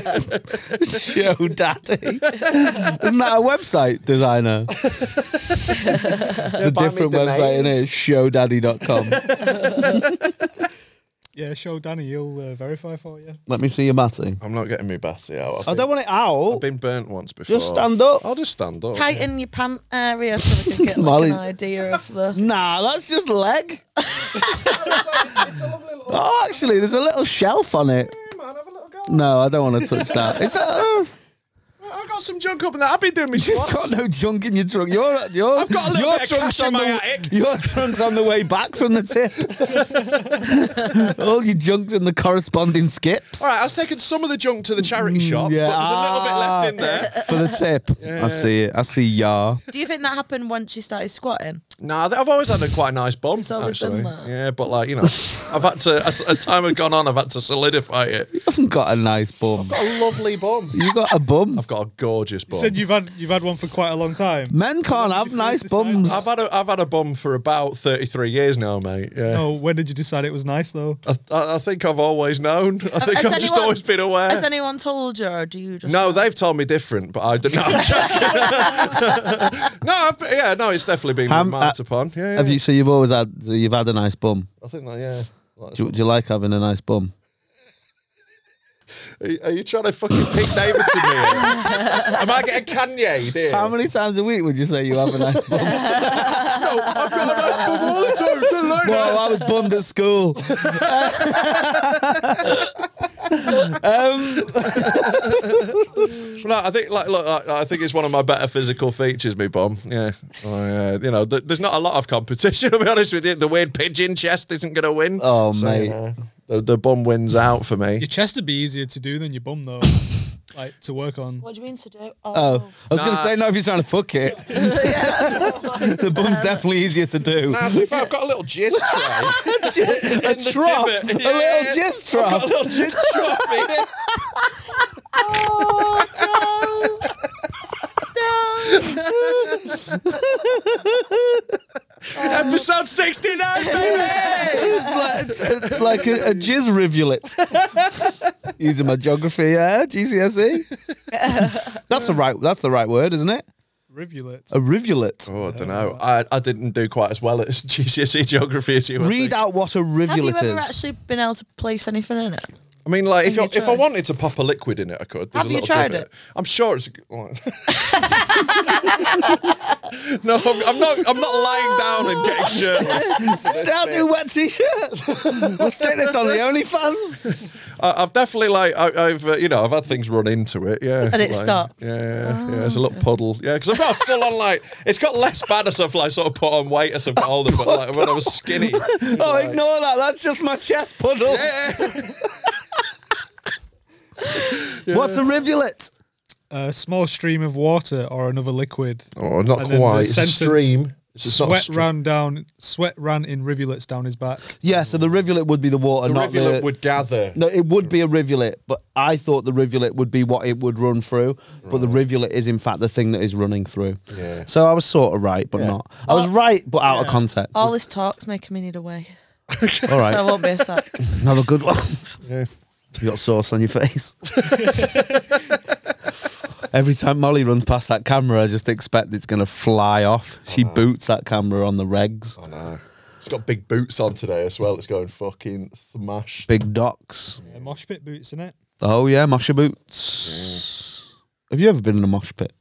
[SPEAKER 2] show daddy. Isn't that a website designer? it's a
[SPEAKER 3] buy me
[SPEAKER 2] different website, isn't it? Showdaddy.com.
[SPEAKER 8] Yeah, show Danny. He'll uh, verify for you.
[SPEAKER 2] Let me see your matty.
[SPEAKER 3] I'm not getting me batty out.
[SPEAKER 2] I don't want it
[SPEAKER 3] I've
[SPEAKER 2] out.
[SPEAKER 3] been burnt once before.
[SPEAKER 2] Just stand up.
[SPEAKER 3] I'll just stand up.
[SPEAKER 1] Tighten your pant area so we can get like
[SPEAKER 2] Molly.
[SPEAKER 1] an idea of the.
[SPEAKER 2] Nah, that's just leg. oh, actually, there's a little shelf on it. No, I don't want to touch that. It's a, uh,
[SPEAKER 3] I got some junk up in there. I've been doing me
[SPEAKER 2] you've
[SPEAKER 3] squats.
[SPEAKER 2] got no junk in your trunk. Your your
[SPEAKER 3] I've got a little
[SPEAKER 2] your
[SPEAKER 3] bit of
[SPEAKER 2] trunk's
[SPEAKER 3] cash in
[SPEAKER 2] on
[SPEAKER 3] my
[SPEAKER 2] the
[SPEAKER 3] attic.
[SPEAKER 2] your trunk's on the way back from the tip. All your junk's in the corresponding skips
[SPEAKER 3] All right, I've taken some of the junk to the charity shop,
[SPEAKER 2] yeah.
[SPEAKER 3] but there's a little bit left in
[SPEAKER 2] Ah.
[SPEAKER 3] there.
[SPEAKER 2] for the tip. I see it. I see yar.
[SPEAKER 1] Do you think that happened once she started squatting?
[SPEAKER 3] Nah, I've always had a quite nice bum.
[SPEAKER 1] It's always
[SPEAKER 3] actually.
[SPEAKER 1] been that.
[SPEAKER 3] Yeah, but like you know, I've had to as, as time has gone on, I've had to solidify it.
[SPEAKER 2] You haven't got a nice bum.
[SPEAKER 3] A lovely bum.
[SPEAKER 2] You got a bum.
[SPEAKER 3] I've got a gorgeous bum.
[SPEAKER 8] Said you've had you've had one for quite a long time.
[SPEAKER 2] Men can't
[SPEAKER 8] did
[SPEAKER 2] have
[SPEAKER 8] you
[SPEAKER 2] nice
[SPEAKER 8] decide that?
[SPEAKER 2] bums.
[SPEAKER 3] I've had a I've had a bum for about thirty three years now, mate. Yeah.
[SPEAKER 8] No, when did you decide it was nice though?
[SPEAKER 3] I, I I think I've always known. I think I've
[SPEAKER 1] has
[SPEAKER 3] just
[SPEAKER 1] anyone-
[SPEAKER 3] always been aware.
[SPEAKER 1] Has anyone told you, or do you just?
[SPEAKER 3] Uh. no, they've told me different, but I don't know. no, I've, yeah, no, it's definitely been
[SPEAKER 2] Ham-
[SPEAKER 3] remarked
[SPEAKER 2] uh,
[SPEAKER 3] upon. Yeah, yeah.
[SPEAKER 2] Have you? So you've always had. so You've had a nice bum.
[SPEAKER 3] I think that, yeah. Like,
[SPEAKER 2] Do, you- do you like having a nice bum?
[SPEAKER 3] Are you- Are you trying to fucking pick Davidson here? Am I getting Kanye, dear?
[SPEAKER 2] How many times a week would you say you have a nice bum?
[SPEAKER 3] I've got enough for all the time. Don't like that.
[SPEAKER 2] Whoa, I was bummed at school. um,
[SPEAKER 3] Well, no, I think like look, like, I think it's one of my better physical features, me bum. Yeah, oh, yeah. you know, th- there's not a lot of competition. To be honest with you, the weird pigeon chest isn't going to win.
[SPEAKER 2] oh, mate.
[SPEAKER 3] you know, the, the bum wins out for
[SPEAKER 8] Your
[SPEAKER 3] me.
[SPEAKER 8] chest would be easier to do than your bum though, like to work on.
[SPEAKER 1] What do you mean to do?
[SPEAKER 2] Oh,
[SPEAKER 1] Oh,
[SPEAKER 2] I was going to say, no, if you're trying to fuck it. the bum's definitely easier to do.
[SPEAKER 3] Now, so if I've got a little jizz tray,
[SPEAKER 2] a trough.
[SPEAKER 3] divot,
[SPEAKER 2] A
[SPEAKER 3] yeah,
[SPEAKER 2] little
[SPEAKER 3] yeah.
[SPEAKER 2] jizz
[SPEAKER 3] I've got
[SPEAKER 2] trough.
[SPEAKER 3] a little jizz trough in it.
[SPEAKER 1] oh no, no.
[SPEAKER 3] Episode 69, baby.
[SPEAKER 2] like like a, a jizz rivulet. Using my geography, yeah, GCSE. E. that's a right. That's the right word, isn't it?
[SPEAKER 8] Rivulet.
[SPEAKER 2] A rivulet.
[SPEAKER 3] Oh, I don't know. I, I didn't do quite as well at GCSE E geography as you. I
[SPEAKER 2] Read
[SPEAKER 3] think.
[SPEAKER 2] out what a
[SPEAKER 1] Have you
[SPEAKER 2] rivulet
[SPEAKER 1] ever
[SPEAKER 2] is.
[SPEAKER 1] actually been able to place anything in it?
[SPEAKER 3] I mean, like if,
[SPEAKER 1] Have
[SPEAKER 3] I,
[SPEAKER 1] you
[SPEAKER 3] if I
[SPEAKER 1] tried?
[SPEAKER 3] wanted to pop a liquid in it, I could. There's
[SPEAKER 1] Have
[SPEAKER 3] a
[SPEAKER 1] you
[SPEAKER 3] little
[SPEAKER 1] tried
[SPEAKER 3] divot.
[SPEAKER 1] it?
[SPEAKER 3] I'm sure it's. a good one. no, I'm, I'm not. I'm not lying down and getting shirtless.
[SPEAKER 2] Now do wet t-shirts. we'll stick this on the OnlyFans.
[SPEAKER 3] I, I've definitely like I, I've uh, you know I've had things run into it. Yeah,
[SPEAKER 1] And it
[SPEAKER 3] like,
[SPEAKER 1] stops.
[SPEAKER 3] Yeah, yeah, yeah. It's a little puddle. Yeah, because I've got a full on like. It's got less bad as I've like sort of put on weight as I've got older, but like when I was skinny.
[SPEAKER 2] Oh, ignore that. That's just my chest puddle. What's a rivulet?
[SPEAKER 8] A small stream of water or another liquid.
[SPEAKER 3] Oh, not
[SPEAKER 8] And then
[SPEAKER 3] quite.
[SPEAKER 8] the
[SPEAKER 3] It's a
[SPEAKER 8] sentence,
[SPEAKER 3] stream. It's not a
[SPEAKER 8] Sweat
[SPEAKER 3] stream.
[SPEAKER 8] ran down. Sweat ran in rivulets down his back.
[SPEAKER 2] Yeah, so the rivulet would be the water,
[SPEAKER 3] The
[SPEAKER 2] not
[SPEAKER 3] rivulet
[SPEAKER 2] the.
[SPEAKER 3] would gather.
[SPEAKER 2] no, it would be a rivulet, but I thought the rivulet would be what it would run through. But the rivulet is, in fact, the thing that is running through.
[SPEAKER 3] Yeah.
[SPEAKER 2] So I was sort of right, but not. I was right, but out of context.
[SPEAKER 1] All this talk's making me need a way,
[SPEAKER 2] All
[SPEAKER 1] Oh, so I
[SPEAKER 2] right,
[SPEAKER 1] won't be a sack.
[SPEAKER 2] have a good one.
[SPEAKER 3] Yeah.
[SPEAKER 2] You got sauce on your face. Every time Molly runs past that camera, I just expect it's going to fly off.
[SPEAKER 3] Oh,
[SPEAKER 2] She boots that camera on the regs.
[SPEAKER 3] I know. It's got big boots on today as well. It's going fucking smash.
[SPEAKER 2] Big docks.
[SPEAKER 8] A mosh pit boots in it.
[SPEAKER 2] Oh, yeah, mosher boots. Have you ever been in a mosh pit?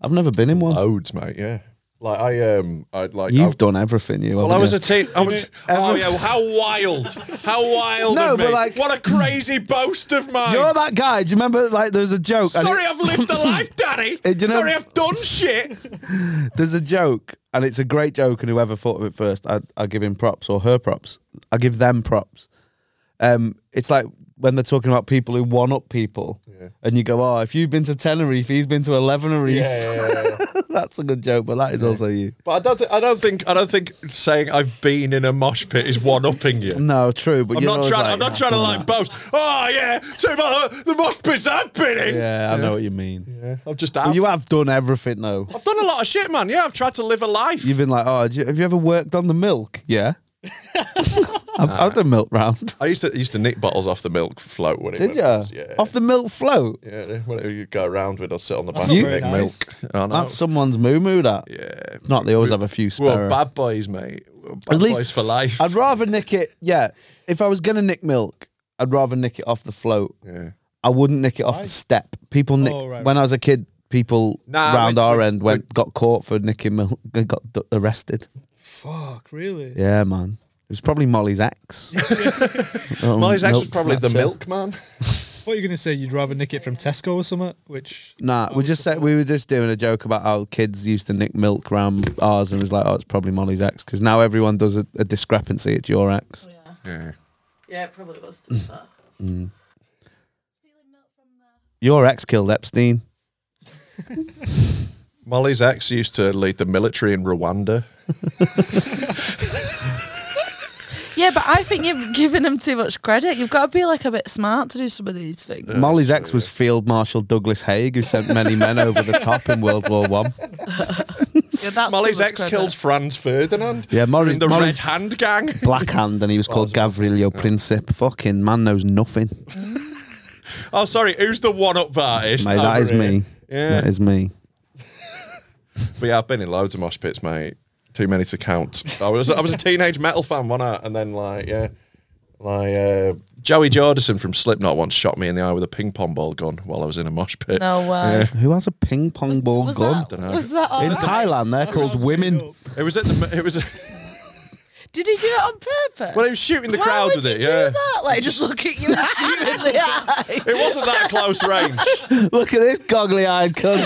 [SPEAKER 2] I've never been in one.
[SPEAKER 3] Loads, mate. Yeah. Like I um, I like.
[SPEAKER 2] You've
[SPEAKER 3] I,
[SPEAKER 2] done everything, you.
[SPEAKER 3] Well, I
[SPEAKER 2] haven't
[SPEAKER 3] was
[SPEAKER 2] you?
[SPEAKER 3] a teen. I was, oh
[SPEAKER 2] Ever-
[SPEAKER 3] yeah, well, how wild, how wild
[SPEAKER 2] No,
[SPEAKER 3] of me!
[SPEAKER 2] but like-
[SPEAKER 3] what a crazy boast of mine.
[SPEAKER 2] You're that guy. Do you remember? Like, there's a joke. and
[SPEAKER 3] Sorry,
[SPEAKER 2] it-
[SPEAKER 3] I've lived a life, Daddy.
[SPEAKER 2] Hey, do you know-
[SPEAKER 3] Sorry, I've done shit.
[SPEAKER 2] there's a joke, and it's a great joke. And whoever thought of it first, I, I give him props or her props. I give them props. Um, it's like when they're talking about people who one up people, and you go, "Oh, if you've been to Tenerife, he's been to Elevenerife." That's a good joke, but that is also you.
[SPEAKER 3] But I don't, th- I don't think, I don't think saying I've been in a mosh pit is one upping you.
[SPEAKER 2] No, true, but
[SPEAKER 3] I'm
[SPEAKER 2] you're
[SPEAKER 3] not
[SPEAKER 2] always
[SPEAKER 3] trying.
[SPEAKER 2] Like,
[SPEAKER 3] I'm not
[SPEAKER 2] "I've
[SPEAKER 3] trying to
[SPEAKER 2] done
[SPEAKER 3] like
[SPEAKER 2] that."
[SPEAKER 3] boast. Oh yeah, too about the mosh pits I've been in.
[SPEAKER 2] Yeah, I know what you mean.
[SPEAKER 3] I've just.
[SPEAKER 2] Well,
[SPEAKER 3] I've,
[SPEAKER 2] you have done everything though.
[SPEAKER 3] I've done a lot of shit, man. Yeah, I've tried to live a life.
[SPEAKER 2] You've been like, "Oh, do you- have you ever worked on the milk?" Yeah, I've, I've done milk round.
[SPEAKER 3] I used to used to nick bottles off the milk float when it
[SPEAKER 2] Did
[SPEAKER 3] went-
[SPEAKER 2] you?
[SPEAKER 3] Yeah.
[SPEAKER 2] Off the milk float.
[SPEAKER 3] yeah, when it would go around with, I'd sit on the back
[SPEAKER 8] not
[SPEAKER 3] and
[SPEAKER 8] very
[SPEAKER 3] make
[SPEAKER 8] nice.
[SPEAKER 3] milk. I know.
[SPEAKER 2] That's someone's moo moo. That.
[SPEAKER 3] yeah.
[SPEAKER 2] If not, they always have a few
[SPEAKER 3] We
[SPEAKER 2] spare.
[SPEAKER 3] were bad boys, mate. We were bad boys for life.
[SPEAKER 2] I'd rather nick it. Yeah, if I was gonna nick milk, I'd rather nick it off the float.
[SPEAKER 3] Yeah.
[SPEAKER 2] I wouldn't nick it off the step. People nick
[SPEAKER 8] Oh, right,
[SPEAKER 2] when I was a kid. People
[SPEAKER 3] Nah,
[SPEAKER 2] round
[SPEAKER 3] we-
[SPEAKER 2] our
[SPEAKER 3] we-
[SPEAKER 2] end went got caught for nicking milk. They got d- arrested.
[SPEAKER 8] Fuck, really?
[SPEAKER 2] Yeah, man. It was probably Molly's ex. Um,
[SPEAKER 3] Molly's ex was
[SPEAKER 2] milk
[SPEAKER 3] probably the
[SPEAKER 2] snatcher.
[SPEAKER 3] milkman.
[SPEAKER 8] I thought you were gonna say you'd rather nick it from Tesco or something, which
[SPEAKER 2] Nah, we just said we were just doing a joke about how kids used to nick milk round ours, and it was like, oh, it's probably Molly's ex because now everyone does a, a discrepancy. It's your ex.
[SPEAKER 1] Yeah.
[SPEAKER 3] Yeah.
[SPEAKER 1] Yeah, it probably was to be fair.
[SPEAKER 2] Your ex killed Epstein.
[SPEAKER 3] Molly's ex used to lead the military in Rwanda.
[SPEAKER 1] Yeah, but I think you've given them too much credit. You've got to be like a bit smart to do some of these things.
[SPEAKER 2] Molly's ex was Field Marshal Douglas Haig, who sent many men over the top in World War One.
[SPEAKER 1] Yeah, that's too
[SPEAKER 3] Molly's
[SPEAKER 1] much
[SPEAKER 3] ex
[SPEAKER 1] credit.
[SPEAKER 3] killed Franz Ferdinand.
[SPEAKER 2] Yeah, Molly's-
[SPEAKER 3] in the
[SPEAKER 2] Molly's-
[SPEAKER 3] Red Hand Gang.
[SPEAKER 2] Black Hand, and he was called Gavrilio Princip. Fucking man knows nothing.
[SPEAKER 3] Oh, sorry, who's the one-up artist?
[SPEAKER 2] Mate, that
[SPEAKER 3] over
[SPEAKER 2] is
[SPEAKER 3] here?
[SPEAKER 2] me.
[SPEAKER 3] Yeah.
[SPEAKER 2] That is me.
[SPEAKER 3] But yeah, I've been in loads of mosh pits, mate. Too many to count. I was I was a teenage metal fan, one night, and then like yeah, like uh, Joey Jordison from Slipknot once shot me in the eye with a ping pong ball gun while I was in a mosh pit.
[SPEAKER 1] No way.
[SPEAKER 2] Who has a ping pong ball
[SPEAKER 1] Was
[SPEAKER 2] gun?
[SPEAKER 1] that, was that all
[SPEAKER 2] In
[SPEAKER 1] right?
[SPEAKER 2] Thailand, they're called women.
[SPEAKER 3] It was at the it was.
[SPEAKER 1] Did he do it on purpose?
[SPEAKER 3] Well, he was shooting the
[SPEAKER 1] Why
[SPEAKER 3] crowd
[SPEAKER 1] would
[SPEAKER 3] with
[SPEAKER 1] you
[SPEAKER 3] it,
[SPEAKER 1] do
[SPEAKER 3] yeah.
[SPEAKER 1] that? Like, just look at you and shoot you in the eye.
[SPEAKER 3] It wasn't that close range.
[SPEAKER 2] Look at this goggly eyed cunt.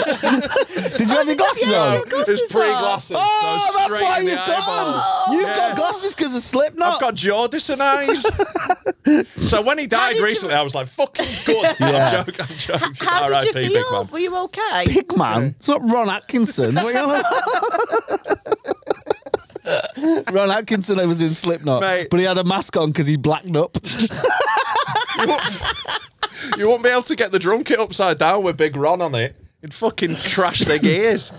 [SPEAKER 2] Did you have your glasses on?
[SPEAKER 1] Your glasses
[SPEAKER 3] It's pre
[SPEAKER 1] on.
[SPEAKER 3] glasses.
[SPEAKER 2] Oh,
[SPEAKER 3] so
[SPEAKER 2] that's
[SPEAKER 3] straight
[SPEAKER 2] why
[SPEAKER 3] in the
[SPEAKER 2] you've
[SPEAKER 3] eyeball.
[SPEAKER 2] got them. You've
[SPEAKER 3] Yeah.
[SPEAKER 2] got glasses because of Slipknot.
[SPEAKER 3] I've got Jordison eyes. so when he died
[SPEAKER 1] did you-
[SPEAKER 3] recently, I was like, "Fucking good." I'm joking. I'm joking.
[SPEAKER 1] How did you
[SPEAKER 3] R.I.P. Big
[SPEAKER 1] feel?
[SPEAKER 3] man.
[SPEAKER 1] Were you okay?
[SPEAKER 2] Pig man. It's not Ron Atkinson. What are you on? Ron Atkinson was in Slipknot,
[SPEAKER 3] Mate.
[SPEAKER 2] but he had a mask on because he blacked up.
[SPEAKER 3] You won't be able to get the drum kit upside down with Big Ron on it. It'd fucking trash their gears.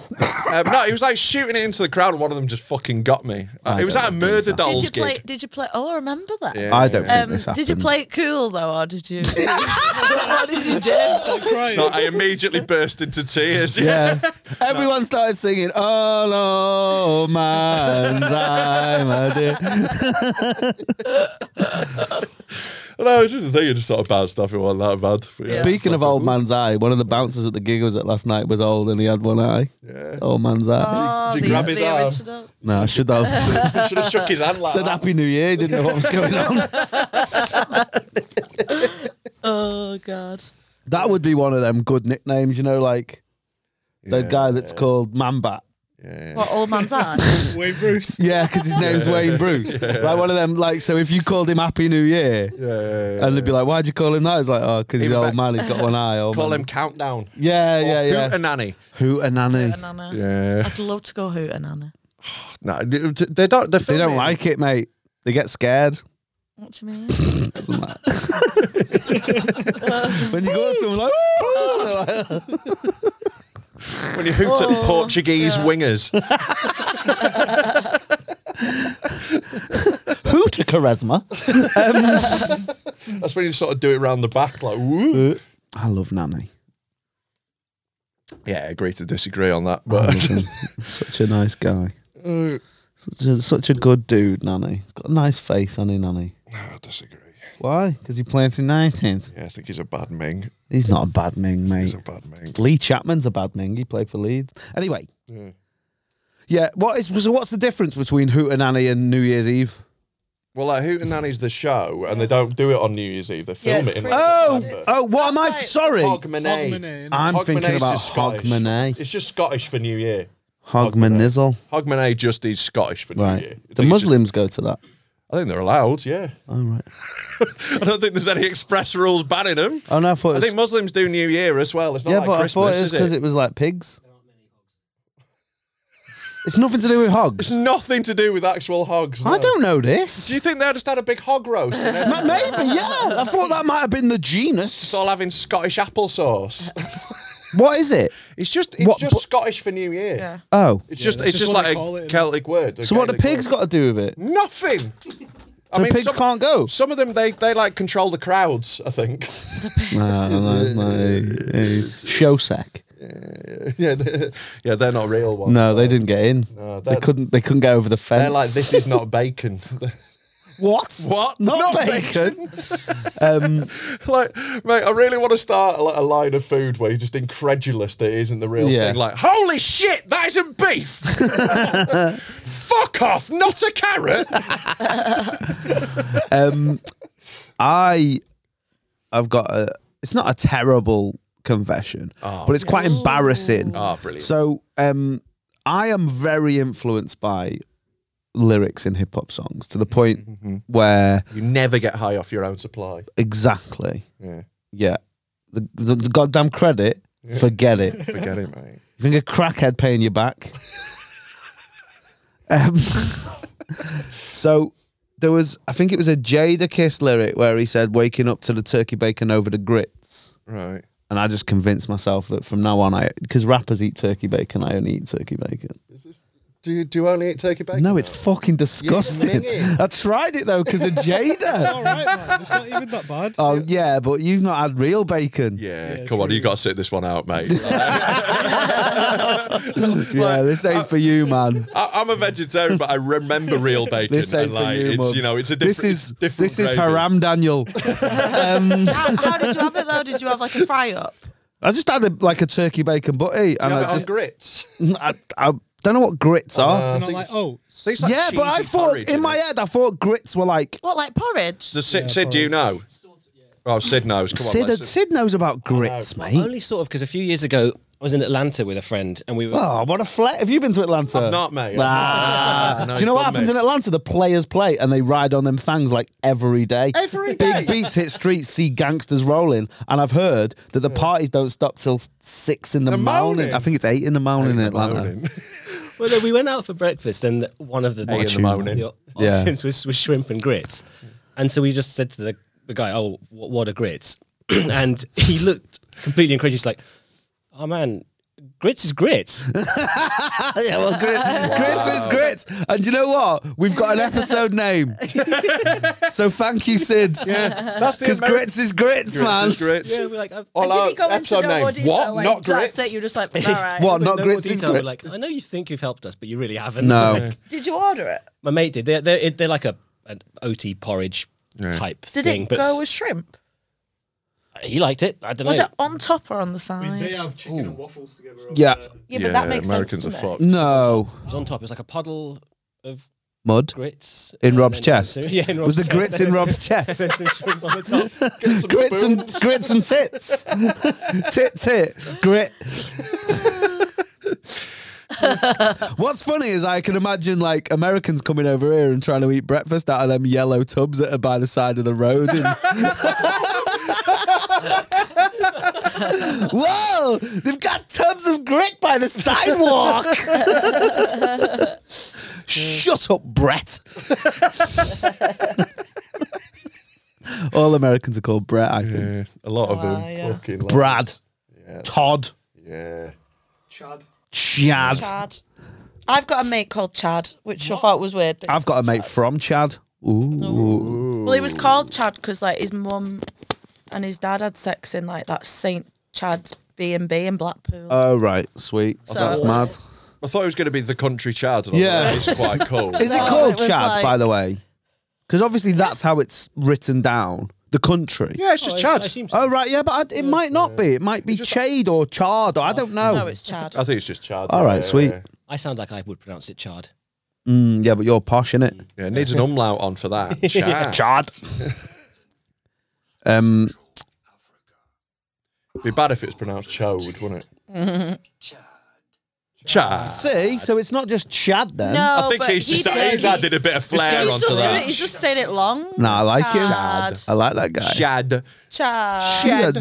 [SPEAKER 3] Um, no, he was like shooting it into the crowd, and one of them just fucking got me. Uh, it was like a murder
[SPEAKER 1] Did
[SPEAKER 3] dolls
[SPEAKER 1] you play?
[SPEAKER 3] gig.
[SPEAKER 1] Did you play? Oh, I remember that.
[SPEAKER 3] Yeah.
[SPEAKER 2] I don't think
[SPEAKER 1] Um,
[SPEAKER 2] this happened.
[SPEAKER 1] did you play it cool though, or did you? what did you do?
[SPEAKER 8] Right.
[SPEAKER 3] No, I immediately burst into tears.
[SPEAKER 2] Yeah. Everyone started singing, All oh, man's eye, my dear.
[SPEAKER 3] no, it's just the thing. You just sort of bounced off. It wasn't that bad. But yeah.
[SPEAKER 2] Speaking of old man's eye, one of the bouncers at the gig I was at last night was old and he had one eye. Old man's eye.
[SPEAKER 1] Oh,
[SPEAKER 3] did you
[SPEAKER 1] the-
[SPEAKER 3] grab his
[SPEAKER 1] the
[SPEAKER 3] arm?
[SPEAKER 1] original.
[SPEAKER 2] No, I should have
[SPEAKER 3] should have shook his hand like
[SPEAKER 2] said
[SPEAKER 3] that.
[SPEAKER 2] Happy New Year, didn't know what was going on.
[SPEAKER 1] Oh god.
[SPEAKER 2] That would be one of them good nicknames, you know, like the
[SPEAKER 3] Yeah.
[SPEAKER 2] guy that's called Mambat.
[SPEAKER 1] What old man's eye?
[SPEAKER 8] Wait, Bruce.
[SPEAKER 2] Yeah, because his name's Wayne Bruce. Like one of them, like, so if you called him Happy New Year,
[SPEAKER 3] Yeah, yeah, yeah.
[SPEAKER 2] and they'd be like, why'd you call him that? It's like, oh, because he's
[SPEAKER 3] Even
[SPEAKER 2] old
[SPEAKER 3] back-
[SPEAKER 2] man, he's got one eye. Old
[SPEAKER 3] Call
[SPEAKER 2] man.
[SPEAKER 3] him Countdown.
[SPEAKER 2] Yeah, yeah, yeah.
[SPEAKER 3] a nanny.
[SPEAKER 2] Hoot a nanny.
[SPEAKER 1] Nana.
[SPEAKER 3] Yeah.
[SPEAKER 1] I'd love to go hoot a nana.
[SPEAKER 3] No, they they don't. They're
[SPEAKER 2] They don't
[SPEAKER 3] filming.
[SPEAKER 2] like it, mate. They get scared.
[SPEAKER 1] What do you mean?
[SPEAKER 2] Doesn't matter. when you go to someone like,
[SPEAKER 3] when you hoot
[SPEAKER 1] Oh,
[SPEAKER 3] at Portuguese wingers.
[SPEAKER 2] who to charisma?
[SPEAKER 3] That's when you sort of do it round the back, like woo.
[SPEAKER 2] I love nanny.
[SPEAKER 3] Yeah, agree to disagree on that,
[SPEAKER 2] Mm.
[SPEAKER 3] but.
[SPEAKER 2] Such a nice guy.
[SPEAKER 3] Uh,
[SPEAKER 2] Such a, such a good dude, nanny. He's got a nice face, hasn't he, nanny?
[SPEAKER 3] I disagree.
[SPEAKER 2] Why? Because he played United.
[SPEAKER 3] Yeah, I think he's a bad Ming.
[SPEAKER 2] He's not a bad ming, mate.
[SPEAKER 3] He's a bad Ming.
[SPEAKER 2] Lee Chapman's a bad ming. He played for Leeds. Anyway. Yeah. what is so what's the difference between Hootenanny and New Year's Eve?
[SPEAKER 3] Well, like Hootenanny's the show, and they don't do it on New Year's Eve. They
[SPEAKER 1] Yeah,
[SPEAKER 3] film
[SPEAKER 1] it's
[SPEAKER 3] it in
[SPEAKER 1] pre-
[SPEAKER 3] like,
[SPEAKER 2] Oh,
[SPEAKER 3] September.
[SPEAKER 2] oh, what am I?
[SPEAKER 1] That's right.
[SPEAKER 2] Sorry.
[SPEAKER 3] Hogmanay.
[SPEAKER 8] Hogmanay.
[SPEAKER 2] I'm
[SPEAKER 3] Hogmanay's
[SPEAKER 2] thinking about
[SPEAKER 3] just Scottish.
[SPEAKER 2] Hogmanay.
[SPEAKER 3] It's just Scottish for New Year.
[SPEAKER 2] Hogmanizzle.
[SPEAKER 3] Hogmanay just is Scottish for New
[SPEAKER 2] Right.
[SPEAKER 3] Year.
[SPEAKER 2] The
[SPEAKER 3] They
[SPEAKER 2] Muslims go to that.
[SPEAKER 3] just- I think they're allowed, yeah.
[SPEAKER 2] Oh, right.
[SPEAKER 3] I don't think there's any express rules banning them.
[SPEAKER 2] Oh, no, I thought
[SPEAKER 3] I
[SPEAKER 2] it was.
[SPEAKER 3] think Muslims do New Year as well. It's not
[SPEAKER 2] yeah,
[SPEAKER 3] like
[SPEAKER 2] but I
[SPEAKER 3] Christmas,
[SPEAKER 2] thought it was
[SPEAKER 3] is
[SPEAKER 2] because
[SPEAKER 3] it?
[SPEAKER 2] it was like pigs. It's nothing to do with hogs.
[SPEAKER 3] It's nothing to do with actual hogs.
[SPEAKER 2] I
[SPEAKER 3] no.
[SPEAKER 2] don't know this.
[SPEAKER 3] Do you think they just had a big hog roast? And
[SPEAKER 2] Ma-
[SPEAKER 3] everyone
[SPEAKER 2] Maybe, yeah. I thought that might have been the
[SPEAKER 3] was
[SPEAKER 2] genus.
[SPEAKER 3] all having Scottish applesauce.
[SPEAKER 2] What is it?
[SPEAKER 3] It's just it's
[SPEAKER 2] What,
[SPEAKER 3] just
[SPEAKER 2] but-
[SPEAKER 3] Scottish for New Year.
[SPEAKER 1] Yeah.
[SPEAKER 2] Oh.
[SPEAKER 3] It's just
[SPEAKER 8] that's
[SPEAKER 3] it's
[SPEAKER 8] just
[SPEAKER 3] just
[SPEAKER 8] what
[SPEAKER 3] like
[SPEAKER 8] they call
[SPEAKER 3] a
[SPEAKER 8] it, innit?
[SPEAKER 3] Celtic word. a
[SPEAKER 2] So what the
[SPEAKER 3] Gaelic
[SPEAKER 2] pigs
[SPEAKER 3] word.
[SPEAKER 2] got to do with it?
[SPEAKER 3] Nothing. I
[SPEAKER 2] So pigs
[SPEAKER 3] some,
[SPEAKER 2] can't go.
[SPEAKER 3] Some of them they they like control the crowds. I think.
[SPEAKER 2] Show sack.
[SPEAKER 3] yeah, they- yeah, they're not real ones.
[SPEAKER 2] No, they didn't get in.
[SPEAKER 3] No,
[SPEAKER 2] they
[SPEAKER 3] that-
[SPEAKER 2] couldn't. They couldn't get over the fence.
[SPEAKER 3] They're like this is not bacon.
[SPEAKER 2] What?
[SPEAKER 3] What?
[SPEAKER 2] Not,
[SPEAKER 3] Not
[SPEAKER 2] bacon. um,
[SPEAKER 3] like, mate, I really want to start like a line of food where you're just incredulous that it isn't the real
[SPEAKER 2] Yeah.
[SPEAKER 3] thing. Like, holy shit, that isn't beef. Fuck off, not a carrot.
[SPEAKER 2] um, I, I've got a. It's not a terrible confession,
[SPEAKER 3] Oh.
[SPEAKER 2] but it's quite embarrassing.
[SPEAKER 3] Ah, brilliant.
[SPEAKER 2] So, um, I am very influenced by lyrics in hip hop songs to the point
[SPEAKER 3] Mm-hmm.
[SPEAKER 2] where
[SPEAKER 3] you never get high off your own supply.
[SPEAKER 2] exactly,
[SPEAKER 3] Yeah,
[SPEAKER 2] yeah, the, the, the goddamn credit, forget it. you
[SPEAKER 3] forget it, mate.
[SPEAKER 2] think a crackhead paying you back? um, so. There was, I think it was a Jada Kiss lyric where he said, "Waking up to the turkey bacon over the grits."
[SPEAKER 3] Right.
[SPEAKER 2] and I just convinced myself that from now on, I because rappers eat turkey bacon, I only eat turkey bacon.
[SPEAKER 3] Do you, do you only eat turkey bacon?
[SPEAKER 2] No, it's fucking disgusting.
[SPEAKER 3] nigga.
[SPEAKER 2] I tried it though because of Jada.
[SPEAKER 8] All right, man. It's not even that bad.
[SPEAKER 2] oh yeah, but you've not had real bacon.
[SPEAKER 3] Yeah,
[SPEAKER 8] Yeah,
[SPEAKER 3] come on,
[SPEAKER 8] true.
[SPEAKER 3] you got to sit this one out, mate.
[SPEAKER 2] yeah, this
[SPEAKER 3] uh,
[SPEAKER 2] ain't for you, man.
[SPEAKER 3] I, I'm a vegetarian, but I remember real bacon.
[SPEAKER 2] This ain't
[SPEAKER 3] and, like,
[SPEAKER 2] for you,
[SPEAKER 3] it's,
[SPEAKER 2] mum.
[SPEAKER 3] you know, it's a different.
[SPEAKER 2] This is
[SPEAKER 3] it's different
[SPEAKER 2] this is
[SPEAKER 3] gravy.
[SPEAKER 2] haram, Daniel. um,
[SPEAKER 1] How, how did you have it though? Did you have like a fry up?
[SPEAKER 2] I just had a, like a turkey bacon butty, and
[SPEAKER 3] You have it
[SPEAKER 2] I
[SPEAKER 3] on
[SPEAKER 2] just
[SPEAKER 3] grits.
[SPEAKER 2] I, I don't know what grits
[SPEAKER 8] It's
[SPEAKER 2] are.
[SPEAKER 8] not like oh, oats.
[SPEAKER 3] Uh, It's like
[SPEAKER 2] yeah, but I
[SPEAKER 3] cheesy
[SPEAKER 2] thought
[SPEAKER 3] porridge,
[SPEAKER 2] in
[SPEAKER 3] isn't
[SPEAKER 2] my
[SPEAKER 3] it?
[SPEAKER 2] head I thought grits were like
[SPEAKER 1] What, like porridge?
[SPEAKER 3] Does Sid, Sid, do you know? Oh, Sid knows. Come
[SPEAKER 2] Sid.
[SPEAKER 3] on, let's-
[SPEAKER 2] Sid knows about grits, mate.
[SPEAKER 10] Only sort of because a few years ago I was in Atlanta with a friend and we were.
[SPEAKER 2] Oh, what a flat. Have you been to Atlanta?
[SPEAKER 3] I've not, mate.
[SPEAKER 2] Ah.
[SPEAKER 3] No,
[SPEAKER 2] Do you know what
[SPEAKER 3] it's done,
[SPEAKER 2] happens
[SPEAKER 3] mate.
[SPEAKER 2] in Atlanta? The players play and they ride on them things like every day. Every day. Big beats hit streets, see gangsters rolling. And I've heard that the parties don't stop till six in the,
[SPEAKER 3] The
[SPEAKER 2] morning.
[SPEAKER 3] morning.
[SPEAKER 2] I think it's eight in the morning in
[SPEAKER 3] Come on,
[SPEAKER 2] Atlanta.
[SPEAKER 3] Owen.
[SPEAKER 10] Well, no, we went out for breakfast, and the- one of the,
[SPEAKER 3] in the
[SPEAKER 10] options-
[SPEAKER 3] morning.
[SPEAKER 10] the
[SPEAKER 2] Yeah.
[SPEAKER 10] options was, was shrimp and grits, and so we just said to the, the guy, "Oh, what, what are grits?" and he looked completely incredulous, like, "Oh man, grits is grits."
[SPEAKER 2] yeah, well, grits, grits is grits. And you know what? We've got an episode name. so thank you, Sid.
[SPEAKER 3] That's the
[SPEAKER 2] Because
[SPEAKER 3] Ameri-
[SPEAKER 2] grits is grits,
[SPEAKER 3] Grits
[SPEAKER 2] man.
[SPEAKER 3] is grits.
[SPEAKER 10] yeah, we're like, I've,
[SPEAKER 3] All
[SPEAKER 1] And did
[SPEAKER 3] out,
[SPEAKER 1] he go
[SPEAKER 3] episode
[SPEAKER 1] into no
[SPEAKER 3] name.
[SPEAKER 1] more detail,
[SPEAKER 3] what?
[SPEAKER 1] Like,
[SPEAKER 3] Not grits.
[SPEAKER 1] That's it. You're just like, all right.
[SPEAKER 2] What?
[SPEAKER 10] with
[SPEAKER 2] Not
[SPEAKER 10] no more
[SPEAKER 2] grits is
[SPEAKER 10] detail, we're
[SPEAKER 2] grits.
[SPEAKER 10] like, I know you think you've helped us, but you really haven't.
[SPEAKER 2] No.
[SPEAKER 1] Did you order it?
[SPEAKER 10] my mate did. They're they're, they're like a an OT porridge type
[SPEAKER 1] Did
[SPEAKER 10] thing,
[SPEAKER 1] it
[SPEAKER 10] but
[SPEAKER 1] go
[SPEAKER 10] s-
[SPEAKER 1] with shrimp?
[SPEAKER 10] he liked it. I don't
[SPEAKER 1] Was
[SPEAKER 10] know.
[SPEAKER 1] it on top or on the side?
[SPEAKER 8] I mean, they have chicken and waffles together. over
[SPEAKER 2] Yeah.
[SPEAKER 8] there.
[SPEAKER 1] yeah, but that makes
[SPEAKER 3] Americans
[SPEAKER 1] sense.
[SPEAKER 3] are
[SPEAKER 1] doesn't
[SPEAKER 3] fucked.
[SPEAKER 2] No.
[SPEAKER 10] It was on top. It was like a puddle of
[SPEAKER 2] Mud.
[SPEAKER 10] grits
[SPEAKER 2] In
[SPEAKER 10] and
[SPEAKER 2] Rob's
[SPEAKER 10] then-
[SPEAKER 2] chest.
[SPEAKER 10] Yeah, in Rob's
[SPEAKER 2] Was the
[SPEAKER 10] chest.
[SPEAKER 2] grits in Rob's chest?
[SPEAKER 10] There's some shrimp on the top.
[SPEAKER 2] grits and grits and tits, tit tit grit. What's funny is I can imagine like Americans coming over here and trying to eat breakfast out of them yellow tubs that are by the side of the road. And Whoa! They've got tubs of grit by the sidewalk. Shut up, Brett. All Americans are called Brett, I think.
[SPEAKER 3] Yeah, a lot of them.
[SPEAKER 1] Wow, yeah.
[SPEAKER 3] Fucking lot.
[SPEAKER 2] Brad, Todd,
[SPEAKER 3] Yeah.
[SPEAKER 8] Chad.
[SPEAKER 2] Chad.
[SPEAKER 1] it? Chad. I've got a mate called Chad, which I thought was weird.
[SPEAKER 2] I've got a mate from Chad. Ooh.
[SPEAKER 1] Well, he was called Chad because like his mum and his dad had sex in like that Saint Chad B and B in Blackpool.
[SPEAKER 2] Oh, right. Sweet.
[SPEAKER 1] So- uh,
[SPEAKER 2] That's mad.
[SPEAKER 3] I thought it was going to be the country Chad. And
[SPEAKER 2] Yeah.
[SPEAKER 3] yeah. It's quite cool.
[SPEAKER 2] Is it
[SPEAKER 1] No,
[SPEAKER 2] called
[SPEAKER 1] it was
[SPEAKER 2] Chad,
[SPEAKER 1] like-
[SPEAKER 2] by the way? Because obviously that's how it's written down. The country.
[SPEAKER 3] yeah, it's just Chad.
[SPEAKER 10] I
[SPEAKER 3] I,
[SPEAKER 10] assume so.
[SPEAKER 2] Oh, right. Yeah, but I, it might not be. It might be Chade or Chard or Oh. I don't know.
[SPEAKER 1] Oh, no, it's Chad.
[SPEAKER 3] think it's just Chad.
[SPEAKER 2] All right,
[SPEAKER 3] yeah,
[SPEAKER 2] sweet.
[SPEAKER 3] Yeah,
[SPEAKER 10] I sound like I would pronounce it chard.
[SPEAKER 2] Mm, yeah, but you're posh, innit?
[SPEAKER 3] Yeah, needs an umlaut on for that. Chad.
[SPEAKER 2] Chad. um,
[SPEAKER 3] Be bad if it was pronounced Chode, wouldn't it? Chad.
[SPEAKER 2] See, so it's not just Chad then.
[SPEAKER 1] No,
[SPEAKER 3] I think
[SPEAKER 1] Oh, but
[SPEAKER 3] he's
[SPEAKER 1] he
[SPEAKER 3] just
[SPEAKER 1] did-
[SPEAKER 3] he's added a bit of flair
[SPEAKER 1] He's
[SPEAKER 3] onto
[SPEAKER 1] just, doing-
[SPEAKER 3] that.
[SPEAKER 1] he's just saying it long.
[SPEAKER 2] No, I like him.
[SPEAKER 1] Chad.
[SPEAKER 2] I like that guy.
[SPEAKER 3] Chad.
[SPEAKER 1] Chad.
[SPEAKER 2] Chad.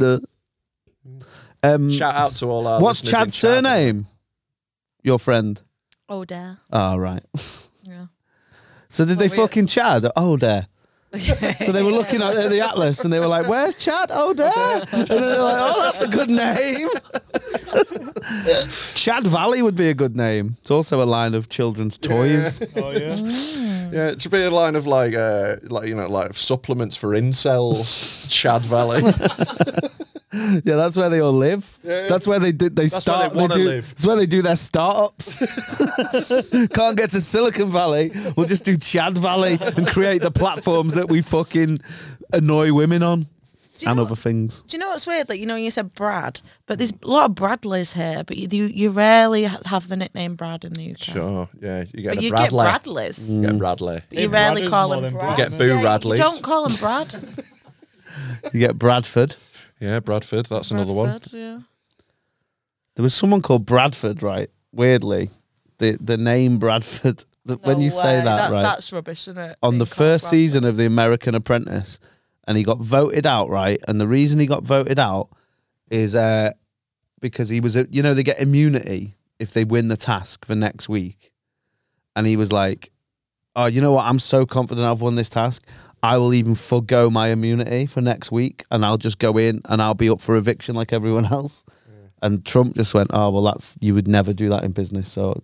[SPEAKER 2] Um,
[SPEAKER 3] Shout out to all our.
[SPEAKER 2] what's
[SPEAKER 3] listeners in
[SPEAKER 2] Chad's
[SPEAKER 3] Chad.
[SPEAKER 2] surname? Your friend.
[SPEAKER 1] Oh dear.
[SPEAKER 2] Oh, right.
[SPEAKER 1] Yeah.
[SPEAKER 2] So did they
[SPEAKER 1] Well, we-
[SPEAKER 2] fucking Chad? Oh, there. so they were looking at the atlas and they were like, "Where's Chad? Oh, there." And then they're like, "Oh, that's a good name." Chad Valley would be a good name. It's also a line of children's toys.
[SPEAKER 8] Oh yeah.
[SPEAKER 3] Yeah, it should be a line of like, uh, like you know, like supplements for incels. Chad Valley.
[SPEAKER 2] Yeah, that's where they all live. That's where they did. They
[SPEAKER 3] where
[SPEAKER 2] start.
[SPEAKER 3] they wanna
[SPEAKER 2] do,
[SPEAKER 3] live.
[SPEAKER 2] That's where they do their startups. Can't get to Silicon Valley. We'll just do Chad Valley and create the platforms that we fucking annoy women on
[SPEAKER 1] Do you
[SPEAKER 2] and
[SPEAKER 1] know-
[SPEAKER 2] other things.
[SPEAKER 1] Do you know what's weird? Like you know, you said Brad, but there's a lot of Bradleys here, but you you, you rarely ha- have the nickname Brad in the UK.
[SPEAKER 3] sure. Mm. Yeah, you get
[SPEAKER 1] But
[SPEAKER 3] a
[SPEAKER 1] you
[SPEAKER 3] Bradley.
[SPEAKER 1] get Bradleys.
[SPEAKER 3] You get Bradley.
[SPEAKER 1] But you
[SPEAKER 8] Hey,
[SPEAKER 1] rarely
[SPEAKER 8] Brad is
[SPEAKER 1] call
[SPEAKER 8] more
[SPEAKER 1] him
[SPEAKER 8] than
[SPEAKER 1] Brad.
[SPEAKER 8] Brad.
[SPEAKER 3] You get Boo
[SPEAKER 1] Yeah, you
[SPEAKER 3] Radleys.
[SPEAKER 1] Don't call him Brad.
[SPEAKER 2] You get Bradford.
[SPEAKER 3] Yeah, Bradford. That's another one.
[SPEAKER 1] Bradford, yeah.
[SPEAKER 2] There was someone called Bradford, right? Weirdly, the the name Bradford. that when
[SPEAKER 1] No
[SPEAKER 2] you say
[SPEAKER 1] way.
[SPEAKER 2] that, right?
[SPEAKER 1] That's rubbish, isn't it?
[SPEAKER 2] on
[SPEAKER 1] Being
[SPEAKER 2] the
[SPEAKER 1] called
[SPEAKER 2] first
[SPEAKER 1] Brad.
[SPEAKER 2] season of The American Apprentice, and he got voted out, right? And the reason he got voted out is uh, because he was, a, you know, they get immunity if they win the task for next week. And he was like, oh, you know what? I'm so confident I've won this task. I will even forgo my immunity for next week and I'll just go in and I'll be up for eviction like everyone else. And Trump just went, oh, well, that's, you would never do that in business. So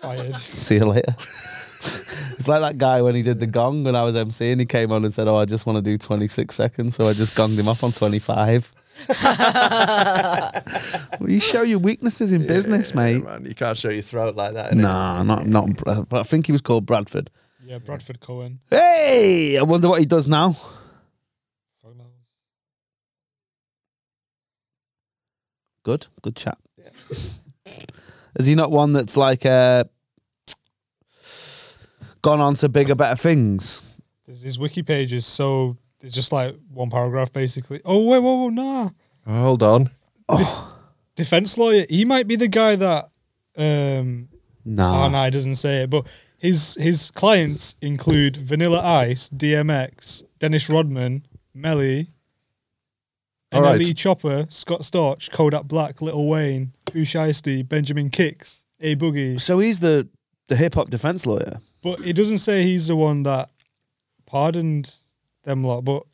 [SPEAKER 8] Fired.
[SPEAKER 2] see you later. it's like that guy when he did the gong when I was MC and he came on and said, Oh, I just want to do 26 seconds. So I just gonged him off on 25. well, you show your weaknesses in business, mate.
[SPEAKER 3] Man, you can't show your throat like that. innit?
[SPEAKER 2] Nah, not, not, Bra- but I think he was called Bradford.
[SPEAKER 8] Yeah, Bradford Cohen.
[SPEAKER 2] Hey, I wonder what he does now.
[SPEAKER 8] Fuck knows.
[SPEAKER 2] Good, good chat. Is he not one that's like uh, gone on to bigger, better things?
[SPEAKER 8] There's his wiki pages, so it's just like one paragraph basically. Oh wait, whoa, whoa, nah.
[SPEAKER 3] Oh, Hold on.
[SPEAKER 2] Oh,
[SPEAKER 8] Defense lawyer. He might be the guy that. Um,
[SPEAKER 2] Nah.
[SPEAKER 8] oh no, he doesn't say it, but. His his clients include Vanilla Ice, DMX, Dennis Rodman, Melly,
[SPEAKER 3] All right.
[SPEAKER 8] NLE Chopper, Scott Storch, Kodak Black, Little Wayne, Pooh Shiesty, Benjamin Kicks, A Boogie.
[SPEAKER 2] So he's the, the hip hop defense lawyer.
[SPEAKER 8] But it doesn't say he's the one that pardoned them lot. But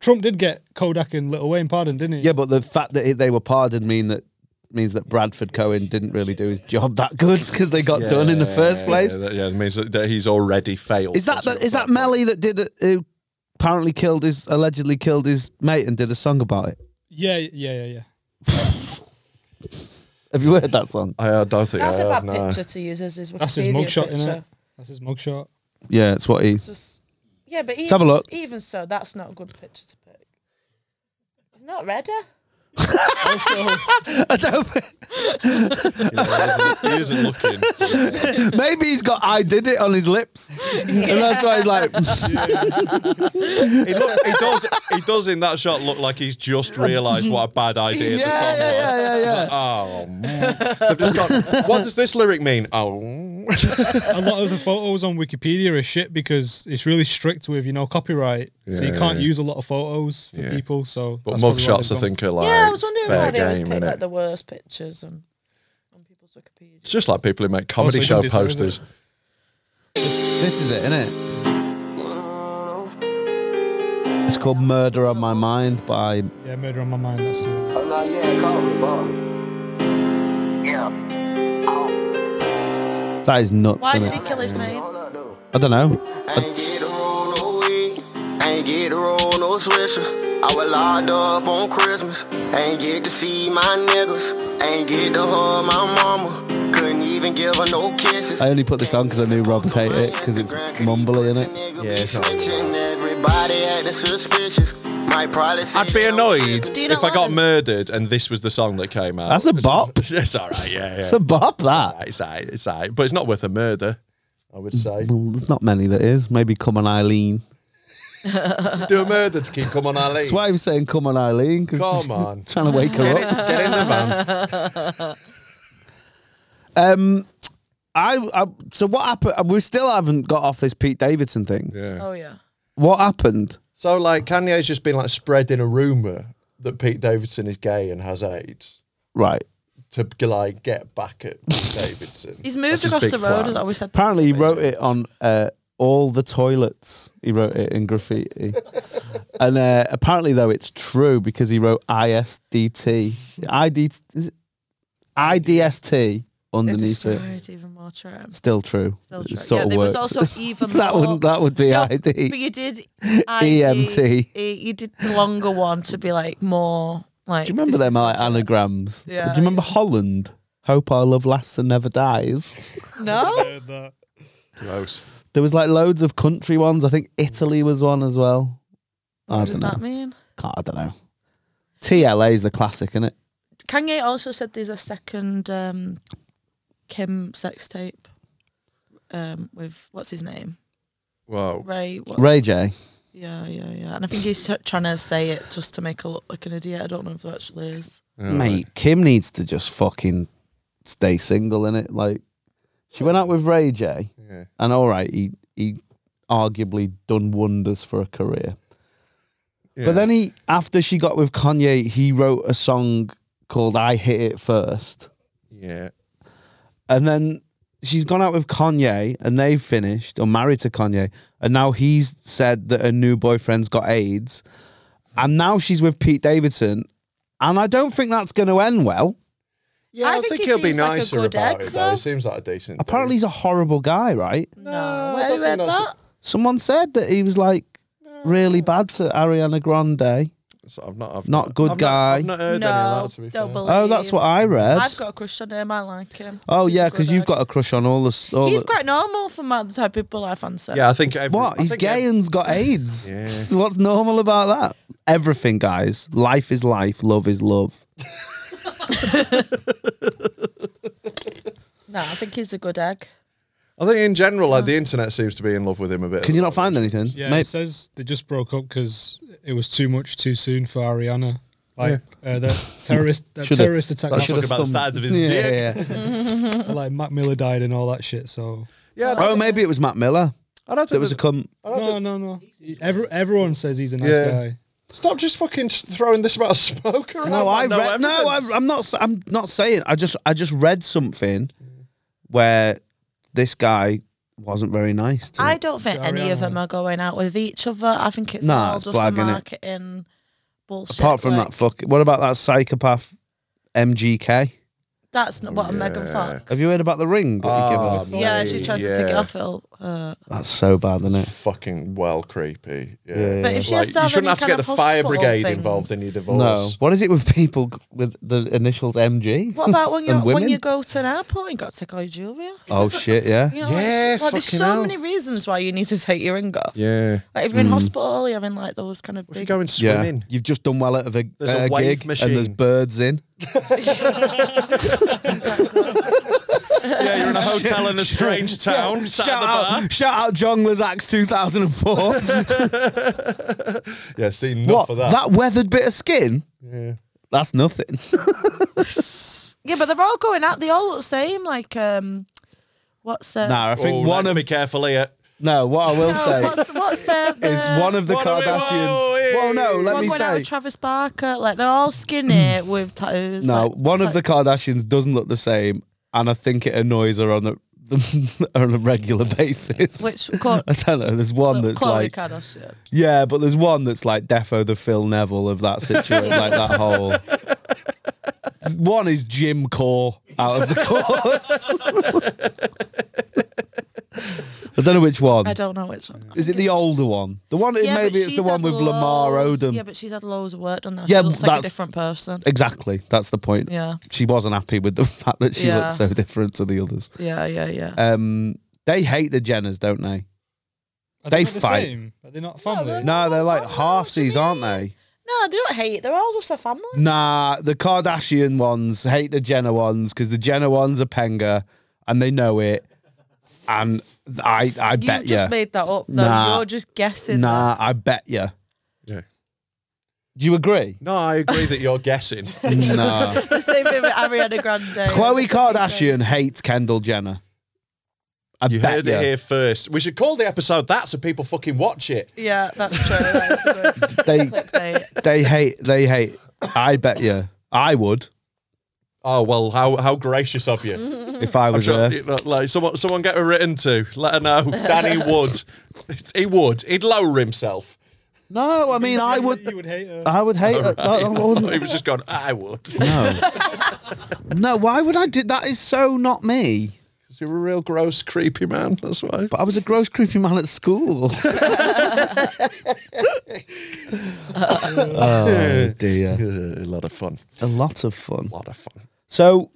[SPEAKER 8] Trump did get Kodak and Little Wayne pardoned, didn't he?
[SPEAKER 2] Yeah, but the fact that they were pardoned mean that means that Bradford Cohen didn't really do his job that good because they got done in the first
[SPEAKER 3] Yeah,
[SPEAKER 2] place.
[SPEAKER 3] Yeah, that, yeah, it means that, that he's already failed.
[SPEAKER 2] Is that the, is that Melly that did it, who apparently killed his allegedly killed his mate and did a song about it?
[SPEAKER 8] yeah, yeah, yeah, yeah.
[SPEAKER 2] Have you heard that song?
[SPEAKER 3] I uh, don't think
[SPEAKER 1] That's
[SPEAKER 3] I
[SPEAKER 1] a
[SPEAKER 3] have,
[SPEAKER 1] bad
[SPEAKER 3] no.
[SPEAKER 1] picture to use as his.
[SPEAKER 8] That's his
[SPEAKER 1] Wikipedia
[SPEAKER 8] mugshot,
[SPEAKER 1] picture.
[SPEAKER 8] innit? That's his mugshot.
[SPEAKER 2] Yeah, it's what he.
[SPEAKER 1] Just yeah, but even,
[SPEAKER 2] have a look.
[SPEAKER 1] even so, that's not a good picture to pick. He's not redder.
[SPEAKER 2] I don't,
[SPEAKER 3] Yeah, he isn't looking.
[SPEAKER 2] maybe he's got "I did it" on his lips, and that's why he's like,
[SPEAKER 3] He, look, he does. He does in that shot look like he's just realised what a bad idea
[SPEAKER 2] "Yeah,
[SPEAKER 3] the song
[SPEAKER 2] yeah, yeah,
[SPEAKER 3] was.
[SPEAKER 2] yeah, yeah."
[SPEAKER 3] Oh man! They've just gone, what does this lyric mean? Oh,
[SPEAKER 8] A lot of the photos on Wikipedia are shit because it's really strict with you know copyright, so you
[SPEAKER 3] Yeah,
[SPEAKER 8] can't
[SPEAKER 3] yeah.
[SPEAKER 8] use a lot of photos for
[SPEAKER 3] Yeah.
[SPEAKER 8] people. So,
[SPEAKER 3] but
[SPEAKER 8] that's probably why
[SPEAKER 3] mugshots,
[SPEAKER 8] they've
[SPEAKER 3] I
[SPEAKER 8] gone-
[SPEAKER 3] think, are like
[SPEAKER 1] yeah, I was wondering
[SPEAKER 3] fair
[SPEAKER 1] why they always
[SPEAKER 3] game,
[SPEAKER 1] pick
[SPEAKER 3] innit?
[SPEAKER 1] like the worst pictures on on people's Wikipedia.
[SPEAKER 3] It's just like people who make comedy
[SPEAKER 8] Also,
[SPEAKER 3] show
[SPEAKER 8] you deserve
[SPEAKER 3] posters.
[SPEAKER 2] This is it, isn't it? It's called "Murder on My Mind" by
[SPEAKER 8] Yeah, murder on my mind. That's the one.
[SPEAKER 9] Oh no, yeah, call me, call me. Yeah. Oh,
[SPEAKER 2] that is nuts.
[SPEAKER 1] Why
[SPEAKER 2] isn't
[SPEAKER 1] did
[SPEAKER 2] it?
[SPEAKER 1] he kill his mate?
[SPEAKER 9] hold up, though.
[SPEAKER 2] I don't know.
[SPEAKER 9] Ain't get to roll no weed. Ain't get to roll no swishers. I was locked up on Christmas. Ain't get to see my niggas. Ain't get to hug my mama. Couldn't even give her no kisses.
[SPEAKER 2] I only put this on 'cause I knew Rob would hate it, 'cause it's mumbly, innit?
[SPEAKER 9] Yeah, it's not Everybody acting suspicious. Might probably say
[SPEAKER 3] I'd be
[SPEAKER 9] they don't
[SPEAKER 3] annoyed
[SPEAKER 1] Do you not
[SPEAKER 3] if I
[SPEAKER 1] like
[SPEAKER 3] got
[SPEAKER 1] them?
[SPEAKER 3] murdered and this was the song that came out.
[SPEAKER 2] That's a bop.
[SPEAKER 3] it's all right, yeah, yeah.
[SPEAKER 2] It's a bop that.
[SPEAKER 3] It's all right, it's all right. But it's not worth a murder, I would say.
[SPEAKER 2] Well, there's not many that is. Maybe come on Eileen.
[SPEAKER 3] Do a murder to keep Come On Eileen.
[SPEAKER 2] That's why I'm saying come on Eileen because
[SPEAKER 3] Come on.
[SPEAKER 2] trying to wake her up.
[SPEAKER 3] Get in the van.
[SPEAKER 2] Um, I, I so what happened? We still haven't got off this Pete Davidson thing.
[SPEAKER 3] Yeah.
[SPEAKER 1] Oh yeah.
[SPEAKER 2] What happened?
[SPEAKER 3] So like Kanye's just been like spreading a rumor that Pete Davidson is gay and has AIDS
[SPEAKER 2] Right.
[SPEAKER 3] to like get back at Pete Davidson.
[SPEAKER 1] He's
[SPEAKER 3] That's
[SPEAKER 1] moved
[SPEAKER 3] his
[SPEAKER 1] across
[SPEAKER 3] big
[SPEAKER 1] the road.
[SPEAKER 3] plan.
[SPEAKER 1] As I always said.
[SPEAKER 2] Apparently, he wrote it on uh, all the toilets. He wrote it in graffiti, and uh, apparently, though, it's true because he wrote ISDT, ID, is it IDST
[SPEAKER 1] It
[SPEAKER 2] underneath it.
[SPEAKER 1] destroyed even more true.
[SPEAKER 2] Still true.
[SPEAKER 1] Still
[SPEAKER 2] It
[SPEAKER 1] true.
[SPEAKER 2] sort
[SPEAKER 1] yeah,
[SPEAKER 2] of
[SPEAKER 1] there
[SPEAKER 2] works.
[SPEAKER 1] was also even
[SPEAKER 2] that
[SPEAKER 1] more.
[SPEAKER 2] would that would be
[SPEAKER 1] No, But
[SPEAKER 2] ID.
[SPEAKER 1] you did
[SPEAKER 2] E EMT.
[SPEAKER 1] ID, You did the longer one to be like more like.
[SPEAKER 2] Do you remember
[SPEAKER 1] this
[SPEAKER 2] them
[SPEAKER 1] is
[SPEAKER 2] like
[SPEAKER 1] not-
[SPEAKER 2] anagrams?
[SPEAKER 1] Yeah.
[SPEAKER 2] Do you remember Holland? Hope our love lasts and never dies.
[SPEAKER 1] No.
[SPEAKER 8] Heard that.
[SPEAKER 3] Gross.
[SPEAKER 2] There was like loads of country ones. I think Italy was one as well. I
[SPEAKER 1] What does
[SPEAKER 2] don't know.
[SPEAKER 1] that mean?
[SPEAKER 2] Can't, I don't know. TLA is the classic, isn't it?
[SPEAKER 1] Kanye also said there's a second um, Kim sex tape um, with what's his name
[SPEAKER 3] Wow.
[SPEAKER 1] Ray. What?
[SPEAKER 2] Ray J.
[SPEAKER 1] Yeah, yeah, yeah. And I think he's t- trying to say it just to make her look like an idiot. I don't know if that actually is.
[SPEAKER 2] Mate, Kim needs to just fucking stay single, innit? Like, she went out with Ray J,
[SPEAKER 3] Yeah.
[SPEAKER 2] and all right, he, he arguably done wonders for a career. But then he, after she got with Kanye, he wrote a song called I Hit It First.
[SPEAKER 3] Yeah.
[SPEAKER 2] And then she's gone out with Kanye and they've finished or married to Kanye. And now he's said that her new boyfriend's got AIDS. And now she's with Pete Davidson. And I don't think that's going to end well.
[SPEAKER 3] Yeah,
[SPEAKER 1] I
[SPEAKER 3] I,
[SPEAKER 1] think
[SPEAKER 3] think
[SPEAKER 1] he
[SPEAKER 3] he'll be
[SPEAKER 1] seems like a
[SPEAKER 3] nicer
[SPEAKER 1] good
[SPEAKER 3] about
[SPEAKER 1] egg,
[SPEAKER 3] it though.
[SPEAKER 1] though.
[SPEAKER 3] He seems like a decent.
[SPEAKER 2] Apparently, he's a horrible guy, right?
[SPEAKER 1] No,
[SPEAKER 3] I
[SPEAKER 1] where
[SPEAKER 3] don't
[SPEAKER 1] you read
[SPEAKER 3] think that's-
[SPEAKER 1] that?
[SPEAKER 2] Someone said that he was like really bad to Ariana Grande.
[SPEAKER 3] dude. So I've not. I've
[SPEAKER 2] Not good
[SPEAKER 3] I've
[SPEAKER 2] guy.
[SPEAKER 3] I've not heard any of
[SPEAKER 1] No,
[SPEAKER 3] that. To be
[SPEAKER 1] don't
[SPEAKER 3] fair.
[SPEAKER 1] believe.
[SPEAKER 2] Oh, that's what I read.
[SPEAKER 1] I've got a crush on him. I like him.
[SPEAKER 2] oh,
[SPEAKER 1] He's a
[SPEAKER 2] yeah,
[SPEAKER 1] good
[SPEAKER 2] because you've
[SPEAKER 1] egg.
[SPEAKER 2] got a crush on all the. s- All
[SPEAKER 1] He's
[SPEAKER 2] the-
[SPEAKER 1] quite normal for my, the type of people I fancy.
[SPEAKER 3] Yeah, I think every,
[SPEAKER 2] What?
[SPEAKER 3] I
[SPEAKER 2] He's
[SPEAKER 3] think
[SPEAKER 2] gay
[SPEAKER 3] every-
[SPEAKER 2] and's got AIDS.
[SPEAKER 3] Yeah.
[SPEAKER 2] What's normal about that? Everything, guys. Life is life. Love is love.
[SPEAKER 1] No, I think he's a good egg.
[SPEAKER 3] I think in general, like the internet seems to be in love with him a bit.
[SPEAKER 2] Can
[SPEAKER 3] at
[SPEAKER 2] you
[SPEAKER 3] the
[SPEAKER 2] not find
[SPEAKER 3] moment.
[SPEAKER 2] anything?
[SPEAKER 8] Yeah,
[SPEAKER 2] Mate,
[SPEAKER 8] it says they just broke up because it was too much too soon for Ariana. Like uh, the terrorist, the
[SPEAKER 2] Should've-
[SPEAKER 8] terrorist attack.
[SPEAKER 2] that
[SPEAKER 8] happened,
[SPEAKER 2] should've
[SPEAKER 3] about the
[SPEAKER 2] thumb-
[SPEAKER 3] size of his dick.
[SPEAKER 2] yeah.
[SPEAKER 8] like Mac Miller died and all that shit. So
[SPEAKER 3] Yeah,
[SPEAKER 2] oh, maybe it was Matt Miller.
[SPEAKER 3] I don't think
[SPEAKER 2] There was a
[SPEAKER 3] there's-
[SPEAKER 2] cum.
[SPEAKER 8] no, no, no. Every, everyone says he's a nice
[SPEAKER 3] Yeah.
[SPEAKER 8] guy.
[SPEAKER 3] Stop just fucking s- throwing this amount of smoke around.
[SPEAKER 2] No, I
[SPEAKER 3] man.
[SPEAKER 2] read. No, I,
[SPEAKER 3] evidence.
[SPEAKER 2] I'm not. s- I'm not saying. I just. I just read something where this guy wasn't very nice to.
[SPEAKER 1] I don't think any of
[SPEAKER 8] Ariana.
[SPEAKER 1] them are going out with each other. I think it's
[SPEAKER 2] Nah,
[SPEAKER 1] all
[SPEAKER 2] it's
[SPEAKER 1] just
[SPEAKER 2] blag,
[SPEAKER 1] a
[SPEAKER 2] innit?
[SPEAKER 1] marketing bullshit.
[SPEAKER 2] Apart from
[SPEAKER 1] like,
[SPEAKER 2] that, fuck. What about that psychopath, MGK?
[SPEAKER 1] that's not what a Megan Fox.
[SPEAKER 2] Have you heard about the ring that he gave
[SPEAKER 3] Ah,
[SPEAKER 2] her?
[SPEAKER 1] Yeah, she tries to take it
[SPEAKER 3] yeah.
[SPEAKER 1] off. It'll hurt.
[SPEAKER 2] That's so bad, isn't it?
[SPEAKER 3] Fucking well creepy. Yeah.
[SPEAKER 2] Yeah.
[SPEAKER 1] But if she
[SPEAKER 3] Like,
[SPEAKER 1] has to
[SPEAKER 3] you
[SPEAKER 1] have
[SPEAKER 3] shouldn't
[SPEAKER 1] any
[SPEAKER 3] have to
[SPEAKER 1] kind
[SPEAKER 3] get the
[SPEAKER 1] of
[SPEAKER 3] fire
[SPEAKER 1] hospital
[SPEAKER 3] brigade
[SPEAKER 1] things.
[SPEAKER 3] involved in your
[SPEAKER 2] No.
[SPEAKER 3] divorce.
[SPEAKER 2] What is it with people g- with the initials MG?
[SPEAKER 1] What about when you
[SPEAKER 2] And
[SPEAKER 1] when
[SPEAKER 2] women?
[SPEAKER 1] you go to an airport and got to take all your jewelry? off?
[SPEAKER 2] Oh shit! Yeah.
[SPEAKER 1] You know,
[SPEAKER 3] Yeah,
[SPEAKER 1] like, like there's
[SPEAKER 3] fucking
[SPEAKER 1] so
[SPEAKER 3] hell.
[SPEAKER 1] many reasons why you need to take your ring off.
[SPEAKER 3] Yeah.
[SPEAKER 1] Like if you're in hospital, you're having like those kind of
[SPEAKER 3] If you're
[SPEAKER 1] big.
[SPEAKER 3] going
[SPEAKER 2] Yeah.
[SPEAKER 3] swimming.
[SPEAKER 2] You've just done well out of a,
[SPEAKER 3] There's
[SPEAKER 2] a
[SPEAKER 3] a
[SPEAKER 2] gig,
[SPEAKER 3] wave
[SPEAKER 2] and there's
[SPEAKER 3] machine.
[SPEAKER 2] birds in.
[SPEAKER 3] Yeah, you're in a hotel in a strange town.
[SPEAKER 2] Shout out, shout out John Lazak's 2004.
[SPEAKER 3] Yeah, see,
[SPEAKER 2] what?
[SPEAKER 3] enough of
[SPEAKER 2] That.
[SPEAKER 3] that.
[SPEAKER 2] weathered bit of skin? Yeah. That's nothing.
[SPEAKER 1] Yeah, but they're all going out. They all look the same. Like um, what's uh,
[SPEAKER 2] nah, I think
[SPEAKER 3] Oh,
[SPEAKER 2] one
[SPEAKER 3] let's
[SPEAKER 2] of
[SPEAKER 3] be careful here.
[SPEAKER 2] no. What I will
[SPEAKER 1] no,
[SPEAKER 2] say
[SPEAKER 1] what's what's uh, the,
[SPEAKER 2] is one of the
[SPEAKER 3] What are we- whoa,
[SPEAKER 2] Kardashians.
[SPEAKER 3] hey.
[SPEAKER 2] Well, no, let
[SPEAKER 1] We're
[SPEAKER 2] me
[SPEAKER 1] going out
[SPEAKER 2] say.
[SPEAKER 1] with Travis Barker. Like they're all skinny with tattoos.
[SPEAKER 2] No,
[SPEAKER 1] like,
[SPEAKER 2] one
[SPEAKER 1] it's
[SPEAKER 2] of
[SPEAKER 1] like,
[SPEAKER 2] the Kardashians doesn't look the same, and I think it annoys her on a on a regular basis.
[SPEAKER 1] which called
[SPEAKER 2] I don't know. There's one that's
[SPEAKER 1] Khloe
[SPEAKER 2] like,
[SPEAKER 1] Kardashian.
[SPEAKER 2] yeah, but there's one that's like Defo the Phil Neville of that situation, like that whole. One is Jim Core out of the course. I don't know which one.
[SPEAKER 1] I don't know which one.
[SPEAKER 2] Is it the older one? The one?
[SPEAKER 1] Yeah, but
[SPEAKER 2] maybe it's the
[SPEAKER 1] she's
[SPEAKER 2] one
[SPEAKER 1] had
[SPEAKER 2] with Lamar
[SPEAKER 1] loads-
[SPEAKER 2] Odom.
[SPEAKER 1] Yeah, but she's had loads of work done now.
[SPEAKER 2] Yeah,
[SPEAKER 1] she looks like
[SPEAKER 2] that's-
[SPEAKER 1] a different person.
[SPEAKER 2] exactly. That's the point.
[SPEAKER 1] Yeah,
[SPEAKER 2] She wasn't happy with the fact that she
[SPEAKER 1] Yeah.
[SPEAKER 2] looked so different to the others.
[SPEAKER 1] yeah, yeah, yeah.
[SPEAKER 2] Um, they hate the Jenners, don't they?
[SPEAKER 8] Are
[SPEAKER 2] They
[SPEAKER 8] not the
[SPEAKER 2] fight.
[SPEAKER 8] same? Are they not family?
[SPEAKER 2] No, they're like
[SPEAKER 1] Oh,
[SPEAKER 2] halfsies, aren't they?
[SPEAKER 1] no, they don't hate. They're all just a family.
[SPEAKER 2] Nah, the Kardashian ones hate the Jenner ones because the Jenner ones are Penga and they know it. And th- I, I
[SPEAKER 1] You
[SPEAKER 2] bet
[SPEAKER 1] just
[SPEAKER 2] you.
[SPEAKER 1] made that up. Though.
[SPEAKER 2] Nah.
[SPEAKER 1] You're just guessing.
[SPEAKER 2] Nah, I bet you.
[SPEAKER 3] Yeah.
[SPEAKER 2] Do you agree?
[SPEAKER 3] No, I agree that you're
[SPEAKER 2] no.
[SPEAKER 3] guessing.
[SPEAKER 1] the same thing with Ariana Grande.
[SPEAKER 2] Khloe Kardashian hates Kendall Jenner. I
[SPEAKER 3] You
[SPEAKER 2] bet
[SPEAKER 3] heard
[SPEAKER 2] ya.
[SPEAKER 3] it here first. We should call the episode that so people fucking watch it.
[SPEAKER 1] Yeah, that's true. That is a good
[SPEAKER 2] They
[SPEAKER 1] clickbait.
[SPEAKER 2] they hate they hate. I bet you. I would
[SPEAKER 3] Oh well, how how gracious of you!
[SPEAKER 2] if I
[SPEAKER 3] I'm
[SPEAKER 2] was
[SPEAKER 3] sure,
[SPEAKER 2] her.
[SPEAKER 3] you know, like someone someone get her written to. Let her know. Danny would. He would. He'd lower himself.
[SPEAKER 2] No, I mean I would.
[SPEAKER 8] You would hate her.
[SPEAKER 2] I would hate. her.
[SPEAKER 1] Oh,
[SPEAKER 2] No, I
[SPEAKER 3] He
[SPEAKER 2] wouldn't.
[SPEAKER 3] was just going. I would.
[SPEAKER 2] No. No, why would I do that? Is so not me.
[SPEAKER 3] You're a real gross, creepy man. That's why.
[SPEAKER 2] But I was a gross, creepy man at school. oh dear,
[SPEAKER 3] uh, a lot of fun.
[SPEAKER 2] a lot of fun.
[SPEAKER 3] A lot of fun.
[SPEAKER 2] So,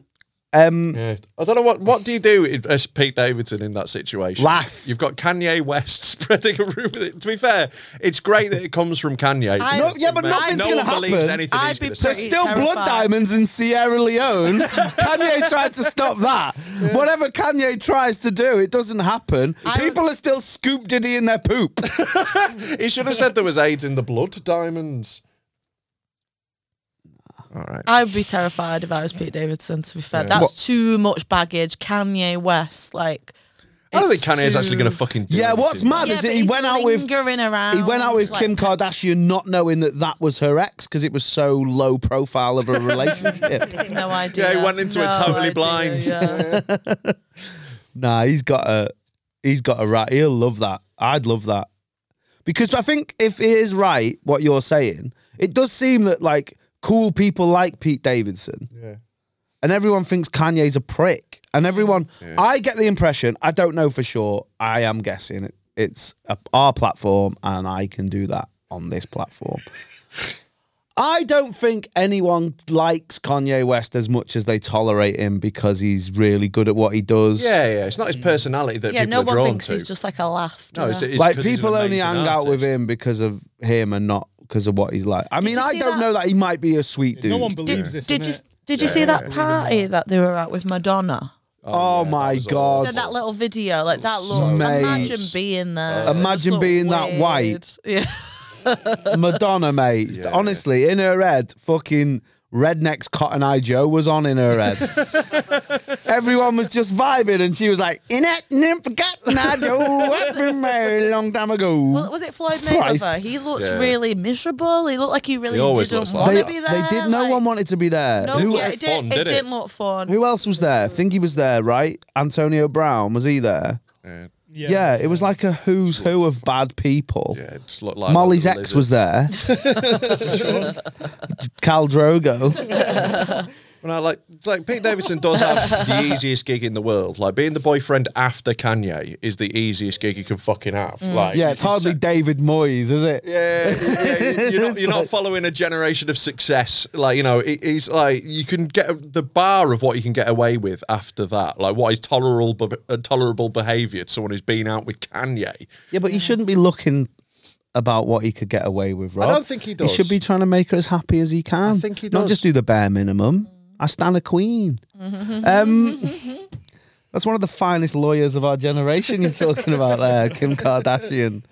[SPEAKER 2] um,
[SPEAKER 3] Yeah. I don't know what what do you do if- as Pete Davidson in that situation?
[SPEAKER 2] Laugh.
[SPEAKER 3] You've got Kanye West spreading a rumor. To be fair, it's great that it comes from Kanye.
[SPEAKER 1] I-
[SPEAKER 2] no, yeah, but
[SPEAKER 3] Man,
[SPEAKER 2] nothing's
[SPEAKER 3] no
[SPEAKER 2] gonna
[SPEAKER 3] one believes
[SPEAKER 2] happen.
[SPEAKER 3] anything
[SPEAKER 1] I'd
[SPEAKER 3] he's
[SPEAKER 1] be
[SPEAKER 3] gonna say.
[SPEAKER 2] There's
[SPEAKER 1] Pretty
[SPEAKER 2] still blood
[SPEAKER 1] terrified.
[SPEAKER 2] diamonds in Sierra Leone. Kanye tried to stop that. Whatever Kanye tries to do, it doesn't happen.
[SPEAKER 1] I-
[SPEAKER 2] People are still scoop diddy in their poop.
[SPEAKER 3] He should have said there was AIDS in the blood diamonds. All right.
[SPEAKER 1] I would be terrified if I was Pete Davidson. To be fair, that's
[SPEAKER 2] What-
[SPEAKER 1] too much baggage. Kanye West, like.
[SPEAKER 3] I don't think
[SPEAKER 1] it's
[SPEAKER 3] Kanye's
[SPEAKER 1] too-
[SPEAKER 3] actually going to fucking. Do
[SPEAKER 2] Yeah, what's
[SPEAKER 3] anything.
[SPEAKER 2] mad
[SPEAKER 1] Yeah,
[SPEAKER 2] is
[SPEAKER 1] but
[SPEAKER 2] that he
[SPEAKER 1] he's
[SPEAKER 2] went out with
[SPEAKER 1] lingering around.
[SPEAKER 2] he went out with
[SPEAKER 1] like-
[SPEAKER 2] Kim Kardashian, not knowing that that was her ex because it was so low profile of a relationship.
[SPEAKER 1] No idea.
[SPEAKER 3] Yeah, he went into it
[SPEAKER 1] No
[SPEAKER 3] totally
[SPEAKER 1] idea,
[SPEAKER 3] blind.
[SPEAKER 1] yeah.
[SPEAKER 2] nah, he's got a he's got a right. He'll love that. I'd love that because I think if it is right what you're saying, it does seem that like cool people like Pete Davidson.
[SPEAKER 3] Yeah.
[SPEAKER 2] and everyone thinks Kanye's a prick. And everyone, I get the impression, I don't know for sure, I am guessing it, it's a, our platform and I can do that on this platform. I don't think anyone likes Kanye West as much as they tolerate him because he's really good at what he does.
[SPEAKER 3] Yeah, yeah. It's not his personality that
[SPEAKER 1] Mm. Yeah,
[SPEAKER 3] people
[SPEAKER 1] no
[SPEAKER 3] are
[SPEAKER 1] one
[SPEAKER 3] drawn
[SPEAKER 1] thinks
[SPEAKER 3] to.
[SPEAKER 1] he's just like a laugh.
[SPEAKER 3] no, it's, it's
[SPEAKER 2] like
[SPEAKER 3] 'cause he's an
[SPEAKER 2] people only
[SPEAKER 3] amazing
[SPEAKER 2] hang out with
[SPEAKER 3] artist.
[SPEAKER 2] him because of him and not because of what he's like. I mean,
[SPEAKER 1] you
[SPEAKER 2] I
[SPEAKER 1] see
[SPEAKER 2] don't
[SPEAKER 1] that-
[SPEAKER 2] know that he might be a sweet dude.
[SPEAKER 8] no one believes this.
[SPEAKER 1] Did you
[SPEAKER 8] innit?
[SPEAKER 1] did you see that party that they were at with Madonna?
[SPEAKER 2] oh
[SPEAKER 3] yeah, that
[SPEAKER 2] my
[SPEAKER 3] was
[SPEAKER 2] god.
[SPEAKER 1] Did that little video, like that look.
[SPEAKER 2] Mate.
[SPEAKER 1] Imagine being there.
[SPEAKER 2] Oh. Imagine
[SPEAKER 1] It just looked
[SPEAKER 2] being that
[SPEAKER 1] weird.
[SPEAKER 2] white.
[SPEAKER 1] Yeah.
[SPEAKER 2] Madonna, mate.
[SPEAKER 3] Yeah.
[SPEAKER 2] Honestly, in her head, fucking rednecks Cotton Eye Joe was on in her head. Everyone was just vibing, and she was like, "In it, and forgotten I Joe, I've been married a long time ago."
[SPEAKER 1] Well, was it Floyd
[SPEAKER 2] Thrice.
[SPEAKER 1] Mayweather? He looks
[SPEAKER 3] Yeah.
[SPEAKER 1] really miserable. He looked like he really
[SPEAKER 3] He always
[SPEAKER 1] didn't
[SPEAKER 3] looks like
[SPEAKER 1] want
[SPEAKER 2] they,
[SPEAKER 1] to be there.
[SPEAKER 2] they did. No
[SPEAKER 1] like-
[SPEAKER 2] one wanted to be there.
[SPEAKER 1] No,
[SPEAKER 2] who,
[SPEAKER 1] yeah, it, did,
[SPEAKER 3] fun,
[SPEAKER 1] it,
[SPEAKER 3] did it?
[SPEAKER 1] didn't look fun.
[SPEAKER 2] who else was there? I think he was there, right? Antonio Brown was he there? Yeah, it was like a who's who of bad people.
[SPEAKER 3] Yeah, it just looked like
[SPEAKER 2] Molly's
[SPEAKER 3] little
[SPEAKER 2] ex was
[SPEAKER 3] lizards.
[SPEAKER 2] there. Cal Drogo.
[SPEAKER 3] Well, no, like like Pete Davidson does have the easiest gig in the world. Like being the boyfriend after Kanye is the easiest gig you can fucking have. Like
[SPEAKER 2] Yeah, it's hardly David Moyes, is it?
[SPEAKER 3] Yeah, yeah, you're, not,
[SPEAKER 2] It's
[SPEAKER 3] you're not
[SPEAKER 2] like-
[SPEAKER 3] following a generation of success. Like you know, it, it's like you can get the bar of what you can get away with after that. Like what is tolerable, uh, tolerable behaviour to someone who's been out with Kanye.
[SPEAKER 2] Yeah, but you shouldn't be looking about what he could get away with, Rob.
[SPEAKER 3] don't think he does.
[SPEAKER 2] He should be trying to make her as happy as he can.
[SPEAKER 3] I think he
[SPEAKER 2] Not
[SPEAKER 3] does.
[SPEAKER 2] just do the bare minimum. I stand a queen. um, that's one of the finest lawyers of our generation you're talking about there, Kim Kardashian.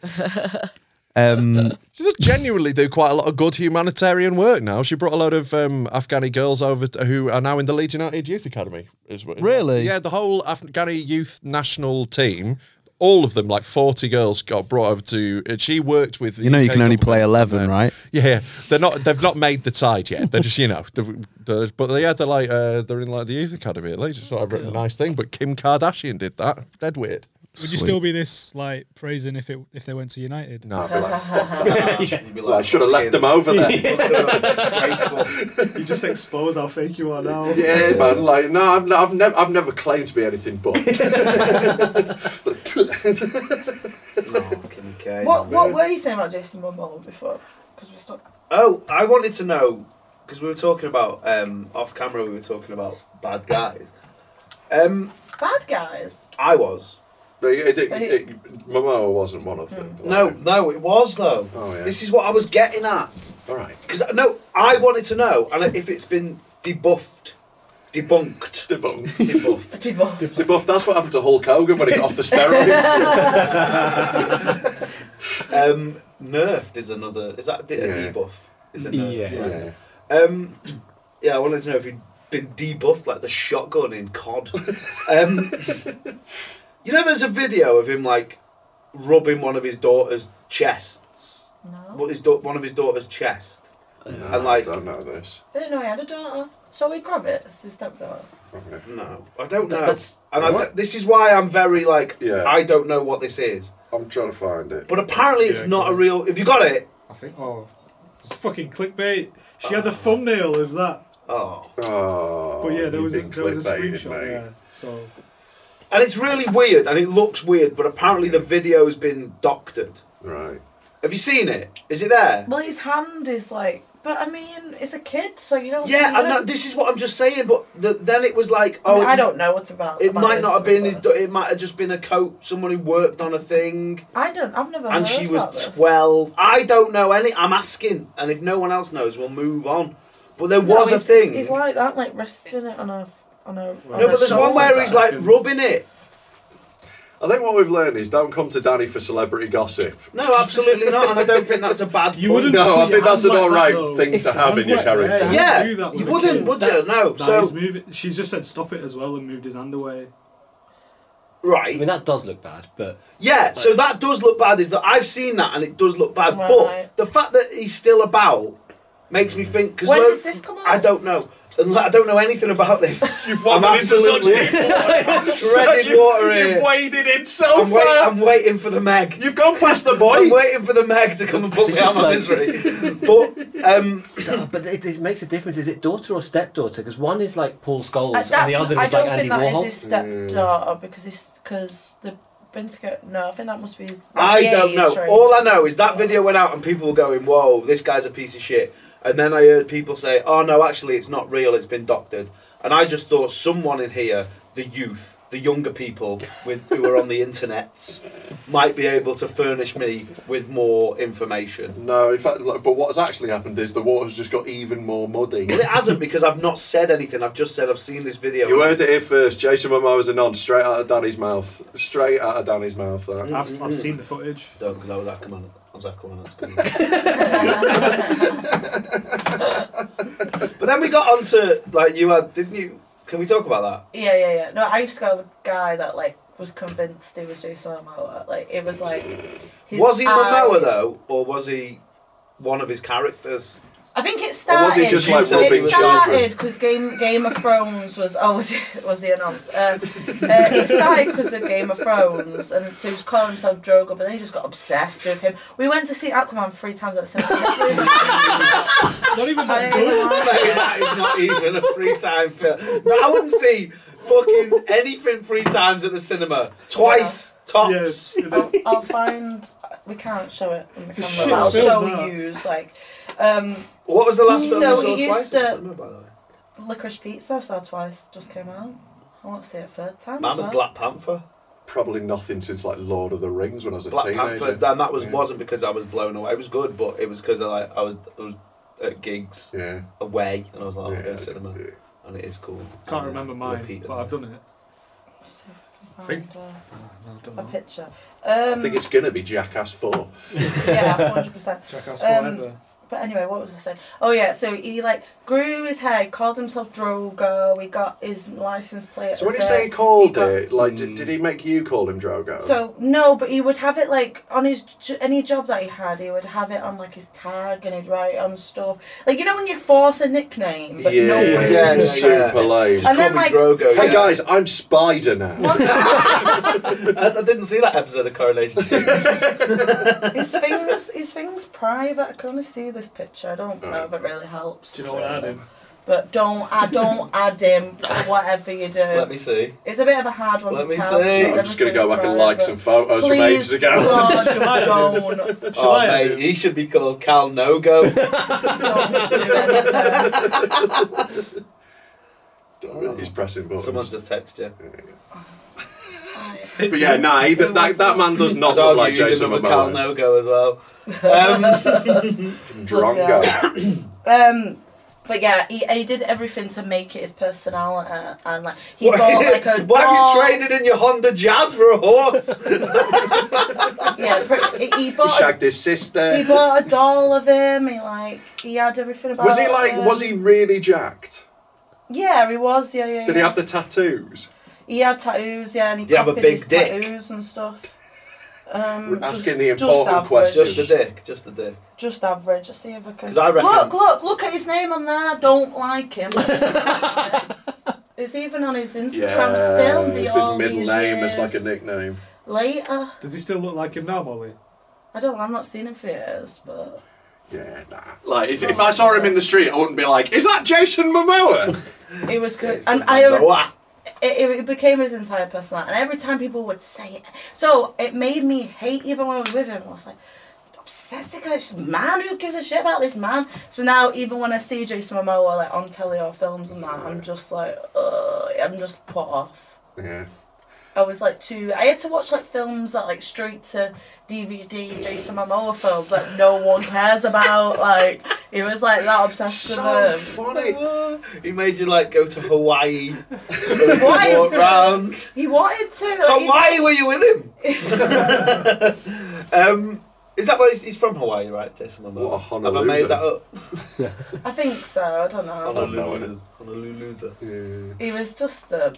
[SPEAKER 2] Um,
[SPEAKER 3] She does genuinely do quite a lot of good humanitarian work now. She brought a load of um, Afghani girls over t- who are now in the Leeds United Youth Academy. Is what,
[SPEAKER 2] Really?
[SPEAKER 3] Yeah, the whole Afghani youth national team, all of them, like 40 girls, got brought over to. uh, She worked with.
[SPEAKER 2] you know you can only play 11, right?
[SPEAKER 3] Uh, Yeah, yeah. they're not. They've not made the side yet. They're just, you know, they're- they're- but they had the like. Uh, they're in like the youth academy at Leeds. It's sort of a nice thing. But Kim Kardashian did that. Dead weird.
[SPEAKER 8] Would you still be this like praising if it if they went to United?
[SPEAKER 3] No, I'd be like, I should have left them over there.
[SPEAKER 11] You just expose how fake you are now.
[SPEAKER 3] Yeah, man. Like, no, I've, I've never, I've never claimed to be anything but.
[SPEAKER 1] What What were you saying about Jason Momoa before? Because we stopped.
[SPEAKER 12] Oh, I wanted to know because we were talking about um, off camera. We were talking about bad guys. Um,
[SPEAKER 1] Bad guys.
[SPEAKER 12] I was.
[SPEAKER 3] it, it, it, Momoa wasn't one of them.
[SPEAKER 12] No, no, it was though.
[SPEAKER 3] Oh, yeah.
[SPEAKER 12] This is what I was getting at
[SPEAKER 3] All right.
[SPEAKER 12] because no, I wanted to know and if it's been debuffed, debunked,
[SPEAKER 3] Debunked.
[SPEAKER 12] debuffed.
[SPEAKER 1] Debuff.
[SPEAKER 3] Debuff, that's what happened to Hulk Hogan when he got off the steroids.
[SPEAKER 12] um, nerfed is another. Is that a de-
[SPEAKER 3] Yeah.
[SPEAKER 12] a debuff?
[SPEAKER 2] is in there.
[SPEAKER 3] Yeah. Yeah.
[SPEAKER 2] Um, yeah, I wanted to know if you'd been debuffed like the shotgun in COD. um, you know, there's a video of him like rubbing one of his daughter's chests. No. What his da- one of his daughter's chest. and like, I don't know this.
[SPEAKER 1] I didn't know he had a daughter. So we grab it. It's his stepdaughter.
[SPEAKER 2] No, I don't
[SPEAKER 1] That-
[SPEAKER 2] know.
[SPEAKER 1] that's-
[SPEAKER 2] and I
[SPEAKER 1] What?
[SPEAKER 2] don't- this is why I'm very like,
[SPEAKER 3] Yeah.
[SPEAKER 2] I don't know what this is.
[SPEAKER 3] I'm trying to find it.
[SPEAKER 2] But apparently, it's
[SPEAKER 3] Yeah,
[SPEAKER 2] not a real. If you got it,
[SPEAKER 8] I think. Oh, it's fucking clickbait. She had the thumbnail as that.
[SPEAKER 2] Oh.
[SPEAKER 8] But yeah, there
[SPEAKER 2] you've
[SPEAKER 8] was a,
[SPEAKER 2] been
[SPEAKER 8] there was a
[SPEAKER 2] clickbaited,
[SPEAKER 8] screenshot
[SPEAKER 2] mate.
[SPEAKER 8] there. So
[SPEAKER 2] and it's really weird, and it looks weird, but apparently the video's been doctored. Right. Have you seen it? Is it there?
[SPEAKER 1] Well, his hand is like. But I mean, it's a kid, so you don't.
[SPEAKER 2] Yeah,
[SPEAKER 1] you
[SPEAKER 2] and
[SPEAKER 1] don't-
[SPEAKER 2] that, this is what I'm just saying. But the, then it was like,
[SPEAKER 1] I
[SPEAKER 2] oh,
[SPEAKER 1] mean, I don't know what's about.
[SPEAKER 2] It
[SPEAKER 1] about
[SPEAKER 2] might
[SPEAKER 1] this,
[SPEAKER 2] not have
[SPEAKER 1] to be
[SPEAKER 2] been. His,
[SPEAKER 1] fair.
[SPEAKER 2] da- it might have just been a coat. Someone who worked on a thing,
[SPEAKER 1] I don't. I've never. heard
[SPEAKER 2] and she was
[SPEAKER 1] about this.
[SPEAKER 2] twelve. I don't know any. I'm asking, and if no one else knows, we'll move on. But there
[SPEAKER 1] No,
[SPEAKER 2] was a
[SPEAKER 1] he's-
[SPEAKER 2] thing.
[SPEAKER 1] He's like that, like resting it on a on a. on
[SPEAKER 2] no,
[SPEAKER 1] a
[SPEAKER 2] but there's
[SPEAKER 1] shoulder.
[SPEAKER 2] one where he's like rubbing it.
[SPEAKER 3] I think what we've learned is don't come to Danny for celebrity gossip.
[SPEAKER 2] No, absolutely not, and I don't think that's a bad. You
[SPEAKER 3] wouldn't No, put I your think that's an hand like alright that, though. thing to have in your character.
[SPEAKER 8] yeah,
[SPEAKER 2] Yeah,
[SPEAKER 8] do that with
[SPEAKER 2] you
[SPEAKER 8] a
[SPEAKER 2] wouldn't,
[SPEAKER 8] kid.
[SPEAKER 2] would
[SPEAKER 8] That-
[SPEAKER 2] you? No,
[SPEAKER 8] that
[SPEAKER 2] so-
[SPEAKER 8] is moving- she just said stop it as well and moved his hand away.
[SPEAKER 2] Right. I
[SPEAKER 3] mean that does look bad, but
[SPEAKER 2] Yeah, so that does look bad. Is that I've seen that and it does look bad,
[SPEAKER 1] Right.
[SPEAKER 2] but the fact that he's still about makes
[SPEAKER 3] Mm.
[SPEAKER 2] me think because
[SPEAKER 1] When did this come out?
[SPEAKER 2] I don't know. And I don't know anything about this. You've
[SPEAKER 3] wandered into such deep water.
[SPEAKER 2] I'm
[SPEAKER 3] So
[SPEAKER 2] treading
[SPEAKER 3] you-
[SPEAKER 2] water
[SPEAKER 3] you've
[SPEAKER 2] here.
[SPEAKER 3] waded in so
[SPEAKER 2] I'm wait-
[SPEAKER 3] far.
[SPEAKER 2] I'm waiting for the Meg.
[SPEAKER 3] You've gone past the boy.
[SPEAKER 2] I'm waiting for the Meg to come and put me
[SPEAKER 3] This
[SPEAKER 2] out
[SPEAKER 3] is
[SPEAKER 2] of my
[SPEAKER 3] like-
[SPEAKER 2] misery. but um,
[SPEAKER 10] but it, it makes a difference. Is it daughter or stepdaughter? Because one is like Paul Scholes
[SPEAKER 1] Uh,
[SPEAKER 10] and
[SPEAKER 1] that's
[SPEAKER 10] the
[SPEAKER 1] not-
[SPEAKER 10] other
[SPEAKER 1] I
[SPEAKER 10] is
[SPEAKER 1] don't
[SPEAKER 10] like Andy
[SPEAKER 1] think that is
[SPEAKER 10] Warhol.
[SPEAKER 1] his
[SPEAKER 2] Mm.
[SPEAKER 1] stepdaughter because he's because they've been together. No, I think that must be his.
[SPEAKER 2] I
[SPEAKER 1] the
[SPEAKER 2] don't
[SPEAKER 1] age
[SPEAKER 2] know.
[SPEAKER 1] range.
[SPEAKER 2] All I know is that video went out and people were going, "Whoa, this guy's a piece of shit." And then I heard people say, "Oh no, actually, it's not real. It's been doctored." And I just thought someone in here, the youth, the younger people with who are on the internets, might be able to furnish me with more information.
[SPEAKER 3] No, in fact, look, but what's actually happened is the water's just got even more muddy.
[SPEAKER 2] Well, it hasn't because I've not said anything. I've just said I've seen this video.
[SPEAKER 3] You heard it here first. Jason Momoa's a non, straight out of Danny's mouth. Straight out of Danny's mouth. That.
[SPEAKER 2] Mm.
[SPEAKER 8] I've, I've seen the footage.
[SPEAKER 2] No, because I was at command. I was at command at school. But then we got onto like you had, didn't you? Can we talk about that?
[SPEAKER 1] Yeah, yeah, yeah. No, I used to go with a guy that like was convinced he was Jason Momoa. Like it was like. his
[SPEAKER 2] was he Momoa
[SPEAKER 1] eye-
[SPEAKER 2] though, or was he one of his characters?
[SPEAKER 1] I think it
[SPEAKER 2] Or
[SPEAKER 1] started.
[SPEAKER 2] was it just like robbing
[SPEAKER 1] It started
[SPEAKER 2] children?
[SPEAKER 1] because Game Game of Thrones was oh was it was the announce. Uh, uh, it started because of Game of Thrones and so he was calling himself Drogo, but then he just got obsessed with him. We went to see Aquaman three times at the cinema. it's
[SPEAKER 8] not even
[SPEAKER 1] that
[SPEAKER 2] Mate, that is not even a free time film. No, I wouldn't see fucking anything three times at the cinema. Twice tops.
[SPEAKER 1] I'll find. We can't show it on the
[SPEAKER 2] a
[SPEAKER 1] camera,
[SPEAKER 2] shit
[SPEAKER 1] but I'll
[SPEAKER 2] film,
[SPEAKER 1] show
[SPEAKER 2] that.
[SPEAKER 1] you. Like, um,
[SPEAKER 2] What was the last film
[SPEAKER 1] so
[SPEAKER 2] you saw
[SPEAKER 1] he
[SPEAKER 2] twice
[SPEAKER 1] used
[SPEAKER 2] at the
[SPEAKER 1] to-
[SPEAKER 2] cinema, by the way?
[SPEAKER 1] Licorice Pizza I saw twice just came out. I want to see it a third time.
[SPEAKER 3] Mine
[SPEAKER 1] as
[SPEAKER 3] was
[SPEAKER 1] well.
[SPEAKER 2] Black Panther.
[SPEAKER 3] Probably nothing since like Lord of the Rings when I was a
[SPEAKER 2] Black
[SPEAKER 3] teenager.
[SPEAKER 2] Panther, and that was
[SPEAKER 3] Yeah.
[SPEAKER 2] wasn't because I was blown away. It was good, but it was because I like I was I was at gigs away, and I was like, I'm
[SPEAKER 8] Yeah,
[SPEAKER 2] going to cinema, and it is cool.
[SPEAKER 8] Can't
[SPEAKER 2] And
[SPEAKER 8] remember mine,
[SPEAKER 2] repeat,
[SPEAKER 8] but
[SPEAKER 2] isn't
[SPEAKER 8] I've done it.
[SPEAKER 1] Found,
[SPEAKER 2] Oh,
[SPEAKER 1] uh,
[SPEAKER 8] don't
[SPEAKER 1] a picture. Um,
[SPEAKER 3] I think it's gonna be Jackass Four.
[SPEAKER 1] yeah, hundred percent. Um,
[SPEAKER 3] Jackass forever.
[SPEAKER 1] But anyway, what was I saying? Oh yeah, so he like grew his hair, called himself Drogo. He got his license plate.
[SPEAKER 3] So when you
[SPEAKER 1] as a-
[SPEAKER 3] say he called it, like, did,
[SPEAKER 2] Mm.
[SPEAKER 3] did he make you call him Drogo?
[SPEAKER 1] So no, but he would have it like on his j- any job that he had, he would have it on like his tag and he'd write on stuff. Like you know when you force a nickname, but
[SPEAKER 3] yeah,
[SPEAKER 1] no one
[SPEAKER 3] yeah,
[SPEAKER 1] uses it.
[SPEAKER 3] super lame.
[SPEAKER 1] And then, like- Drogo,
[SPEAKER 3] hey
[SPEAKER 1] yeah.
[SPEAKER 3] guys, I'm Spider now.
[SPEAKER 2] it? I, I didn't see that episode of Correlation.
[SPEAKER 1] his things, his things private. I can only see this picture. I don't know if it really helps.
[SPEAKER 8] Do you know what I did?
[SPEAKER 1] But don't, I don't add him. Whatever you do.
[SPEAKER 2] Let me see.
[SPEAKER 1] It's a bit of a hard one
[SPEAKER 2] Let
[SPEAKER 1] to
[SPEAKER 2] me
[SPEAKER 1] tell.
[SPEAKER 2] see.
[SPEAKER 1] because
[SPEAKER 2] I'm just gonna
[SPEAKER 3] go back and
[SPEAKER 1] everything's
[SPEAKER 3] like
[SPEAKER 1] private.
[SPEAKER 3] some photos from
[SPEAKER 1] Please,
[SPEAKER 3] ages ago.
[SPEAKER 1] God, don't.
[SPEAKER 2] oh, mate, he should be called Cal No Go.
[SPEAKER 3] He's pressing buttons.
[SPEAKER 2] Someone just texted you.
[SPEAKER 3] But yeah, nah, he, that, that, that man does not
[SPEAKER 2] I'd
[SPEAKER 3] look like
[SPEAKER 2] argue he's
[SPEAKER 3] Jason
[SPEAKER 2] another Cal
[SPEAKER 3] Momoa.
[SPEAKER 2] No Go as well. Um,
[SPEAKER 3] Drongo.
[SPEAKER 1] Um, But yeah, he, he did everything to make it his personality, and like he
[SPEAKER 2] What-
[SPEAKER 1] got like a.
[SPEAKER 2] What
[SPEAKER 1] dog.
[SPEAKER 2] have you traded in your Honda Jazz for a horse?
[SPEAKER 1] Yeah, pr- he, he bought.
[SPEAKER 3] shagged his sister.
[SPEAKER 1] he bought a doll of him. He like he had everything about.
[SPEAKER 3] Was he like?
[SPEAKER 1] him.
[SPEAKER 3] Was he really jacked?
[SPEAKER 1] Yeah, he was. Yeah, yeah.
[SPEAKER 3] Did he
[SPEAKER 1] yeah.
[SPEAKER 3] have the tattoos?
[SPEAKER 1] He had tattoos. Yeah, and he
[SPEAKER 3] Did he have a
[SPEAKER 1] copied
[SPEAKER 3] big
[SPEAKER 1] his
[SPEAKER 3] dick?
[SPEAKER 1] tattoos and stuff. Um,
[SPEAKER 3] We're
[SPEAKER 1] just-
[SPEAKER 3] asking the
[SPEAKER 1] just
[SPEAKER 3] important
[SPEAKER 1] average.
[SPEAKER 3] questions.
[SPEAKER 2] Just the dick. Just the dick.
[SPEAKER 1] Just average. I see if I can.
[SPEAKER 2] 'Cause I reckon-
[SPEAKER 1] Look, look, look at his name on there. Don't like him. it's even on his Instagram still. The
[SPEAKER 3] it's his
[SPEAKER 1] all
[SPEAKER 3] middle
[SPEAKER 1] these
[SPEAKER 3] name. It's
[SPEAKER 1] years
[SPEAKER 3] like a nickname.
[SPEAKER 1] Later.
[SPEAKER 8] Does he still look like him now, Molly?
[SPEAKER 1] I don't. I'm not seeing him for years, but
[SPEAKER 3] Yeah, nah. Like if, if I saw him in the street, I wouldn't be like, "Is that Jason Momoa?"
[SPEAKER 1] it was good.
[SPEAKER 3] it's
[SPEAKER 1] and
[SPEAKER 3] a
[SPEAKER 1] I.
[SPEAKER 3] Momoa.
[SPEAKER 1] It, it- it became his entire personality, and every time people would say it, so it made me hate even when I was with him. I was like, obsessed with this man. Who gives a shit about this man? So now, even when I see Jason Momoa like on telly or films and that, I'm just like, Ugh, I'm just put off.
[SPEAKER 3] yeah.
[SPEAKER 1] I was like too. I had to watch like films that like straight to DVD Jason Momoa films that no one cares about. Like he was like that obsessed
[SPEAKER 2] So
[SPEAKER 1] with them.
[SPEAKER 2] funny. He made you like go to Hawaii.
[SPEAKER 1] wanted
[SPEAKER 2] walk
[SPEAKER 1] to.
[SPEAKER 2] around.
[SPEAKER 1] He wanted to. like, he-
[SPEAKER 2] Hawaii, were you with him? um, is that where he's, he's from? Hawaii, right, Jason Momoa? Have I
[SPEAKER 3] Honolulu.
[SPEAKER 2] made that up?
[SPEAKER 1] I think so. I don't know.
[SPEAKER 3] Honolulu.
[SPEAKER 2] Honolulu.
[SPEAKER 3] Yeah.
[SPEAKER 1] He was just a.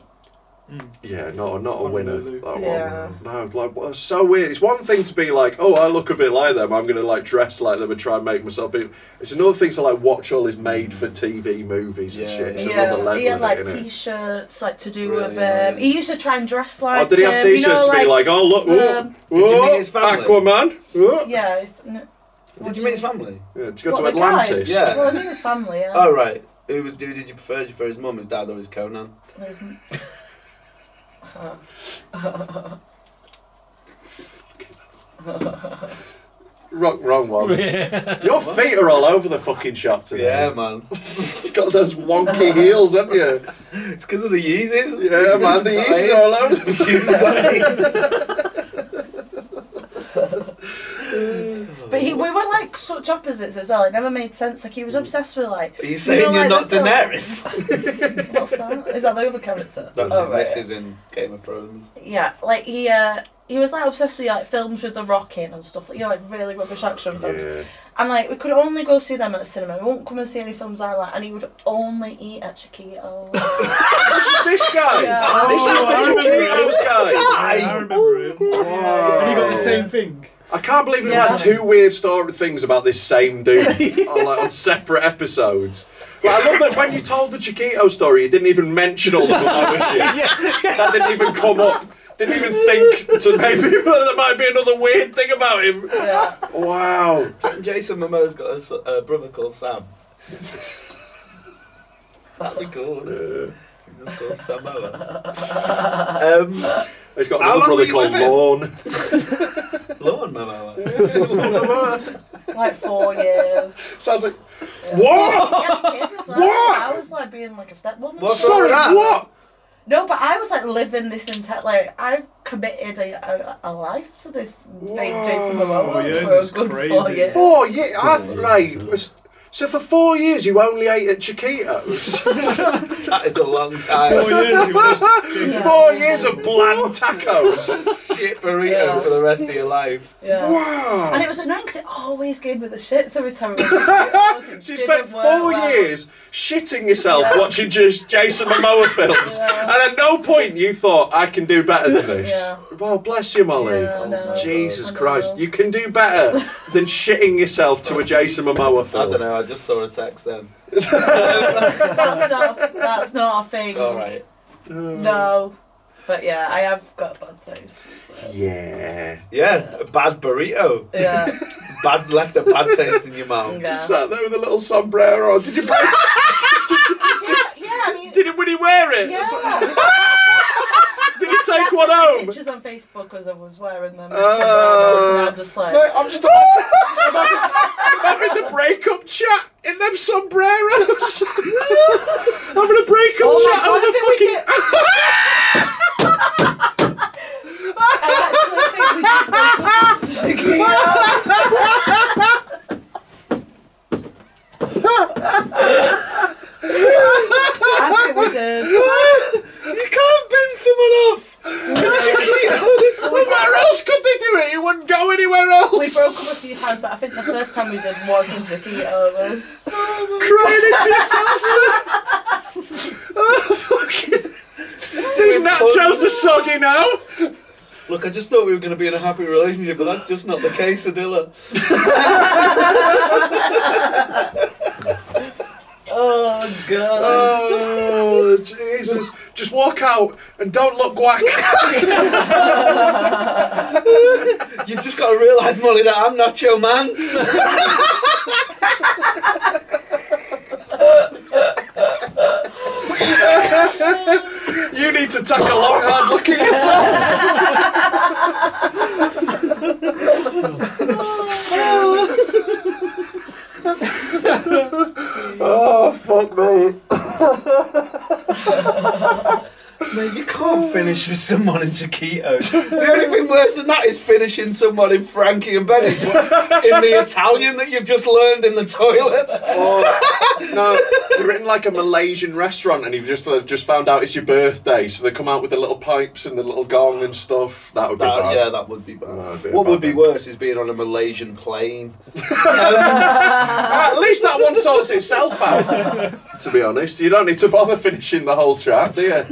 [SPEAKER 3] Yeah, not a, not a winner. That
[SPEAKER 1] Yeah.
[SPEAKER 3] one. No, like well, it's so weird. It's one thing to be like, oh, I look a bit like them. I'm gonna like dress like them and try and make myself. Be... It's another thing to like watch all his made for TV movies and shit. It's another
[SPEAKER 1] Yeah,
[SPEAKER 3] level.
[SPEAKER 1] he had
[SPEAKER 3] of
[SPEAKER 1] like
[SPEAKER 3] it, innit?
[SPEAKER 1] t-shirts like to do
[SPEAKER 3] really
[SPEAKER 1] with um. He used to try and dress like.
[SPEAKER 3] oh, did he have
[SPEAKER 1] him, um, you
[SPEAKER 3] t-shirts
[SPEAKER 1] know,
[SPEAKER 3] to be like, oh look, whoa,
[SPEAKER 1] um,
[SPEAKER 2] Did you meet
[SPEAKER 3] whoa,
[SPEAKER 2] his family?
[SPEAKER 3] Aquaman? Whoa.
[SPEAKER 1] yeah. it's- n-
[SPEAKER 2] oh. Did you meet his family?
[SPEAKER 3] Yeah, did
[SPEAKER 1] what, the guys?
[SPEAKER 2] Yeah.
[SPEAKER 1] Well, I knew his family. Yeah.
[SPEAKER 2] Oh right. Who was who did you prefer? Did you prefer his mum, his dad, or his Conan?
[SPEAKER 1] There's n-
[SPEAKER 3] Wrong, wrong one. Your feet are all over the fucking shop today.
[SPEAKER 2] Yeah, man.
[SPEAKER 3] You've got those wonky heels, haven't you?
[SPEAKER 2] It's because of the Yeezys.
[SPEAKER 3] Yeah, man, the Yeezys are all over the
[SPEAKER 1] But he, we were like such opposites as well. It never made sense. Like he was obsessed with like.
[SPEAKER 2] Are you saying
[SPEAKER 1] we were
[SPEAKER 2] you're not
[SPEAKER 1] like the
[SPEAKER 2] Daenerys?
[SPEAKER 1] film- What's that? Is that the other character?
[SPEAKER 2] That's
[SPEAKER 1] Oh,
[SPEAKER 2] his
[SPEAKER 1] right.
[SPEAKER 2] missus in Game of Thrones.
[SPEAKER 1] Yeah, like he uh, he was like obsessed with like films with The Rock in and stuff. Like, you know, like really rubbish action films. And like we could only go see them at the cinema. We won't come and see any films I like. And he would only eat at Chiquito.
[SPEAKER 3] this guy. Oh,
[SPEAKER 1] Yeah.
[SPEAKER 3] This is
[SPEAKER 8] I
[SPEAKER 3] the
[SPEAKER 8] remember
[SPEAKER 3] Chiquito's
[SPEAKER 8] him.
[SPEAKER 3] guy.
[SPEAKER 8] Yeah, I remember him. And he got the same thing.
[SPEAKER 3] I can't believe we've
[SPEAKER 8] Yeah.
[SPEAKER 3] had two weird story things about this same dude on, like, on separate episodes. Like, I love that when you told the Chiquito story, you didn't even mention all the other shit. That didn't even come up. Didn't even think to maybe there might be another weird thing about him.
[SPEAKER 1] Yeah.
[SPEAKER 3] Wow.
[SPEAKER 2] Jason Momoa's got a, s- a brother called Sam. That'd be cool. wouldn't it? He's just called Samoa. Um,
[SPEAKER 3] He's got
[SPEAKER 2] how
[SPEAKER 3] another
[SPEAKER 2] long were
[SPEAKER 3] brother
[SPEAKER 2] you
[SPEAKER 3] called
[SPEAKER 2] with him?
[SPEAKER 3] Lorne.
[SPEAKER 2] Lorne Momoa.
[SPEAKER 1] like four years.
[SPEAKER 3] Sounds like. What?
[SPEAKER 1] He had a kid as well.
[SPEAKER 3] What?
[SPEAKER 1] I was like being like a stepwoman.
[SPEAKER 2] What's wrong
[SPEAKER 3] Sorry,
[SPEAKER 2] with that?
[SPEAKER 3] what?
[SPEAKER 1] No, but I was like living this entire like I committed a, a, a life to this fake Jason Momoa
[SPEAKER 8] Four years
[SPEAKER 1] for a
[SPEAKER 8] is
[SPEAKER 1] good four
[SPEAKER 8] crazy.
[SPEAKER 1] years.
[SPEAKER 3] Four years? I th- right. was- So for four years you only ate at Chiquito's?
[SPEAKER 2] That is a long time.
[SPEAKER 8] Four years, you was-
[SPEAKER 3] Four years of bland tacos.
[SPEAKER 2] Shit burrito
[SPEAKER 1] Yeah.
[SPEAKER 2] for the rest of your life.
[SPEAKER 1] Yeah.
[SPEAKER 3] Wow.
[SPEAKER 1] And it was annoying because it always gave me the shits every time. I went
[SPEAKER 3] So you spent four years shitting yourself watching just Jason Momoa films, and at no point you thought I can do better than this.
[SPEAKER 1] Yeah.
[SPEAKER 3] Well, bless you, Molly.
[SPEAKER 1] Yeah, I know.
[SPEAKER 3] Jesus
[SPEAKER 1] I know.
[SPEAKER 3] Christ, you can do better than shitting yourself to a Jason Momoa
[SPEAKER 2] I
[SPEAKER 3] film.
[SPEAKER 2] don't know. I just saw a text then.
[SPEAKER 1] That's not. That's not a thing.
[SPEAKER 2] All right.
[SPEAKER 1] No. But yeah, I have got bad taste.
[SPEAKER 3] Yeah.
[SPEAKER 2] Yeah, a bad burrito.
[SPEAKER 1] Yeah.
[SPEAKER 2] Bad left a bad taste in your mouth.
[SPEAKER 1] yeah.
[SPEAKER 3] Just sat there with a little sombrero on. Did you?
[SPEAKER 1] yeah, yeah, and you,
[SPEAKER 3] Did it? Would he wear it?
[SPEAKER 1] yeah.
[SPEAKER 3] That's what-
[SPEAKER 1] I
[SPEAKER 3] Did he take one
[SPEAKER 1] have
[SPEAKER 3] home?
[SPEAKER 1] pictures on Facebook as I was wearing them.
[SPEAKER 3] Oh.
[SPEAKER 1] and I'm just like,
[SPEAKER 3] Mate, I'm just imagin- having, the breakup chat in them sombreros. having a breakup
[SPEAKER 1] Oh my
[SPEAKER 3] chat
[SPEAKER 1] God,
[SPEAKER 3] over
[SPEAKER 1] I
[SPEAKER 3] the
[SPEAKER 1] think we
[SPEAKER 3] fucking.
[SPEAKER 1] get- I actually think we did break up. few times, but I think the first time we did was in Chiquito. Was...
[SPEAKER 13] Crying into your salsa.
[SPEAKER 3] These nachos are soggy now.
[SPEAKER 2] Look, I just thought we were going to be in a happy relationship, but that's just not the case, Adilla.
[SPEAKER 3] Oh god. Oh Jesus. Just walk out and don't look whack.
[SPEAKER 2] You've just got to realise, Molly, that I'm not your man.
[SPEAKER 3] you need to take a long hard look at yourself.
[SPEAKER 2] oh, fuck me. Mate, you can't finish with someone in Chiquito. The only thing worse than that is finishing someone in Frankie and Benny in the Italian that you've just learned in the toilet.
[SPEAKER 3] Or- no, you're in like a Malaysian restaurant and you've just uh, just found out it's your birthday, so they come out with the little pipes and the little gong and stuff. That would be
[SPEAKER 2] That-
[SPEAKER 3] bad.
[SPEAKER 2] yeah, that would be bad.
[SPEAKER 3] be a
[SPEAKER 2] what
[SPEAKER 3] bad
[SPEAKER 2] would be
[SPEAKER 3] thing.
[SPEAKER 2] worse is being on a Malaysian plane.
[SPEAKER 3] At least that one sorts itself out. to be honest, you don't need to bother finishing the whole track, do you?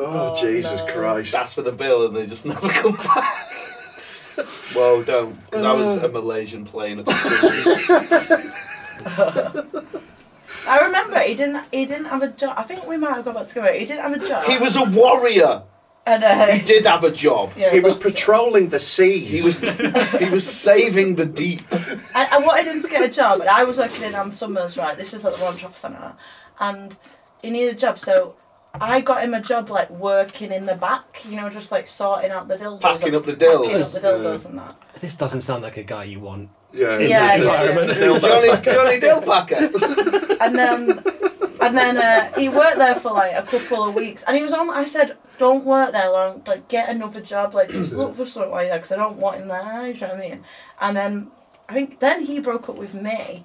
[SPEAKER 3] Oh, Jesus Christ!
[SPEAKER 2] That's for the bill, and they just never come back. well, don't, because I
[SPEAKER 3] Uh.
[SPEAKER 2] was a Malaysian plane. At
[SPEAKER 1] I remember he didn't. He didn't have a job. I think we might have gone back together. He didn't have a job.
[SPEAKER 2] he was a warrior.
[SPEAKER 1] And, uh,
[SPEAKER 2] He did have a job.
[SPEAKER 1] Yeah, He was that's-
[SPEAKER 3] patrolling the seas.
[SPEAKER 2] He was he was saving the deep.
[SPEAKER 1] I, I wanted him to get a job, and I was working in Ann Summers, right? This was at the One Shop Centre, and he needed a job, so I got him a job like working in the back, you know, just like sorting out the dildos,
[SPEAKER 2] Packing
[SPEAKER 1] and
[SPEAKER 2] up the
[SPEAKER 1] packing
[SPEAKER 2] dills.
[SPEAKER 1] up the dildos and that.
[SPEAKER 10] This doesn't sound like a guy you want.
[SPEAKER 3] Yeah,
[SPEAKER 1] Yeah, yeah, yeah.
[SPEAKER 2] Johnny Johnny Dillpacker.
[SPEAKER 1] And then, and then uh, he worked there for like a couple of weeks, and he was on. I said, "Don't work there long. Like, get another job. Like, just look for something while you're there, because I don't want him there." You know what I mean? And then I think then he broke up with me.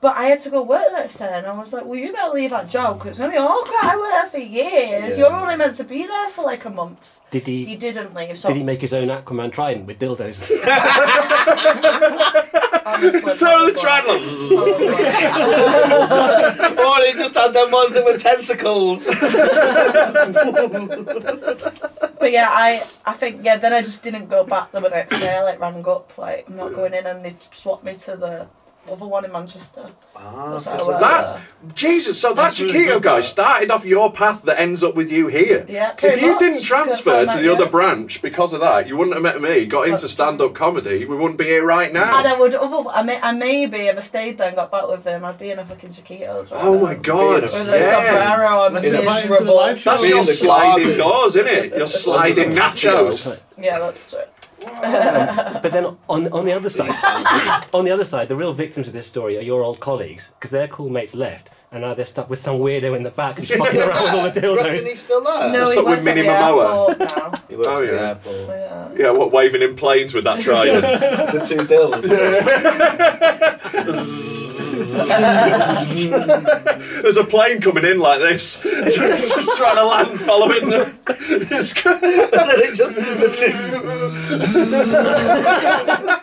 [SPEAKER 1] But I had to go work there instead, and I was like, "Well, you better leave that job because it's gonna be awkward. I worked there for years. You're only meant to be there for like a month."
[SPEAKER 10] Did he?
[SPEAKER 1] He didn't leave, so
[SPEAKER 10] Did he make his own Aquaman trident with dildos?
[SPEAKER 3] so the triathlon.
[SPEAKER 2] or he just had them ones that were tentacles.
[SPEAKER 1] But yeah, I I think yeah. Then I just didn't go back the next day. I like rang up like I'm not going in, and they swapped me to the other one in Manchester.
[SPEAKER 3] Ah,
[SPEAKER 1] That's what I
[SPEAKER 3] so
[SPEAKER 1] worked
[SPEAKER 3] that Jesus, so that
[SPEAKER 1] That's really
[SPEAKER 3] Chiquito
[SPEAKER 1] good,
[SPEAKER 3] guy
[SPEAKER 1] that.
[SPEAKER 3] started off your path that ends up with you here.
[SPEAKER 1] Yeah,
[SPEAKER 3] Because if
[SPEAKER 1] pretty
[SPEAKER 3] you
[SPEAKER 1] much.
[SPEAKER 3] didn't transfer
[SPEAKER 1] Could've
[SPEAKER 3] to
[SPEAKER 1] found
[SPEAKER 3] the
[SPEAKER 1] that,
[SPEAKER 3] other
[SPEAKER 1] yeah.
[SPEAKER 3] branch because of that, you wouldn't have met me. Got into stand-up comedy, we wouldn't be here right
[SPEAKER 1] And
[SPEAKER 3] now.
[SPEAKER 1] I would other I may I maybe if I stayed there and got back with him, I'd be in a fucking Chiquitos. Right
[SPEAKER 3] Oh
[SPEAKER 1] now.
[SPEAKER 3] my God!
[SPEAKER 1] With a sombrero on
[SPEAKER 3] Let's invite him to the
[SPEAKER 1] miserable.
[SPEAKER 3] live show. That's your sliding doors, isn't it? Your sliding nachos.
[SPEAKER 1] Yeah, that's true.
[SPEAKER 10] but then on on the other side, on the other side, the real victims of this story are your old colleagues because their cool mates left and now they're stuck with some weirdo in the back who's fucking around with all the
[SPEAKER 2] Reckon
[SPEAKER 10] dildos.
[SPEAKER 2] he's still there.
[SPEAKER 1] No, he
[SPEAKER 3] Stuck with
[SPEAKER 1] works at
[SPEAKER 3] Minnie
[SPEAKER 1] the
[SPEAKER 3] Momoa.
[SPEAKER 1] airport now.
[SPEAKER 2] He works
[SPEAKER 3] Oh,
[SPEAKER 2] at the
[SPEAKER 3] yeah.
[SPEAKER 2] airport.
[SPEAKER 3] Yeah, what waving in planes with that trident?
[SPEAKER 2] the two dills.
[SPEAKER 3] There's a plane coming in like this, just just trying to land, following them. It's good.
[SPEAKER 2] and then it just the two.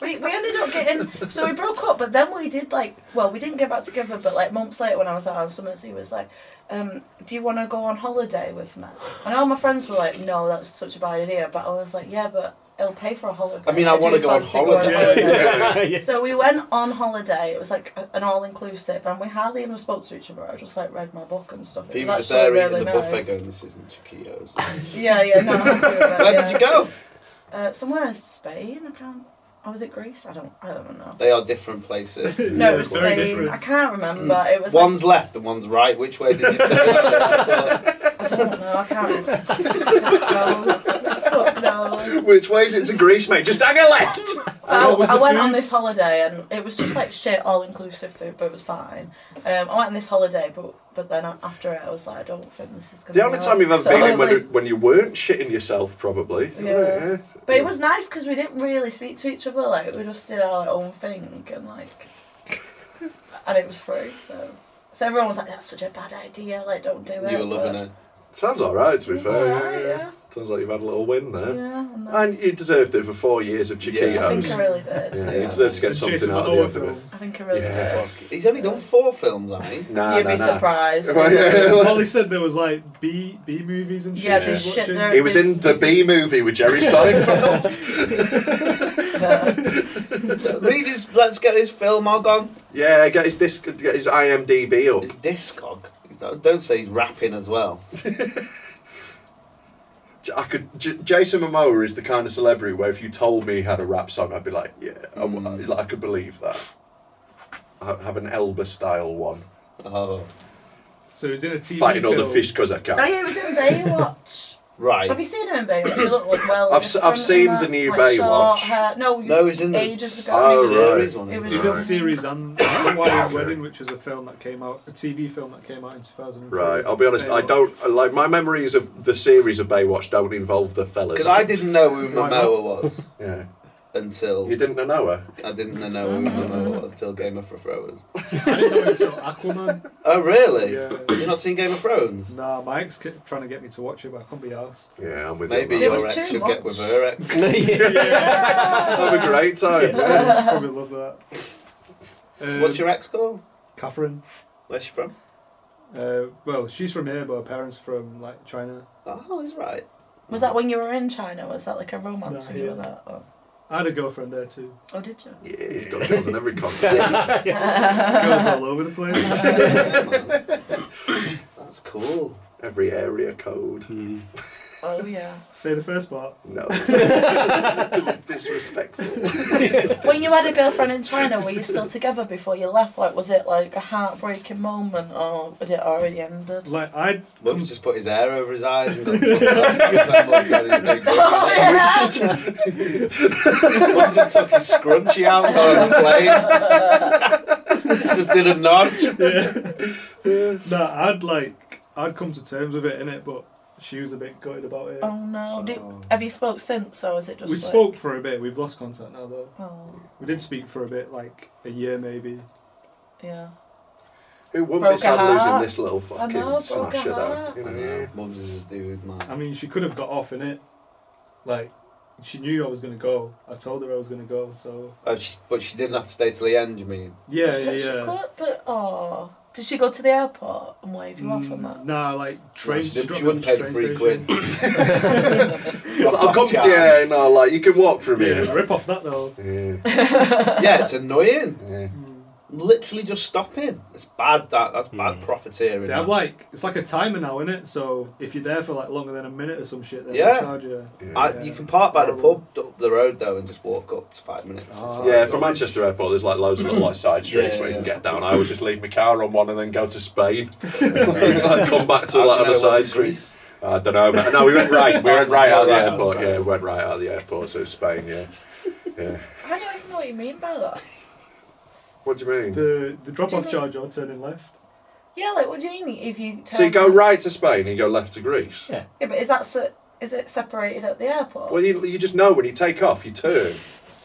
[SPEAKER 1] We, we ended up getting so we broke up, but then we did like well we didn't get back together, but like months later when I was at Hans Summers, he was like, um, "Do you want to go on holiday with me?" And all my friends were like, "No, that's such a bad idea," but I was like, "Yeah, but it'll pay for a holiday."
[SPEAKER 2] I mean, I
[SPEAKER 1] do
[SPEAKER 2] wanna go on
[SPEAKER 1] fancy going
[SPEAKER 2] holiday."
[SPEAKER 1] So we went on holiday. It was like a- an all inclusive, and we hardly even spoke to each other. I just like read my book and stuff. It
[SPEAKER 2] He
[SPEAKER 1] was
[SPEAKER 2] was just there
[SPEAKER 1] actually
[SPEAKER 2] eating
[SPEAKER 1] really
[SPEAKER 2] the
[SPEAKER 1] nice.
[SPEAKER 2] buffet going, this isn't Chiquito's.
[SPEAKER 1] Yeah, yeah. No, I'm happy with it,
[SPEAKER 2] Where
[SPEAKER 1] yeah.
[SPEAKER 2] did you go?
[SPEAKER 1] Uh, somewhere in Spain. I can't. I was it Greece? I don't. I don't know.
[SPEAKER 2] They are different places.
[SPEAKER 1] No, it was Spain. I can't remember.
[SPEAKER 3] Mm.
[SPEAKER 1] It was.
[SPEAKER 2] One's
[SPEAKER 1] like,
[SPEAKER 2] left and one's right. Which way did you turn?
[SPEAKER 1] I don't know. I can't. remember. Fuck knows.
[SPEAKER 3] Which way is it to Greece, mate? Just hang a left.
[SPEAKER 1] I,
[SPEAKER 3] What was
[SPEAKER 1] I
[SPEAKER 3] the
[SPEAKER 1] went
[SPEAKER 3] food?
[SPEAKER 1] on this holiday and it was just like shit all inclusive food, but it was fine. Um, I went on this holiday, but but then a- after it, I was like, I don't think this is gonna.
[SPEAKER 3] The only
[SPEAKER 1] work.
[SPEAKER 3] time you've ever
[SPEAKER 1] So
[SPEAKER 3] been
[SPEAKER 1] I
[SPEAKER 3] in when,
[SPEAKER 1] like-
[SPEAKER 3] when you weren't shitting yourself, probably.
[SPEAKER 1] Yeah. But it was nice because we didn't really speak to each other. Like we just did our own thing and like, and it was free. So so everyone was like, "That's such a bad idea. Like, don't do it."
[SPEAKER 2] You were loving
[SPEAKER 1] but-
[SPEAKER 2] it.
[SPEAKER 3] Sounds all right, to be
[SPEAKER 1] It's
[SPEAKER 3] fair.
[SPEAKER 1] alright,
[SPEAKER 3] yeah,
[SPEAKER 1] yeah.
[SPEAKER 3] Sounds like you've had a little win there.
[SPEAKER 1] Yeah, and then-
[SPEAKER 3] And you deserved it for four years of Chiquitos.
[SPEAKER 1] I think I really did.
[SPEAKER 3] Yeah,
[SPEAKER 1] Yeah.
[SPEAKER 3] you deserve to get something
[SPEAKER 2] Jason
[SPEAKER 3] out of the
[SPEAKER 2] Momoa
[SPEAKER 3] earth of it.
[SPEAKER 1] I think I really
[SPEAKER 3] Yeah.
[SPEAKER 2] Fuck. He's only done four films, hasn't he?
[SPEAKER 3] Nah,
[SPEAKER 1] You'd
[SPEAKER 3] nah,
[SPEAKER 1] be
[SPEAKER 3] nah.
[SPEAKER 1] surprised.
[SPEAKER 8] Holly said there was like B B movies and shit.
[SPEAKER 1] Yeah,
[SPEAKER 8] she
[SPEAKER 1] there's
[SPEAKER 8] was
[SPEAKER 1] shit
[SPEAKER 8] watching.
[SPEAKER 1] there-
[SPEAKER 3] He was in the B movie with Jerry Seinfeld.
[SPEAKER 2] Read his. Let's get his film all gone.
[SPEAKER 3] yeah, get his disc, get his IMDb up.
[SPEAKER 2] His discog. He's not, don't say he's rapping as well.
[SPEAKER 3] J- I could. J- Jason Momoa is the kind of celebrity where if you told me he had a rap song, I'd be like, yeah, I, w-
[SPEAKER 2] Mm.
[SPEAKER 3] I- like, I could believe that. I have an Elba style one.
[SPEAKER 2] Oh.
[SPEAKER 8] So he's in a TV
[SPEAKER 3] Fighting all the
[SPEAKER 8] film.
[SPEAKER 3] fish because I can.
[SPEAKER 1] Oh yeah, he was in Baywatch.
[SPEAKER 3] Right.
[SPEAKER 1] Have you seen him in Baywatch? He looked like well.
[SPEAKER 3] I've s- I've
[SPEAKER 1] different
[SPEAKER 3] seen
[SPEAKER 1] in
[SPEAKER 3] the
[SPEAKER 1] that,
[SPEAKER 3] new
[SPEAKER 1] like, short
[SPEAKER 3] Baywatch.
[SPEAKER 1] hair. No,
[SPEAKER 3] No,
[SPEAKER 1] you-
[SPEAKER 3] he's in the
[SPEAKER 1] ages ago.
[SPEAKER 3] Oh,
[SPEAKER 8] series
[SPEAKER 3] right.
[SPEAKER 8] one.
[SPEAKER 1] It was
[SPEAKER 8] He did
[SPEAKER 1] right.
[SPEAKER 8] series and Hawaiian Wedding, which was a film that came out, a TV film that came out in 2004.
[SPEAKER 3] Right, I'll be honest. I don't like my memories of the series of Baywatch. Don't involve the fellas.
[SPEAKER 2] Because I didn't know who
[SPEAKER 3] Why not?
[SPEAKER 2] Momoa was.
[SPEAKER 3] Yeah.
[SPEAKER 2] Until
[SPEAKER 3] you didn't know her.
[SPEAKER 2] I didn't know who Momoa was until Game of Thrones.
[SPEAKER 8] Aquaman.
[SPEAKER 2] Oh really?
[SPEAKER 8] Yeah.
[SPEAKER 2] You not seen Game of Thrones?
[SPEAKER 8] Nah, my ex kept trying to get me to watch it, but I couldn't be asked.
[SPEAKER 3] Yeah, I'm with
[SPEAKER 2] Maybe
[SPEAKER 3] you.
[SPEAKER 2] your ex should get with her ex.
[SPEAKER 3] Have a great time.
[SPEAKER 8] Yeah, probably love that.
[SPEAKER 2] What's
[SPEAKER 8] Um,
[SPEAKER 2] your ex called?
[SPEAKER 8] Catherine.
[SPEAKER 2] Where's she from?
[SPEAKER 8] Uh, well, she's from here, but her parents from like China.
[SPEAKER 2] Oh, he's right.
[SPEAKER 1] Was that when you were in China? Was that like a romance
[SPEAKER 8] No,
[SPEAKER 1] when you were
[SPEAKER 8] yeah.
[SPEAKER 1] there? Oh,
[SPEAKER 8] I had a girlfriend there too.
[SPEAKER 1] oh did you?
[SPEAKER 3] Yeah, he's got girls in every concert.
[SPEAKER 8] Girls all over the place.
[SPEAKER 2] That's cool. Hmm.
[SPEAKER 3] Every area code.
[SPEAKER 1] Oh yeah.
[SPEAKER 8] Say the first part.
[SPEAKER 3] No. 'Cause it's disrespectful.
[SPEAKER 1] When you had a girlfriend in China, were you still together before you left? Like, was it like a heartbreaking moment, or had it already ended?
[SPEAKER 8] Like I
[SPEAKER 2] Mum's just put his hair over his eyes and got Mum's just took his scrunchie out and got on the plane. Just did a nod.
[SPEAKER 8] Yeah. no, I'd like I'd come to terms with it in it, but she was a bit gutted about it.
[SPEAKER 1] Oh no. Do, have you spoke since, or is it just?
[SPEAKER 8] we
[SPEAKER 1] like,
[SPEAKER 8] spoke for a bit. We've lost contact now though.
[SPEAKER 1] Oh
[SPEAKER 8] We did speak for a bit, like a year maybe.
[SPEAKER 1] yeah.
[SPEAKER 3] Who wouldn't
[SPEAKER 1] Broke
[SPEAKER 3] be
[SPEAKER 1] a
[SPEAKER 3] sad losing
[SPEAKER 1] heart.
[SPEAKER 3] this little
[SPEAKER 1] I
[SPEAKER 3] fucking
[SPEAKER 1] know, broke a
[SPEAKER 3] smasher though?
[SPEAKER 1] heart.
[SPEAKER 3] You know,
[SPEAKER 2] Mum's is a dude, man.
[SPEAKER 8] I mean, she could have got off in it. Like she knew I was gonna go. I told her I was gonna go. So
[SPEAKER 2] Oh, she, but she didn't have to stay till the end, you mean?
[SPEAKER 8] yeah,
[SPEAKER 1] she,
[SPEAKER 8] yeah,
[SPEAKER 1] She
[SPEAKER 8] yeah.
[SPEAKER 1] could, but oh, did she go to the airport and wave you off on that?
[SPEAKER 8] Mm, Nah, like train.
[SPEAKER 2] she
[SPEAKER 8] she
[SPEAKER 2] didn't-
[SPEAKER 8] dropped
[SPEAKER 2] she
[SPEAKER 8] me off
[SPEAKER 2] wouldn't
[SPEAKER 8] at
[SPEAKER 2] pay the
[SPEAKER 8] train
[SPEAKER 2] three
[SPEAKER 8] station.
[SPEAKER 3] It's like, I'll come, yeah, no, like you can walk from here.
[SPEAKER 8] Yeah, rip off that though.
[SPEAKER 3] Yeah.
[SPEAKER 2] yeah, it's annoying.
[SPEAKER 3] Yeah.
[SPEAKER 2] Literally just stopping. It's bad. That that's bad
[SPEAKER 3] Hmm.
[SPEAKER 2] profiteering.
[SPEAKER 8] They have like it's like a timer now, is it? So if you're there for like longer than a minute or some shit, then
[SPEAKER 2] Yeah.
[SPEAKER 8] they charge you.
[SPEAKER 2] I, you can park by the pub up the road though and just walk up to five minutes. It's fine.
[SPEAKER 3] Yeah, from Manchester Airport, there's like loads of little like side streets
[SPEAKER 2] Yeah,
[SPEAKER 3] where you can
[SPEAKER 2] yeah.
[SPEAKER 3] get down. I would just leave my car on one and then go to Spain, like come back to like
[SPEAKER 2] How do you know
[SPEAKER 3] other
[SPEAKER 2] it
[SPEAKER 3] side
[SPEAKER 2] wasn't
[SPEAKER 3] street. I don't know. Man. No, we went right. We went right out of the
[SPEAKER 2] Right out of
[SPEAKER 3] airport.
[SPEAKER 2] Spain.
[SPEAKER 3] Yeah, we went right out of the airport. So it's Spain. Yeah, yeah.
[SPEAKER 1] I don't even know what you mean by that.
[SPEAKER 3] What do you mean?
[SPEAKER 8] The the drop
[SPEAKER 1] Do you
[SPEAKER 8] off
[SPEAKER 1] think-
[SPEAKER 8] charge on turning left.
[SPEAKER 1] Yeah, like what do you mean if you? Turn
[SPEAKER 3] So you go right to Spain and you go left to Greece.
[SPEAKER 10] Yeah.
[SPEAKER 1] Yeah, but is that se- is it separated at the airport?
[SPEAKER 3] Well, you, you just know when you take off, you turn.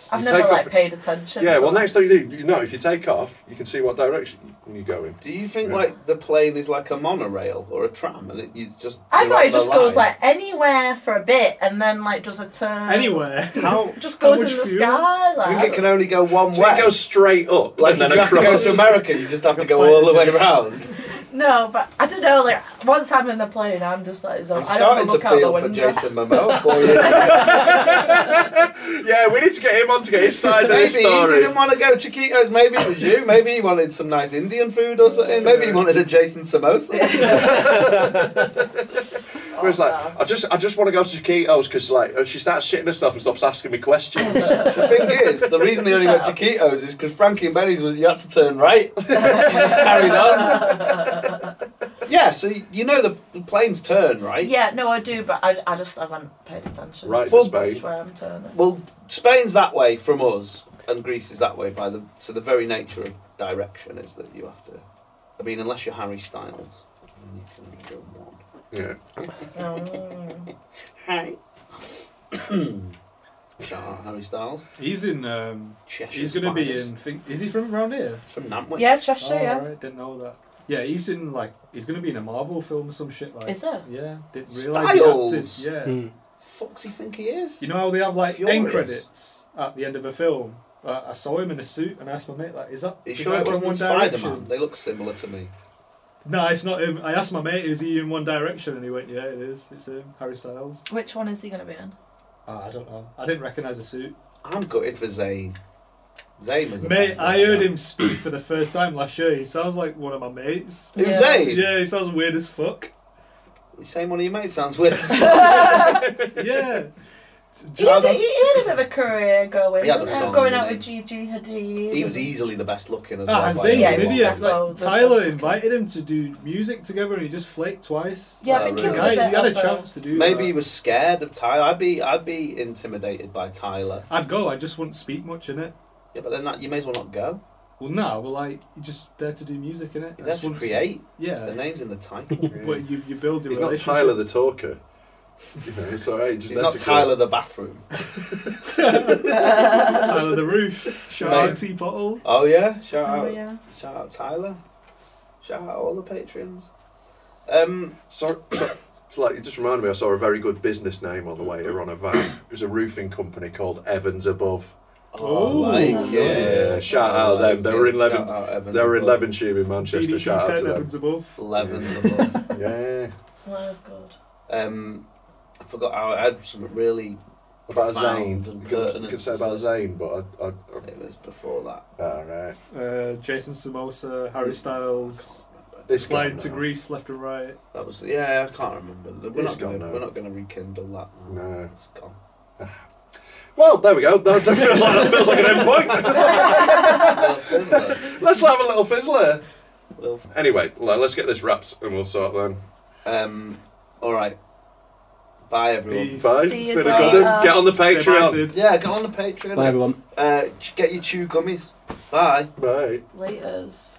[SPEAKER 1] I've
[SPEAKER 3] you
[SPEAKER 1] never
[SPEAKER 3] take
[SPEAKER 1] like
[SPEAKER 3] off-
[SPEAKER 1] paid attention.
[SPEAKER 3] Yeah.
[SPEAKER 1] so-
[SPEAKER 3] Well, next time you do, you know if you take off, you can see what direction you're going.
[SPEAKER 2] Do you think
[SPEAKER 3] Yeah.
[SPEAKER 2] like the plane is like a monorail or a tram and it, you just?
[SPEAKER 1] I
[SPEAKER 2] you're
[SPEAKER 1] thought
[SPEAKER 2] on
[SPEAKER 1] it just
[SPEAKER 2] the
[SPEAKER 1] goes
[SPEAKER 2] line?
[SPEAKER 1] like anywhere for a bit and then like does a turn.
[SPEAKER 8] Anywhere.
[SPEAKER 2] How?
[SPEAKER 1] Just
[SPEAKER 2] how
[SPEAKER 1] goes
[SPEAKER 2] much
[SPEAKER 1] in the
[SPEAKER 2] fuel?
[SPEAKER 1] sky. Like,
[SPEAKER 2] I think it can only go one
[SPEAKER 3] So
[SPEAKER 2] way.
[SPEAKER 3] you go straight up
[SPEAKER 2] like
[SPEAKER 3] and then
[SPEAKER 2] if you have to go
[SPEAKER 3] across.
[SPEAKER 2] to America, you just have to go all the way around.
[SPEAKER 1] No, but I don't know. Like once I'm in the plane, I'm just like zoned.
[SPEAKER 2] I'm
[SPEAKER 1] I don't even
[SPEAKER 2] starting to
[SPEAKER 1] look out the
[SPEAKER 2] feel for
[SPEAKER 1] window.
[SPEAKER 2] Jason Momoa for you.
[SPEAKER 3] yeah, we need to get him on to get his side of the
[SPEAKER 2] Maybe he
[SPEAKER 3] story.
[SPEAKER 2] didn't want to go Chiquitos. Maybe it was you. Maybe he wanted some nice Indian food or something. Maybe he wanted a Jason samosa.
[SPEAKER 3] Where it's like, I just, I just want to go to Chiquitos because like uh, she starts shitting herself and stops asking me questions.
[SPEAKER 2] the thing is, the reason they only went Chiquitos is because Frankie and Benny's was you had to turn right. she just carried on. Yeah, so you know the the planes turn right.
[SPEAKER 1] Yeah, no, I do, but I, I just haven't paid attention.
[SPEAKER 3] Right
[SPEAKER 1] to
[SPEAKER 3] for
[SPEAKER 1] which
[SPEAKER 3] Spain.
[SPEAKER 1] way I'm turning.
[SPEAKER 2] Well, Spain's that way from us, and Greece is that way by the. So the very nature of direction is that you have to. I mean, unless you're Harry Styles, then you can only go one.
[SPEAKER 3] yeah.
[SPEAKER 1] Mm.
[SPEAKER 2] Hi. Shout out Harry Styles.
[SPEAKER 8] He's in. Um,
[SPEAKER 2] Cheshire's
[SPEAKER 8] he's gonna be
[SPEAKER 2] finest.
[SPEAKER 8] in. Think, is he from around here?
[SPEAKER 2] From Nantwich.
[SPEAKER 1] Yeah, Cheshire.
[SPEAKER 8] Oh,
[SPEAKER 1] yeah.
[SPEAKER 8] alright, didn't know that. Yeah, he's in like he's gonna be in a Marvel film or some shit like.
[SPEAKER 2] Is there?
[SPEAKER 8] Yeah, didn't realize. he acted,
[SPEAKER 2] Styles!
[SPEAKER 8] Yeah.
[SPEAKER 2] Hmm. Fuck's he think he is?
[SPEAKER 8] You know how they have like end
[SPEAKER 2] Furious.
[SPEAKER 8] credits at the end of a film. Uh, I saw him in a suit and I asked my mate like, "Is that
[SPEAKER 2] Are you
[SPEAKER 8] the
[SPEAKER 2] sure
[SPEAKER 8] guy
[SPEAKER 2] it
[SPEAKER 8] from
[SPEAKER 2] wasn't
[SPEAKER 8] One
[SPEAKER 2] Spider
[SPEAKER 8] Direction?
[SPEAKER 2] Man? They look similar to me.
[SPEAKER 8] No, it's not him. I asked my mate, "Is he in One Direction?" And he went, "Yeah, it is. It's him, Harry Styles."
[SPEAKER 1] Which one is he going to be in?
[SPEAKER 8] Ah, I don't know. I didn't recognise the suit.
[SPEAKER 2] I'm gutted for Zayn. Zayn was the
[SPEAKER 8] Mate,
[SPEAKER 2] best,
[SPEAKER 8] I
[SPEAKER 2] though.
[SPEAKER 8] heard him speak for the first time last year. He sounds like one of my mates.
[SPEAKER 2] Who's Yeah. Zayn?
[SPEAKER 8] Yeah, he sounds weird as fuck.
[SPEAKER 2] You saying one of your mates sounds weird as
[SPEAKER 8] yeah.
[SPEAKER 2] Just-
[SPEAKER 1] He's- he had a bit of a career going.
[SPEAKER 2] He had a
[SPEAKER 1] uh,
[SPEAKER 2] song,
[SPEAKER 1] going
[SPEAKER 2] didn't
[SPEAKER 1] out
[SPEAKER 2] he?
[SPEAKER 1] with Gigi Hadid.
[SPEAKER 2] He was easily the best looking as well.
[SPEAKER 8] Ah,
[SPEAKER 2] by
[SPEAKER 8] Zayn's
[SPEAKER 2] a
[SPEAKER 8] an
[SPEAKER 2] long
[SPEAKER 8] idiot.
[SPEAKER 2] way.
[SPEAKER 8] Like, Tyler invited him to do music together and he just flaked twice.
[SPEAKER 2] Yeah, I
[SPEAKER 8] Like,
[SPEAKER 2] think
[SPEAKER 8] the
[SPEAKER 2] he was a
[SPEAKER 8] guy-
[SPEAKER 2] bit
[SPEAKER 8] he had a
[SPEAKER 2] of a-
[SPEAKER 8] chance to do
[SPEAKER 2] Maybe
[SPEAKER 8] that.
[SPEAKER 2] he was scared of Tyler. I'd be, I'd be intimidated by Tyler.
[SPEAKER 8] I'd go. I just wouldn't speak much in it.
[SPEAKER 2] Yeah, but then that, you may as well not go.
[SPEAKER 8] Well, no, well, like, you're just there to do music in it.
[SPEAKER 2] You're there to create.
[SPEAKER 8] Yeah.
[SPEAKER 2] The name's in the title.
[SPEAKER 8] But you, you build your
[SPEAKER 2] He's not
[SPEAKER 8] relationship.
[SPEAKER 3] Tyler the talker. You know, it's all right. Just
[SPEAKER 2] He's
[SPEAKER 3] let
[SPEAKER 2] not
[SPEAKER 3] it go.
[SPEAKER 2] Tyler the bathroom.
[SPEAKER 8] Tyler the roof. Shout out
[SPEAKER 2] Mate.
[SPEAKER 8] Teapottle.
[SPEAKER 2] Oh yeah, shout
[SPEAKER 8] Oh,
[SPEAKER 2] out,
[SPEAKER 8] yeah.
[SPEAKER 2] shout out Tyler, shout out all the patrons. Um,
[SPEAKER 3] so, so it's like you just reminded me. I saw a very good business name on the way here on a van. It was a roofing company called Evans Above.
[SPEAKER 2] Oh, I like it.
[SPEAKER 3] yeah! Shout
[SPEAKER 2] I
[SPEAKER 3] out
[SPEAKER 2] like
[SPEAKER 3] them. They were
[SPEAKER 2] it.
[SPEAKER 3] Oh, in
[SPEAKER 2] Shout out
[SPEAKER 3] Leven.
[SPEAKER 2] Evans
[SPEAKER 3] They were in
[SPEAKER 2] Above.
[SPEAKER 3] Levenshulme in Manchester.
[SPEAKER 2] DDP
[SPEAKER 3] Shout out to
[SPEAKER 2] 10
[SPEAKER 3] them.
[SPEAKER 2] Evans
[SPEAKER 8] Above.
[SPEAKER 2] Leven's above.
[SPEAKER 3] yeah.
[SPEAKER 1] Well, that's good.
[SPEAKER 2] Um, I forgot how I had some really
[SPEAKER 3] About
[SPEAKER 2] profound
[SPEAKER 3] Zayn.
[SPEAKER 2] and
[SPEAKER 3] You could-
[SPEAKER 2] pertinent
[SPEAKER 3] you could say
[SPEAKER 2] to
[SPEAKER 3] about Zayn, but I, I, I,
[SPEAKER 2] it was before that.
[SPEAKER 3] All right.
[SPEAKER 8] Uh, Jason Samosa, Harry Styles.
[SPEAKER 2] It's
[SPEAKER 8] flying
[SPEAKER 2] gone
[SPEAKER 8] to
[SPEAKER 2] now.
[SPEAKER 8] Greece left and right.
[SPEAKER 2] That was yeah. I can't remember. We're
[SPEAKER 3] It's
[SPEAKER 2] not gonna
[SPEAKER 3] gone now.
[SPEAKER 2] we're not gonna rekindle that. now.
[SPEAKER 3] No.
[SPEAKER 2] it's gone.
[SPEAKER 3] Well, there we go. That, that feels like that feels like an end point. Let's have a little fizzler. Anyway, le- let's get this wrapped and we'll sort then.
[SPEAKER 2] Um, all right. Bye everyone.
[SPEAKER 3] Peace. Bye. See It's yous been a good one. later. Get on the Patreon. Say bye, Sid.
[SPEAKER 2] Yeah, get on the Patreon.
[SPEAKER 3] Bye, everyone.
[SPEAKER 2] Uh, ch- get your chew gummies. Bye.
[SPEAKER 3] Bye.
[SPEAKER 1] Laters.